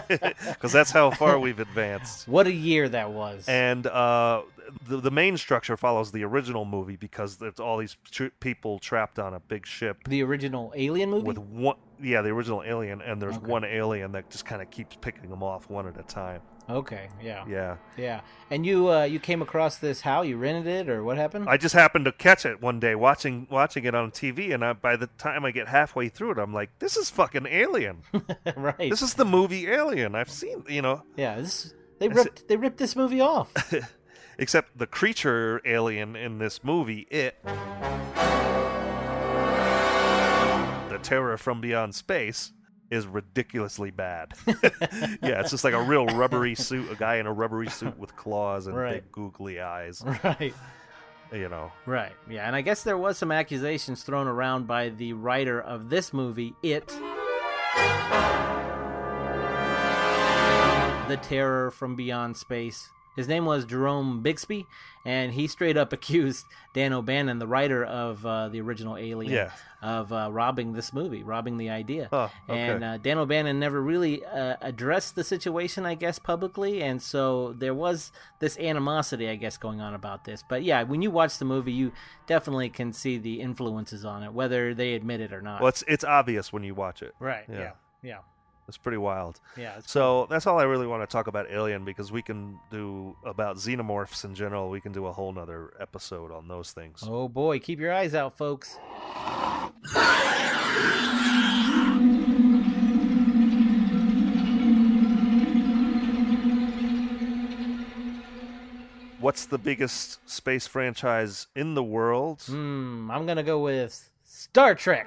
Speaker 2: because that's how far we've advanced.
Speaker 4: What a year that was.
Speaker 2: And uh, the the main structure follows the original movie because there's all these tr- people trapped on a big ship
Speaker 4: the original Alien movie.
Speaker 2: with one. Yeah, the original alien, and there's
Speaker 4: Okay.
Speaker 2: one alien that just kind of keeps picking them off one at a time.
Speaker 4: Okay. Yeah.
Speaker 2: Yeah.
Speaker 4: Yeah. And you uh, you came across this how you rented it or what happened?
Speaker 2: I just happened to catch it one day watching watching it on TV, and I, by the time I get halfway through it, I'm like, "This is fucking Alien.
Speaker 4: [LAUGHS] right.
Speaker 2: This is the movie Alien. I've seen, you know."
Speaker 4: Yeah. This they ripped they ripped this movie
Speaker 2: [LAUGHS]
Speaker 4: off.
Speaker 2: Except the creature alien in this movie, it, the terror from beyond space, is ridiculously bad. [LAUGHS] yeah, it's just like a real rubbery suit, a guy in a rubbery suit with claws and
Speaker 4: Right.
Speaker 2: big googly eyes.
Speaker 4: Right.
Speaker 2: You know.
Speaker 4: Right. Yeah, and I guess there was some accusations thrown around by the writer of this movie, It. The Terror from Beyond Space. His name was Jerome Bixby, and he straight up [LAUGHS] accused Dan O'Bannon, the writer of uh, the original Alien,
Speaker 2: Yeah.
Speaker 4: of uh, robbing this movie, robbing the idea.
Speaker 2: Huh, okay.
Speaker 4: And uh, Dan O'Bannon never really uh, addressed the situation, I guess, publicly, and so there was this animosity, I guess, going on about this. But yeah, when you watch the movie, you definitely can see the influences on it, whether they admit it or not.
Speaker 2: Well, it's it's obvious when you watch it.
Speaker 4: Right, yeah, yeah.
Speaker 2: It's pretty wild.
Speaker 4: Yeah, it's
Speaker 2: So that's all I really want to talk about Alien because we can do about xenomorphs in general. We can do a whole nother episode on those things.
Speaker 4: Oh boy, keep your eyes out, folks.
Speaker 2: What's the biggest space franchise in the world?
Speaker 4: Hmm, I'm gonna go with Star Trek.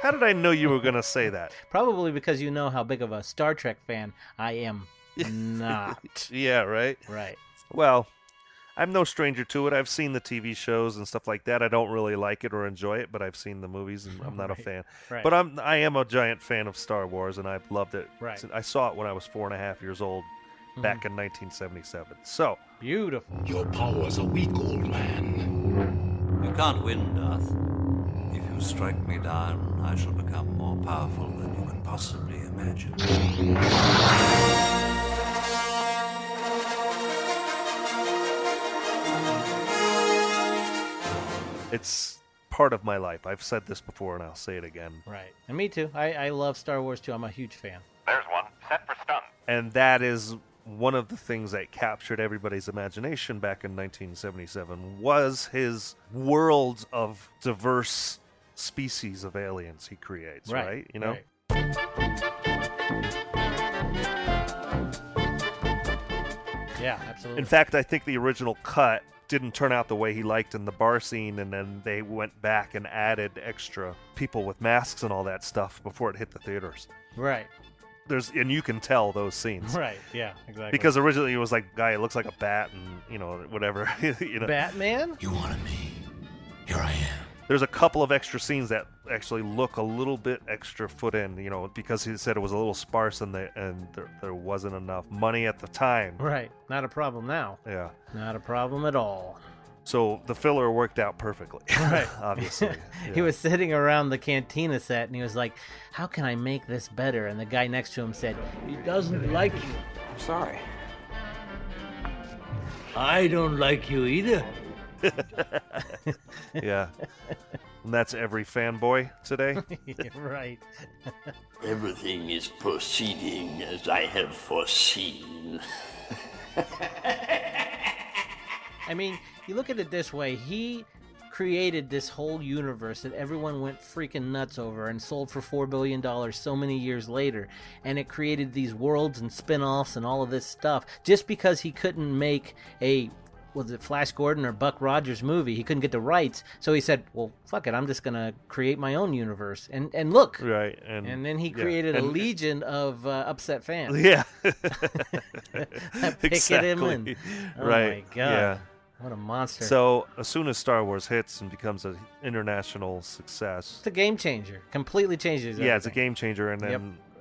Speaker 2: How did I know you were gonna say that?
Speaker 4: Probably because you know how big of a Star Trek fan I
Speaker 2: [LAUGHS]
Speaker 4: am. Not
Speaker 2: yeah, right?
Speaker 4: right.
Speaker 2: Well, I'm no stranger to it. I've seen the TV shows and stuff like that. I don't really like it or enjoy it, but I've seen the movies and I'm not
Speaker 4: [LAUGHS]
Speaker 2: a
Speaker 4: Right,
Speaker 2: fan.
Speaker 4: right.
Speaker 2: But I'm I am a giant fan of Star Wars and I've loved it.
Speaker 4: Right. Hmm.
Speaker 2: since- I saw it when I was four and a half years old back in 1977. So
Speaker 4: beautiful.
Speaker 2: Your powers are weak, old man.
Speaker 6: You can't win, Darth. If you strike me down, I shall become more powerful than you can possibly imagine.
Speaker 2: It's part of my life. I've said this before and I'll say it again.
Speaker 4: Right. And me too. I, I love Star Wars too. I'm a huge fan.
Speaker 10: There's one. Set for stun.
Speaker 2: and that is one of the things that captured everybody's imagination back in 1977 was his world of diverse species of aliens he creates right,
Speaker 4: Right,
Speaker 2: you know
Speaker 4: right. Yeah, absolutely.
Speaker 2: in fact i think the original cut didn't turn out the way he liked in the bar scene and then they went back and added extra people with masks and all that stuff before it hit the theaters
Speaker 4: Right.
Speaker 2: there's and you can tell those scenes
Speaker 4: Right. Yeah, exactly.
Speaker 2: because originally it was like guy it looks like a bat and you know whatever [LAUGHS] you know
Speaker 4: Batman?
Speaker 2: You wanted me. Here I am. There's a couple of extra scenes that actually look a little bit extra foot in, you know, because he said it was a little sparse and the, and there, there wasn't enough money at the time.
Speaker 4: Right. Not a problem now.
Speaker 2: Yeah.
Speaker 4: Not a problem at all.
Speaker 2: So the filler worked out perfectly. [LAUGHS]
Speaker 4: Right.
Speaker 2: Obviously.
Speaker 4: [LAUGHS] he
Speaker 2: Yeah.
Speaker 4: was sitting around the cantina set and he was like, How can I make this better? And the guy next to him said, He doesn't like you.
Speaker 2: [LAUGHS]
Speaker 7: I'm sorry.
Speaker 10: I don't like you either.
Speaker 2: yeah. And that's every fanboy today.
Speaker 4: [LAUGHS] right.
Speaker 10: Everything is proceeding as I have foreseen.
Speaker 4: I mean, you look at it this way he created this whole universe that everyone went freaking nuts over and sold for $4 billion so many years later. And it created these worlds and spin offs and all of this stuff just because he couldn't make a. Was it Flash Gordon or Buck Rogers movie? He couldn't get the rights, so he said, "Well, fuck it, I'm just gonna create my own universe." And and look,
Speaker 2: Right. And,
Speaker 4: and then he
Speaker 2: yeah,
Speaker 4: created a
Speaker 2: and-
Speaker 4: legion of uh, upset fans.
Speaker 2: [LAUGHS] Yeah.
Speaker 4: [LAUGHS] That picketed him in. Oh
Speaker 2: right.
Speaker 4: my god.
Speaker 2: Yeah.
Speaker 4: What a monster.
Speaker 2: So as soon as Star Wars hits and becomes an international success,
Speaker 4: it's a game changer. Completely changes.
Speaker 2: yeah, it's a
Speaker 4: everything.
Speaker 2: game changer. And then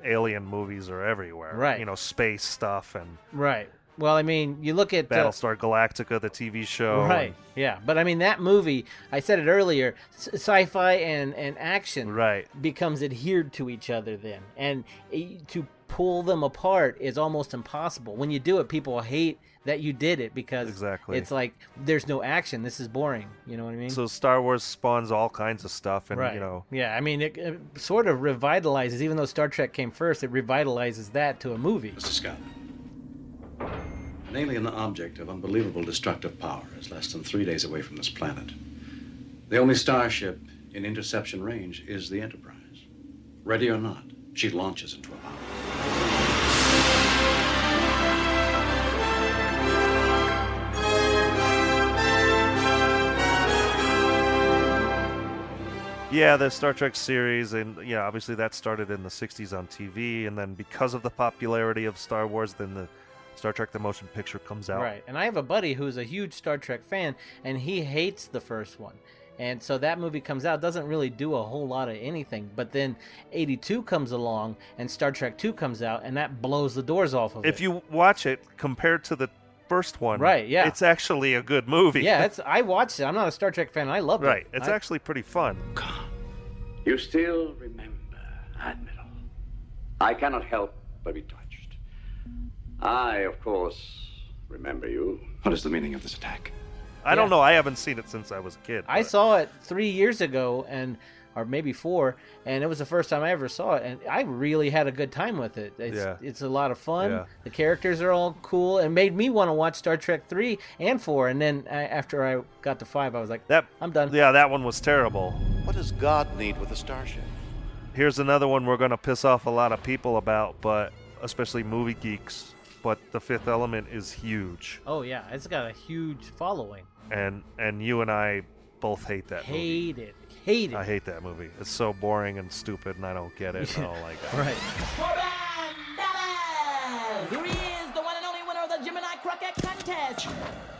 Speaker 4: Yep.
Speaker 2: alien movies are everywhere.
Speaker 4: Right.
Speaker 2: You know, space stuff and
Speaker 4: Right. Well, I mean, you look at uh,
Speaker 2: Battlestar Galactica, the TV show. and-
Speaker 4: Right. Yeah. But I mean, that movie, I said it earlier, s- sci fi and, and action
Speaker 2: right.
Speaker 4: becomes adhered to each other then. And i- to pull them apart is almost impossible. When you do it, people hate that you did it because
Speaker 2: Exactly.
Speaker 4: it's like there's no action. This is boring. You know what I mean?
Speaker 2: So Star Wars spawns all kinds of stuff, and
Speaker 4: right.
Speaker 2: you know,
Speaker 4: Yeah. I mean, it, it sort of revitalizes, even though Star Trek came first, it revitalizes that to a movie. Mr.
Speaker 12: Scott. An alien object of unbelievable destructive power is less than three days away from this planet. The only starship in interception range is the Enterprise. Ready or not, she launches in 12 hours.
Speaker 2: yeah, the Star Trek series, and yeah, obviously that started in the '60s on TV, and then because of the popularity of Star Wars, then the Star Trek: The Motion Picture comes out.
Speaker 4: Right. And I have a buddy who's a huge Star Trek fan, and he hates the first one. And so that movie comes out, doesn't really do a whole lot of anything. But then 82 comes along, and Star Trek 2 comes out, and that blows the doors off of it.
Speaker 2: If you watch it compared to the first one,
Speaker 4: Right, yeah.
Speaker 2: it's actually a good movie.
Speaker 4: Yeah, it's, I watched it. I'm not a Star Trek fan. I love it.
Speaker 2: right. It's
Speaker 4: I-
Speaker 2: actually pretty fun.
Speaker 12: You still remember, Admiral. I cannot help but be touched. I, of course, remember you. What is the meaning of this attack?
Speaker 2: I don't know. I haven't seen it since I was a kid.
Speaker 4: I
Speaker 2: but-
Speaker 4: saw it three years ago, and or maybe four, and it was the first time I ever saw it, and I really had a good time with it. It's,
Speaker 2: Yeah.
Speaker 4: it's a lot of fun.
Speaker 2: Yeah.
Speaker 4: The characters are all cool, and made me want to watch Star Trek three and four. And then I, after I got to five, I was like,
Speaker 2: that
Speaker 4: I'm done.
Speaker 2: Yeah, that one was terrible.
Speaker 13: What does God need with a starship?
Speaker 2: Here's another one we're going to piss off a lot of people about, but especially movie geeks. But The Fifth Element is huge,
Speaker 4: Oh yeah, it's got a huge following.
Speaker 2: and and you and I both hate that movie.
Speaker 4: Hate it. Hate it.
Speaker 2: I hate that movie. It's so boring and stupid, and I don't get it. and I don't like it.
Speaker 4: [LAUGHS] Right.
Speaker 5: Here he is, the one and only winner of the Gemini Crockett contest.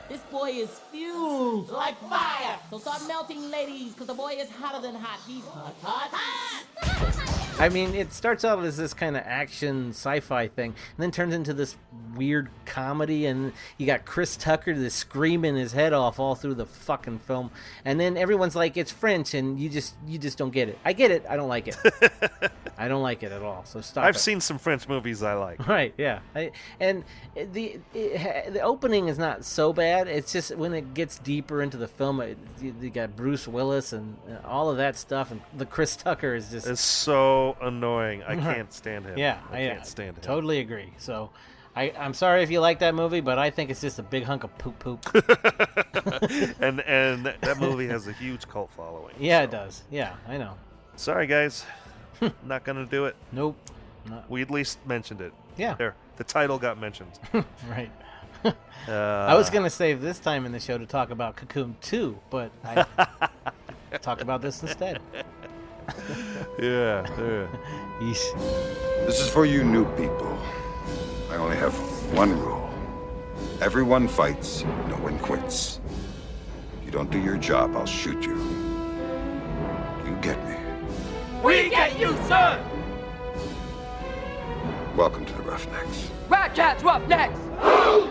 Speaker 5: This boy is fueled like fire. So start melting, ladies, because the boy is hotter than hot. He's hot, hot, hot.
Speaker 4: I mean, it starts out as this kind of action sci-fi thing, and then turns into this weird comedy, and you got Chris Tucker that's screaming his head off all through the fucking film, and then everyone's like, "It's French," and you just you just don't get it. I get it. I don't like it. I don't like it at all. So stop.
Speaker 2: I've
Speaker 4: it.
Speaker 2: seen some French movies
Speaker 4: [LAUGHS]
Speaker 2: I like.
Speaker 4: Right, yeah, I, and the it, ha- the opening is not so bad. It's just when it gets deeper into the film, it, you, you got Bruce Willis and, and all of that stuff, and the Chris Tucker is just
Speaker 2: It's so annoying. I can't stand him.
Speaker 4: Yeah,
Speaker 2: I can't stand him.
Speaker 4: Totally agree. So, I, I'm sorry if you like that movie, but I think it's just a big hunk of poop poop.
Speaker 2: [LAUGHS] and and
Speaker 4: [LAUGHS]
Speaker 2: that- that movie has a huge cult following.
Speaker 4: yeah, it does. Yeah, I know. [LAUGHS]
Speaker 2: Sorry, guys. Not gonna do it.
Speaker 4: Nope.
Speaker 2: We at least mentioned it.
Speaker 4: Yeah.
Speaker 2: There, the title got mentioned.
Speaker 4: [LAUGHS] Right.
Speaker 2: Uh,
Speaker 4: I was gonna save this time in the show to talk about Cocoon 2, but
Speaker 2: [LAUGHS]
Speaker 4: I talked about this instead.
Speaker 2: Yeah.
Speaker 13: This is for you new people. I only have one rule. Everyone fights, no one quits. If you don't do your job, I'll shoot you. You get me.
Speaker 16: We get you, sir!
Speaker 13: Welcome to the Roughnecks.
Speaker 16: Ratchat's up next!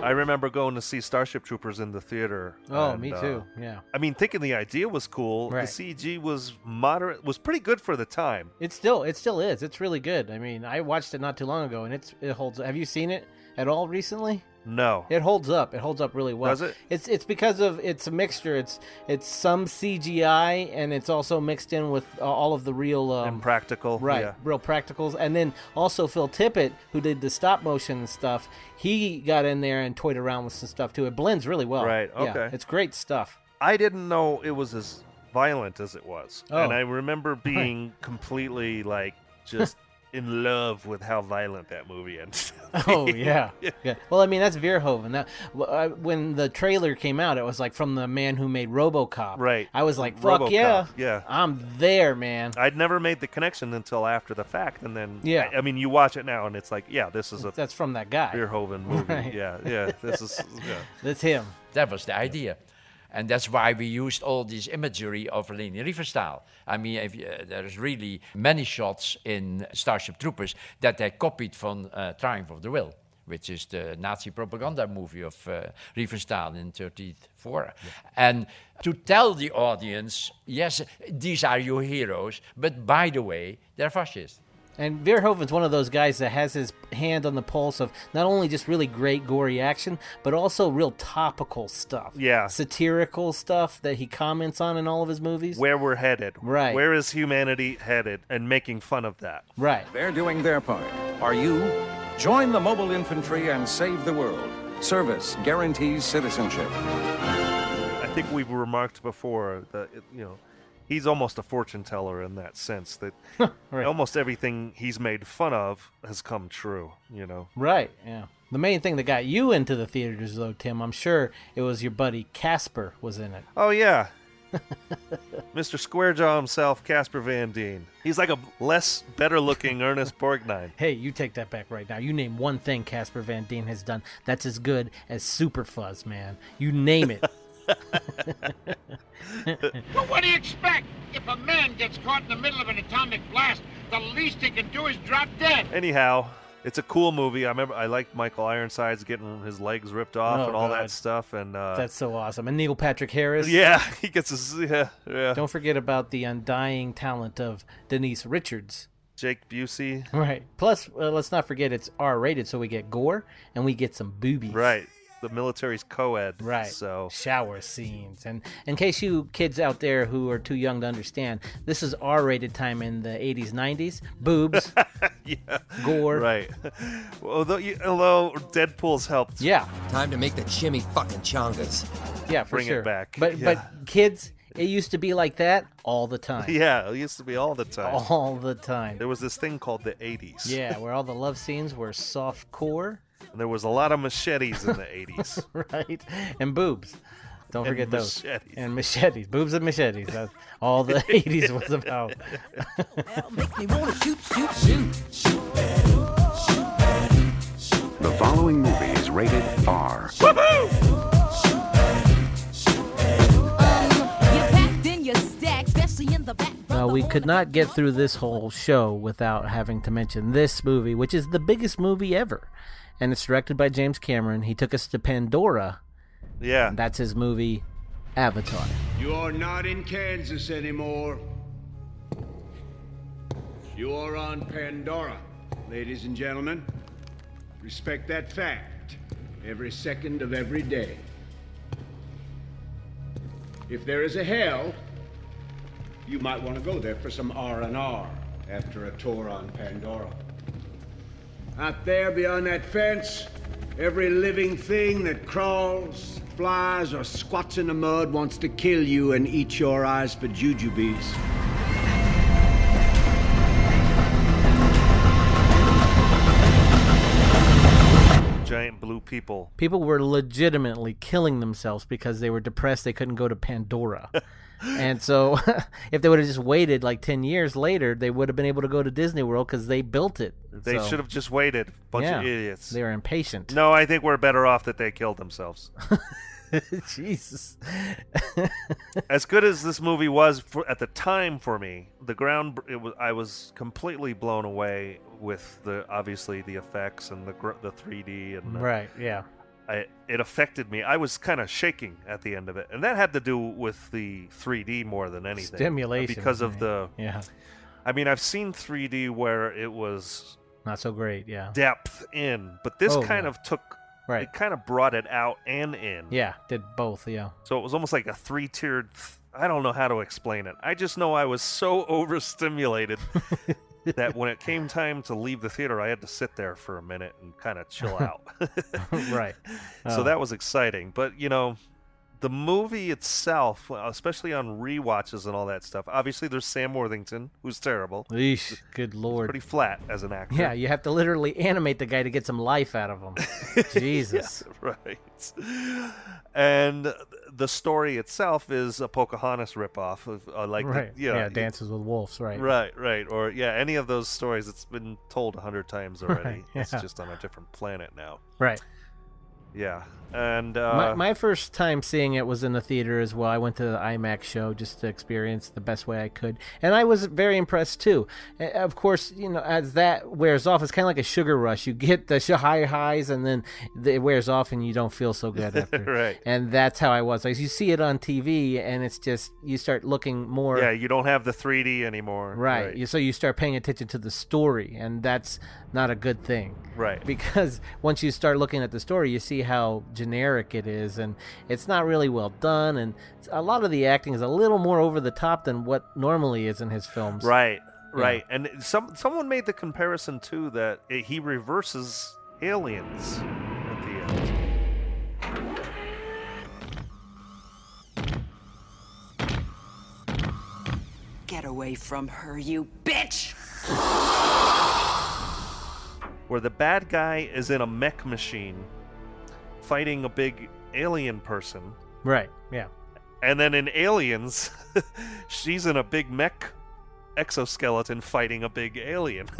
Speaker 2: I remember going to see Starship Troopers in the theater. uh,
Speaker 4: Oh, me too, yeah.
Speaker 2: I mean, thinking the idea was cool.
Speaker 4: Right.
Speaker 2: The CG was moderate, was pretty good for the time.
Speaker 4: It still it still is. It's really good. I mean, I watched it not too long ago, and it's it holds. Have you seen it at all recently?
Speaker 2: No.
Speaker 4: It holds up. It holds up really well.
Speaker 2: Does it?
Speaker 4: It's it's because of it's a mixture. It's it's some CGI and it's also mixed in with uh, all of the real um,
Speaker 2: And practical,
Speaker 4: right?
Speaker 2: yeah.
Speaker 4: Real practicals, and then also Phil Tippett, who did the stop motion and stuff. He got in there and toyed around with some stuff too. It blends really well.
Speaker 2: Right,
Speaker 4: Yeah,
Speaker 2: okay.
Speaker 4: it's great stuff.
Speaker 2: I didn't know it was as violent as it was.
Speaker 4: Oh.
Speaker 2: And I remember being completely like
Speaker 4: [LAUGHS]
Speaker 2: just in love with how violent that movie ended. [LAUGHS]
Speaker 4: oh yeah, yeah. Well, I mean that's Verhoeven. That w- I- when the trailer came out, it was like from the man who made RoboCop.
Speaker 2: Right.
Speaker 4: I was like, fuck yeah,
Speaker 2: RoboCop, yeah.
Speaker 4: I'm there, man.
Speaker 2: I'd never made the connection until after the fact, and then
Speaker 4: Yeah.
Speaker 2: I, I mean, you watch it now, and it's like, yeah, this is a
Speaker 4: That's from that guy.
Speaker 2: Verhoeven movie.
Speaker 4: [LAUGHS] Right.
Speaker 2: Yeah, yeah, this is yeah.
Speaker 4: [LAUGHS] That's him.
Speaker 17: That was the idea. And that's why we used all this imagery of Leni Riefenstahl. I mean, if, you- uh, there's really many shots in Starship Troopers that they copied from uh, Triumph of the Will, which is the Nazi propaganda movie of uh, Riefenstahl in 34. And to tell the audience, yes, these are your heroes, but by the way, they're fascists.
Speaker 4: And Verhoeven's one of those guys that has his hand on the pulse of not only just really great gory action, but also real topical stuff.
Speaker 2: Yeah.
Speaker 4: Satirical stuff that he comments on in all of his movies.
Speaker 2: Where we're headed,
Speaker 4: Right.
Speaker 2: Where is humanity headed, and making fun of that.
Speaker 4: Right.
Speaker 18: They're doing their part. Are you? Join the mobile infantry and save the world. Service guarantees citizenship.
Speaker 2: I think we've remarked before that it- you know he's almost a fortune teller in that sense
Speaker 4: [LAUGHS]
Speaker 2: that almost everything he's made fun of has come true. You know,
Speaker 4: Right. Yeah. The main thing that got you into the theaters, though, Tim, I'm sure it was your buddy Casper was in it. [LAUGHS]
Speaker 2: Oh yeah. Mr. Squarejaw himself, Casper Van Dien. He's like a less
Speaker 4: [LAUGHS]
Speaker 2: better looking Ernest Borgnine.
Speaker 4: Hey, you take that back right now. You name one thing Casper Van Dien has done that's as good as Super Fuzz, man. You name
Speaker 2: [LAUGHS]
Speaker 4: it.
Speaker 16: But what do you expect? If a man gets caught in the middle of an atomic blast, the least he can do is drop dead.
Speaker 2: Anyhow, it's a cool movie. I remember I liked Michael Ironsides getting his legs ripped off
Speaker 4: Oh,
Speaker 2: and all
Speaker 4: God.
Speaker 2: that stuff. And uh,
Speaker 4: That's so awesome. And Neil Patrick Harris.
Speaker 2: yeah, [LAUGHS] he gets his yeah yeah.
Speaker 4: Don't forget about the undying talent of Denise Richards.
Speaker 2: Jake Busey.
Speaker 4: Right. Plus, uh, let's not forget it's R rated, so we get gore and we get some boobies.
Speaker 2: Right. The military's co-ed.
Speaker 4: Right.
Speaker 2: So
Speaker 4: shower scenes. And in case you kids out there who are too young to understand, this is R rated time in the 80s, 90s.
Speaker 2: [LAUGHS]
Speaker 4: Boobs, gore.
Speaker 2: Right. [LAUGHS] Although, you, although Deadpool's helped.
Speaker 4: Yeah.
Speaker 19: Time to make the chimmy fucking chongas.
Speaker 4: Yeah, for
Speaker 2: Bring it
Speaker 4: sure.
Speaker 2: back.
Speaker 4: But
Speaker 2: Yeah.
Speaker 4: but kids, It used to be like that all the time.
Speaker 2: Yeah, it used to be all the time.
Speaker 4: [LAUGHS] All the time.
Speaker 2: There was this thing called the 80s.
Speaker 4: Yeah, where all the love scenes were soft core. [LAUGHS]
Speaker 2: And there was a lot of machetes in the 80s.
Speaker 4: right? And boobs. Don't
Speaker 2: And
Speaker 4: forget those.
Speaker 2: machetes.
Speaker 4: And machetes. Boobs and machetes. That's all
Speaker 2: [LAUGHS]
Speaker 4: the 80s was about.
Speaker 9: The following movie is rated R.
Speaker 4: Now, we could not get through this whole show without having to mention this movie, which is the biggest movie ever. And it's directed by James Cameron. He took us to Pandora.
Speaker 2: Yeah.
Speaker 4: And that's his movie, Avatar.
Speaker 11: You are not in Kansas anymore. You are on Pandora, ladies and gentlemen. Respect that fact every second of every day. If there is a hell, you might want to go there for some R&R after a tour on Pandora. Out there beyond that fence, every living thing that crawls, flies, or squats in the mud wants to kill you and eat your eyes for jujubes.
Speaker 2: Giant blue people.
Speaker 4: People were legitimately killing themselves because they were depressed they couldn't go to
Speaker 2: [LAUGHS]
Speaker 4: Pandora. and so [LAUGHS] if they would have just waited like 10 years later, they would have been able to go to Disney World cuz they built it.
Speaker 2: They
Speaker 4: So,
Speaker 2: should have just waited. Bunch
Speaker 4: Yeah.
Speaker 2: of idiots.
Speaker 4: They were impatient.
Speaker 2: No, I think we're better off that they
Speaker 4: [LAUGHS]
Speaker 2: killed themselves.
Speaker 4: Jesus. [LAUGHS]
Speaker 2: as good as this movie was for, at the time for me, the ground it was I was completely blown away with the obviously the effects and the gr- the 3D and the,
Speaker 4: Right, yeah.
Speaker 2: I, it affected me. I was kind of shaking at the end of it, and that had to do with the 3D more than anything. Uh,
Speaker 4: Stimulation,
Speaker 2: because of
Speaker 4: right.
Speaker 2: the
Speaker 4: Yeah.
Speaker 2: I mean, I've seen 3D where it was
Speaker 4: Not so great, yeah.
Speaker 2: depth in, but this
Speaker 4: Oh,
Speaker 2: kind
Speaker 4: yeah.
Speaker 2: of took
Speaker 4: Right.
Speaker 2: it kind of brought it out and in.
Speaker 4: Yeah, did both, yeah. [LAUGHS]
Speaker 2: So it was almost like a three tiered. I don't know how to explain it. I just know I was so [LAUGHS] overstimulated that when it came time to leave the theater, I had to sit there for a minute and kind
Speaker 4: [LAUGHS]
Speaker 2: of chill out. [LAUGHS]
Speaker 4: Right.
Speaker 2: So
Speaker 4: Oh.
Speaker 2: that was exciting. But, you know, the movie itself, uh, especially on rewatches and all that stuff, obviously there's Sam Worthington, who's terrible.
Speaker 4: Eesh, good lord.
Speaker 2: Pretty flat as an actor.
Speaker 4: Yeah, you have to literally animate the guy to get some life out of him. Jesus.
Speaker 2: [LAUGHS] right. And the story itself is a Pocahontas ripoff of uh, like the-
Speaker 4: right.
Speaker 2: you know,
Speaker 4: yeah, dances with wolves, right.
Speaker 2: Right, right. Or yeah, any of those stories it's been told a hundred times already.
Speaker 4: [LAUGHS] Right,
Speaker 2: It's
Speaker 4: yeah.
Speaker 2: just on a different planet now.
Speaker 4: Right.
Speaker 2: Yeah. And uh
Speaker 4: my, my first time seeing it was in the theater as well. I went to the IMAX show just to experience the best way I could, and I was very impressed too. Uh, Of course, you know, as that wears off, it's kind of like a sugar rush. You get the sh- high highs, and then th- it wears off, and you don't feel so
Speaker 2: [LAUGHS]
Speaker 4: good after.
Speaker 2: Right.
Speaker 4: And that's how I was. Like you see it on TV, and it's just you start looking more.
Speaker 2: yeah, you don't have the 3D anymore.
Speaker 4: Right. You, so you start paying attention to the story, and that's not a good thing.
Speaker 2: Right.
Speaker 4: Because once you start looking at the story, you see how generic it is, and it's not really well done. And it's- a lot of the acting is a little more over the top than what normally is in his films.
Speaker 2: Right,
Speaker 4: Yeah.
Speaker 2: right. And some someone made the comparison too that it, he reverses aliens at the end.
Speaker 19: Get away from her, you bitch!
Speaker 2: where the bad guy is in a mech machine fighting a big alien person.
Speaker 4: Right. Yeah.
Speaker 2: And then in Aliens, [LAUGHS] she's in a big mech exoskeleton fighting a big alien. [LAUGHS]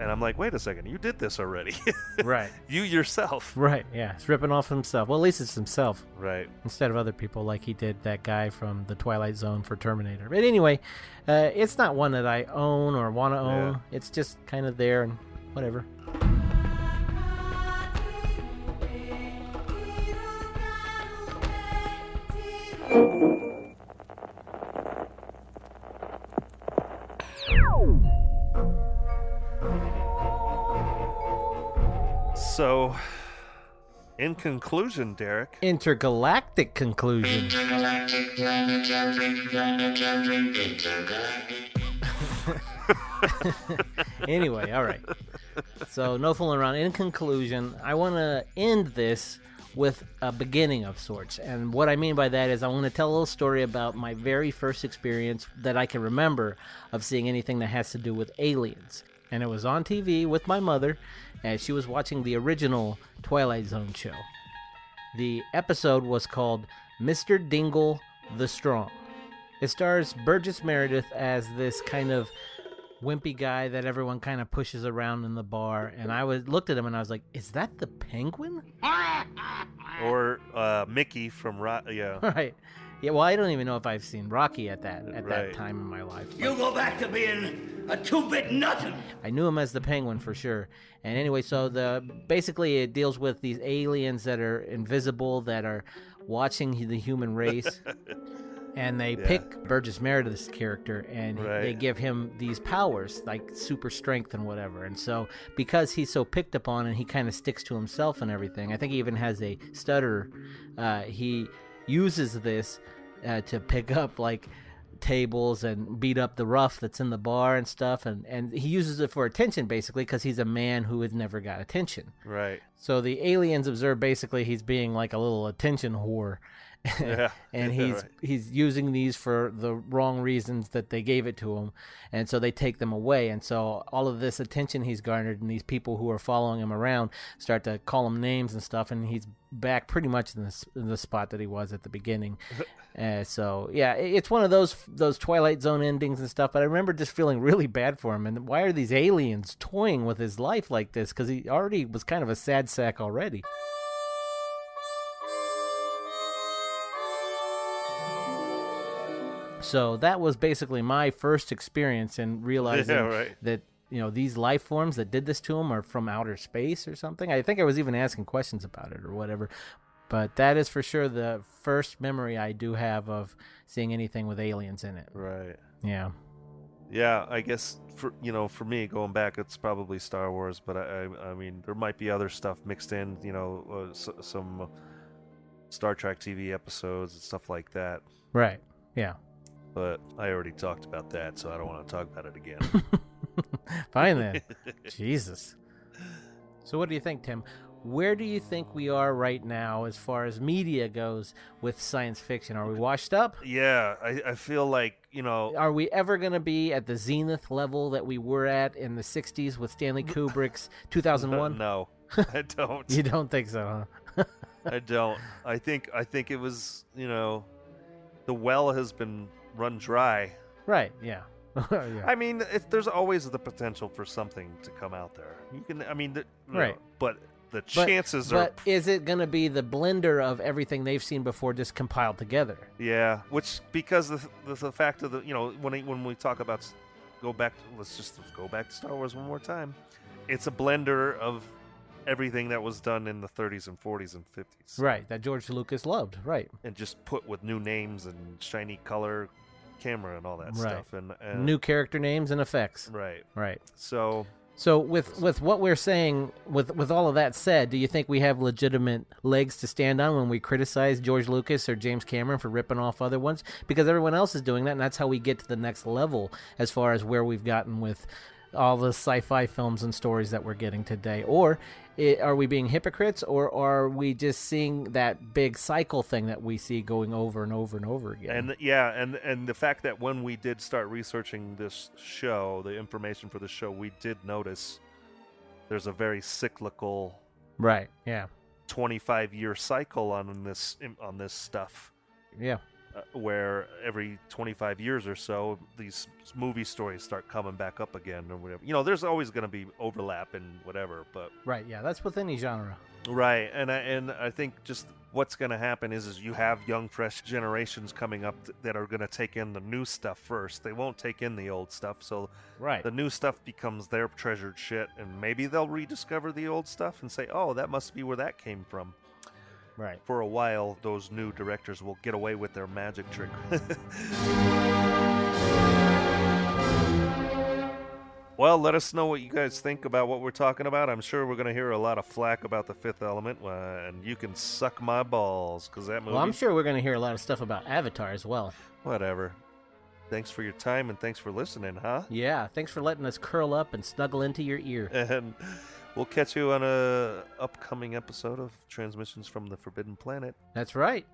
Speaker 2: and I'm like, wait a second, you did this already. [LAUGHS]
Speaker 4: right.
Speaker 2: You yourself.
Speaker 4: Right. Yeah. It's ripping off himself. Well, at least it's himself.
Speaker 2: Right.
Speaker 4: Instead of other people, like he did that guy from the Twilight Zone for Terminator. But anyway, uh, it's not one that I own or want to own. It's just kind of there and whatever.
Speaker 2: So, in conclusion, Derek,
Speaker 4: Intergalactic conclusion. [LAUGHS] anyway, all right. So no fooling around. In conclusion, I want to end this with a beginning of sorts. And what I mean by that is I want to tell a little story about my very first experience that I can remember of seeing anything that has to do with aliens. And it was on TV with my mother as she was watching the original Twilight Zone show. The episode was called Mr. Dingle the Strong. It stars Burgess Meredith as this kind of wimpy guy that everyone kind of pushes around in the bar. And I was looked at him and I was like, "Is that the Penguin?" [LAUGHS]
Speaker 2: or uh, Mickey from Ro- yeah.
Speaker 4: right. Yeah. Well, I don't even know if I've seen Rocky at that at
Speaker 2: Right.
Speaker 4: that time in my life.
Speaker 3: You go back to being a two-bit nothing.
Speaker 4: I knew him as the Penguin for sure. And anyway, so the basically it deals with these aliens that are invisible that are watching the human race. And they
Speaker 8: Yeah.
Speaker 4: pick Burgess Meredith's character, and he-
Speaker 8: Right.
Speaker 4: they give him these powers, like super strength and whatever. And so, because he's so picked upon, and he kind of sticks to himself and everything, I think he even has a stutter. Uh, he uses this uh, to pick up like tables and beat up the rough that's in the bar and stuff, and and he uses it for attention basically because he's a man who has never got attention.
Speaker 2: Right.
Speaker 4: So the aliens observe basically he's being like a little attention whore. [LAUGHS]
Speaker 2: Yeah.
Speaker 4: and
Speaker 2: [LAUGHS] Yeah,
Speaker 4: he's
Speaker 2: right.
Speaker 4: he's using these for the wrong reasons that they gave it to him and so they take them away and so all of this attention he's garnered and these people who are following him around start to call him names and stuff and he's back pretty much in the, s- in the spot that he was at the beginning uh, so yeah i- it's one of those those twilight zone endings and stuff but i remember just feeling really bad for him and why are these aliens toying with his life like this because he already was kind of a sad sack already So that was basically my first experience in realizing
Speaker 2: [LAUGHS] Yeah, right.
Speaker 4: that you know these life forms that did this to him are from outer space or something. I think I was even asking questions about it or whatever. But that is for sure the first memory I do have of seeing anything with aliens in it.
Speaker 2: Right.
Speaker 4: Yeah.
Speaker 2: Yeah, I guess for you know, for me going back, it's probably Star Wars, but I, I, I mean, there might be other stuff mixed in. You know, uh, s- some Star Trek TV episodes and stuff like that.
Speaker 4: Right. Yeah. [LAUGHS]
Speaker 2: But I already talked about that, so I don't want to talk about it again.
Speaker 4: Fine then.
Speaker 2: [LAUGHS]
Speaker 4: Jesus. So what do you think, Tim? Where do you think we are right now as far as media goes with science fiction? Are we washed up?
Speaker 2: yeah, I, I feel like you know,
Speaker 4: Are we ever going to be at the zenith level that we were at in the 60s with Stanley Kubrick's
Speaker 2: [LAUGHS]
Speaker 4: 2001?
Speaker 2: uh, No. I don't.
Speaker 4: you don't think so, huh?
Speaker 2: I don't. I think I think it was you know, the well has been run dry.
Speaker 4: right, yeah. [LAUGHS] yeah.
Speaker 2: I mean, if there's always the potential for something to come out there. You can, I mean, the, you know,
Speaker 4: Right.
Speaker 2: but the
Speaker 4: But-
Speaker 2: chances
Speaker 4: But is it going to be the blender of everything they've seen before just compiled together?
Speaker 2: are, yeah. Which because the, the the fact of the you know when I- when we talk about s- go back, to, let's just go back to Star Wars one more time. It's a blender of everything that was done in the 30s and 40s and 50s,
Speaker 4: Right, that George Lucas loved, right.
Speaker 2: and just put with new names and shiny color camera and all that
Speaker 4: right.
Speaker 2: stuff and, and
Speaker 4: New character names and effects.
Speaker 2: Right.
Speaker 4: Right.
Speaker 2: So
Speaker 4: So with with what we're saying with with all of that said, do you think we have legitimate legs to stand on when we criticize George Lucas or James Cameron for ripping off other ones because everyone else is doing that and that's how we get to the next level as far as where we've gotten with all the sci-fi films and stories that we're getting today or i are we being hypocrites or are we just seeing that big cycle thing that we see going over and over and over again?
Speaker 2: And yeah, and and the fact that when we did start researching this show, the information for the show, we did notice there's a very cyclical
Speaker 4: right. Yeah.
Speaker 2: 25 year cycle on this on this stuff
Speaker 4: Yeah.
Speaker 2: uh, where every 25 years or so these movie stories start coming back up again or whatever. You know, there's always going to be overlap and whatever, but
Speaker 4: Right. Yeah, that's with any genre.
Speaker 2: Right, and I and I think just what's going to happen is is you have young, fresh generations coming up th- that are going to take in the new stuff first. They won't take in the old stuff, so
Speaker 4: Right.
Speaker 2: the new stuff becomes their treasured shit, and maybe they'll rediscover the old stuff and say, "Oh, that must be where that came from."
Speaker 4: Right.
Speaker 2: For a while, those new directors will get away with their magic trick. [LAUGHS] Well, let us know what you guys think about what we're talking about. I'm sure we're going to hear a lot of flack about the Fifth Element, uh, and you can suck my balls because that movie.
Speaker 4: Well, I'm sure we're going to hear a lot of stuff about Avatar as well.
Speaker 2: Whatever. Thanks for your time and thanks for listening, huh? [LAUGHS]
Speaker 4: Yeah, thanks for letting us curl up and snuggle into your ear.
Speaker 2: And We'll catch you on a upcoming episode of Transmissions from the Forbidden Planet.
Speaker 4: That's right.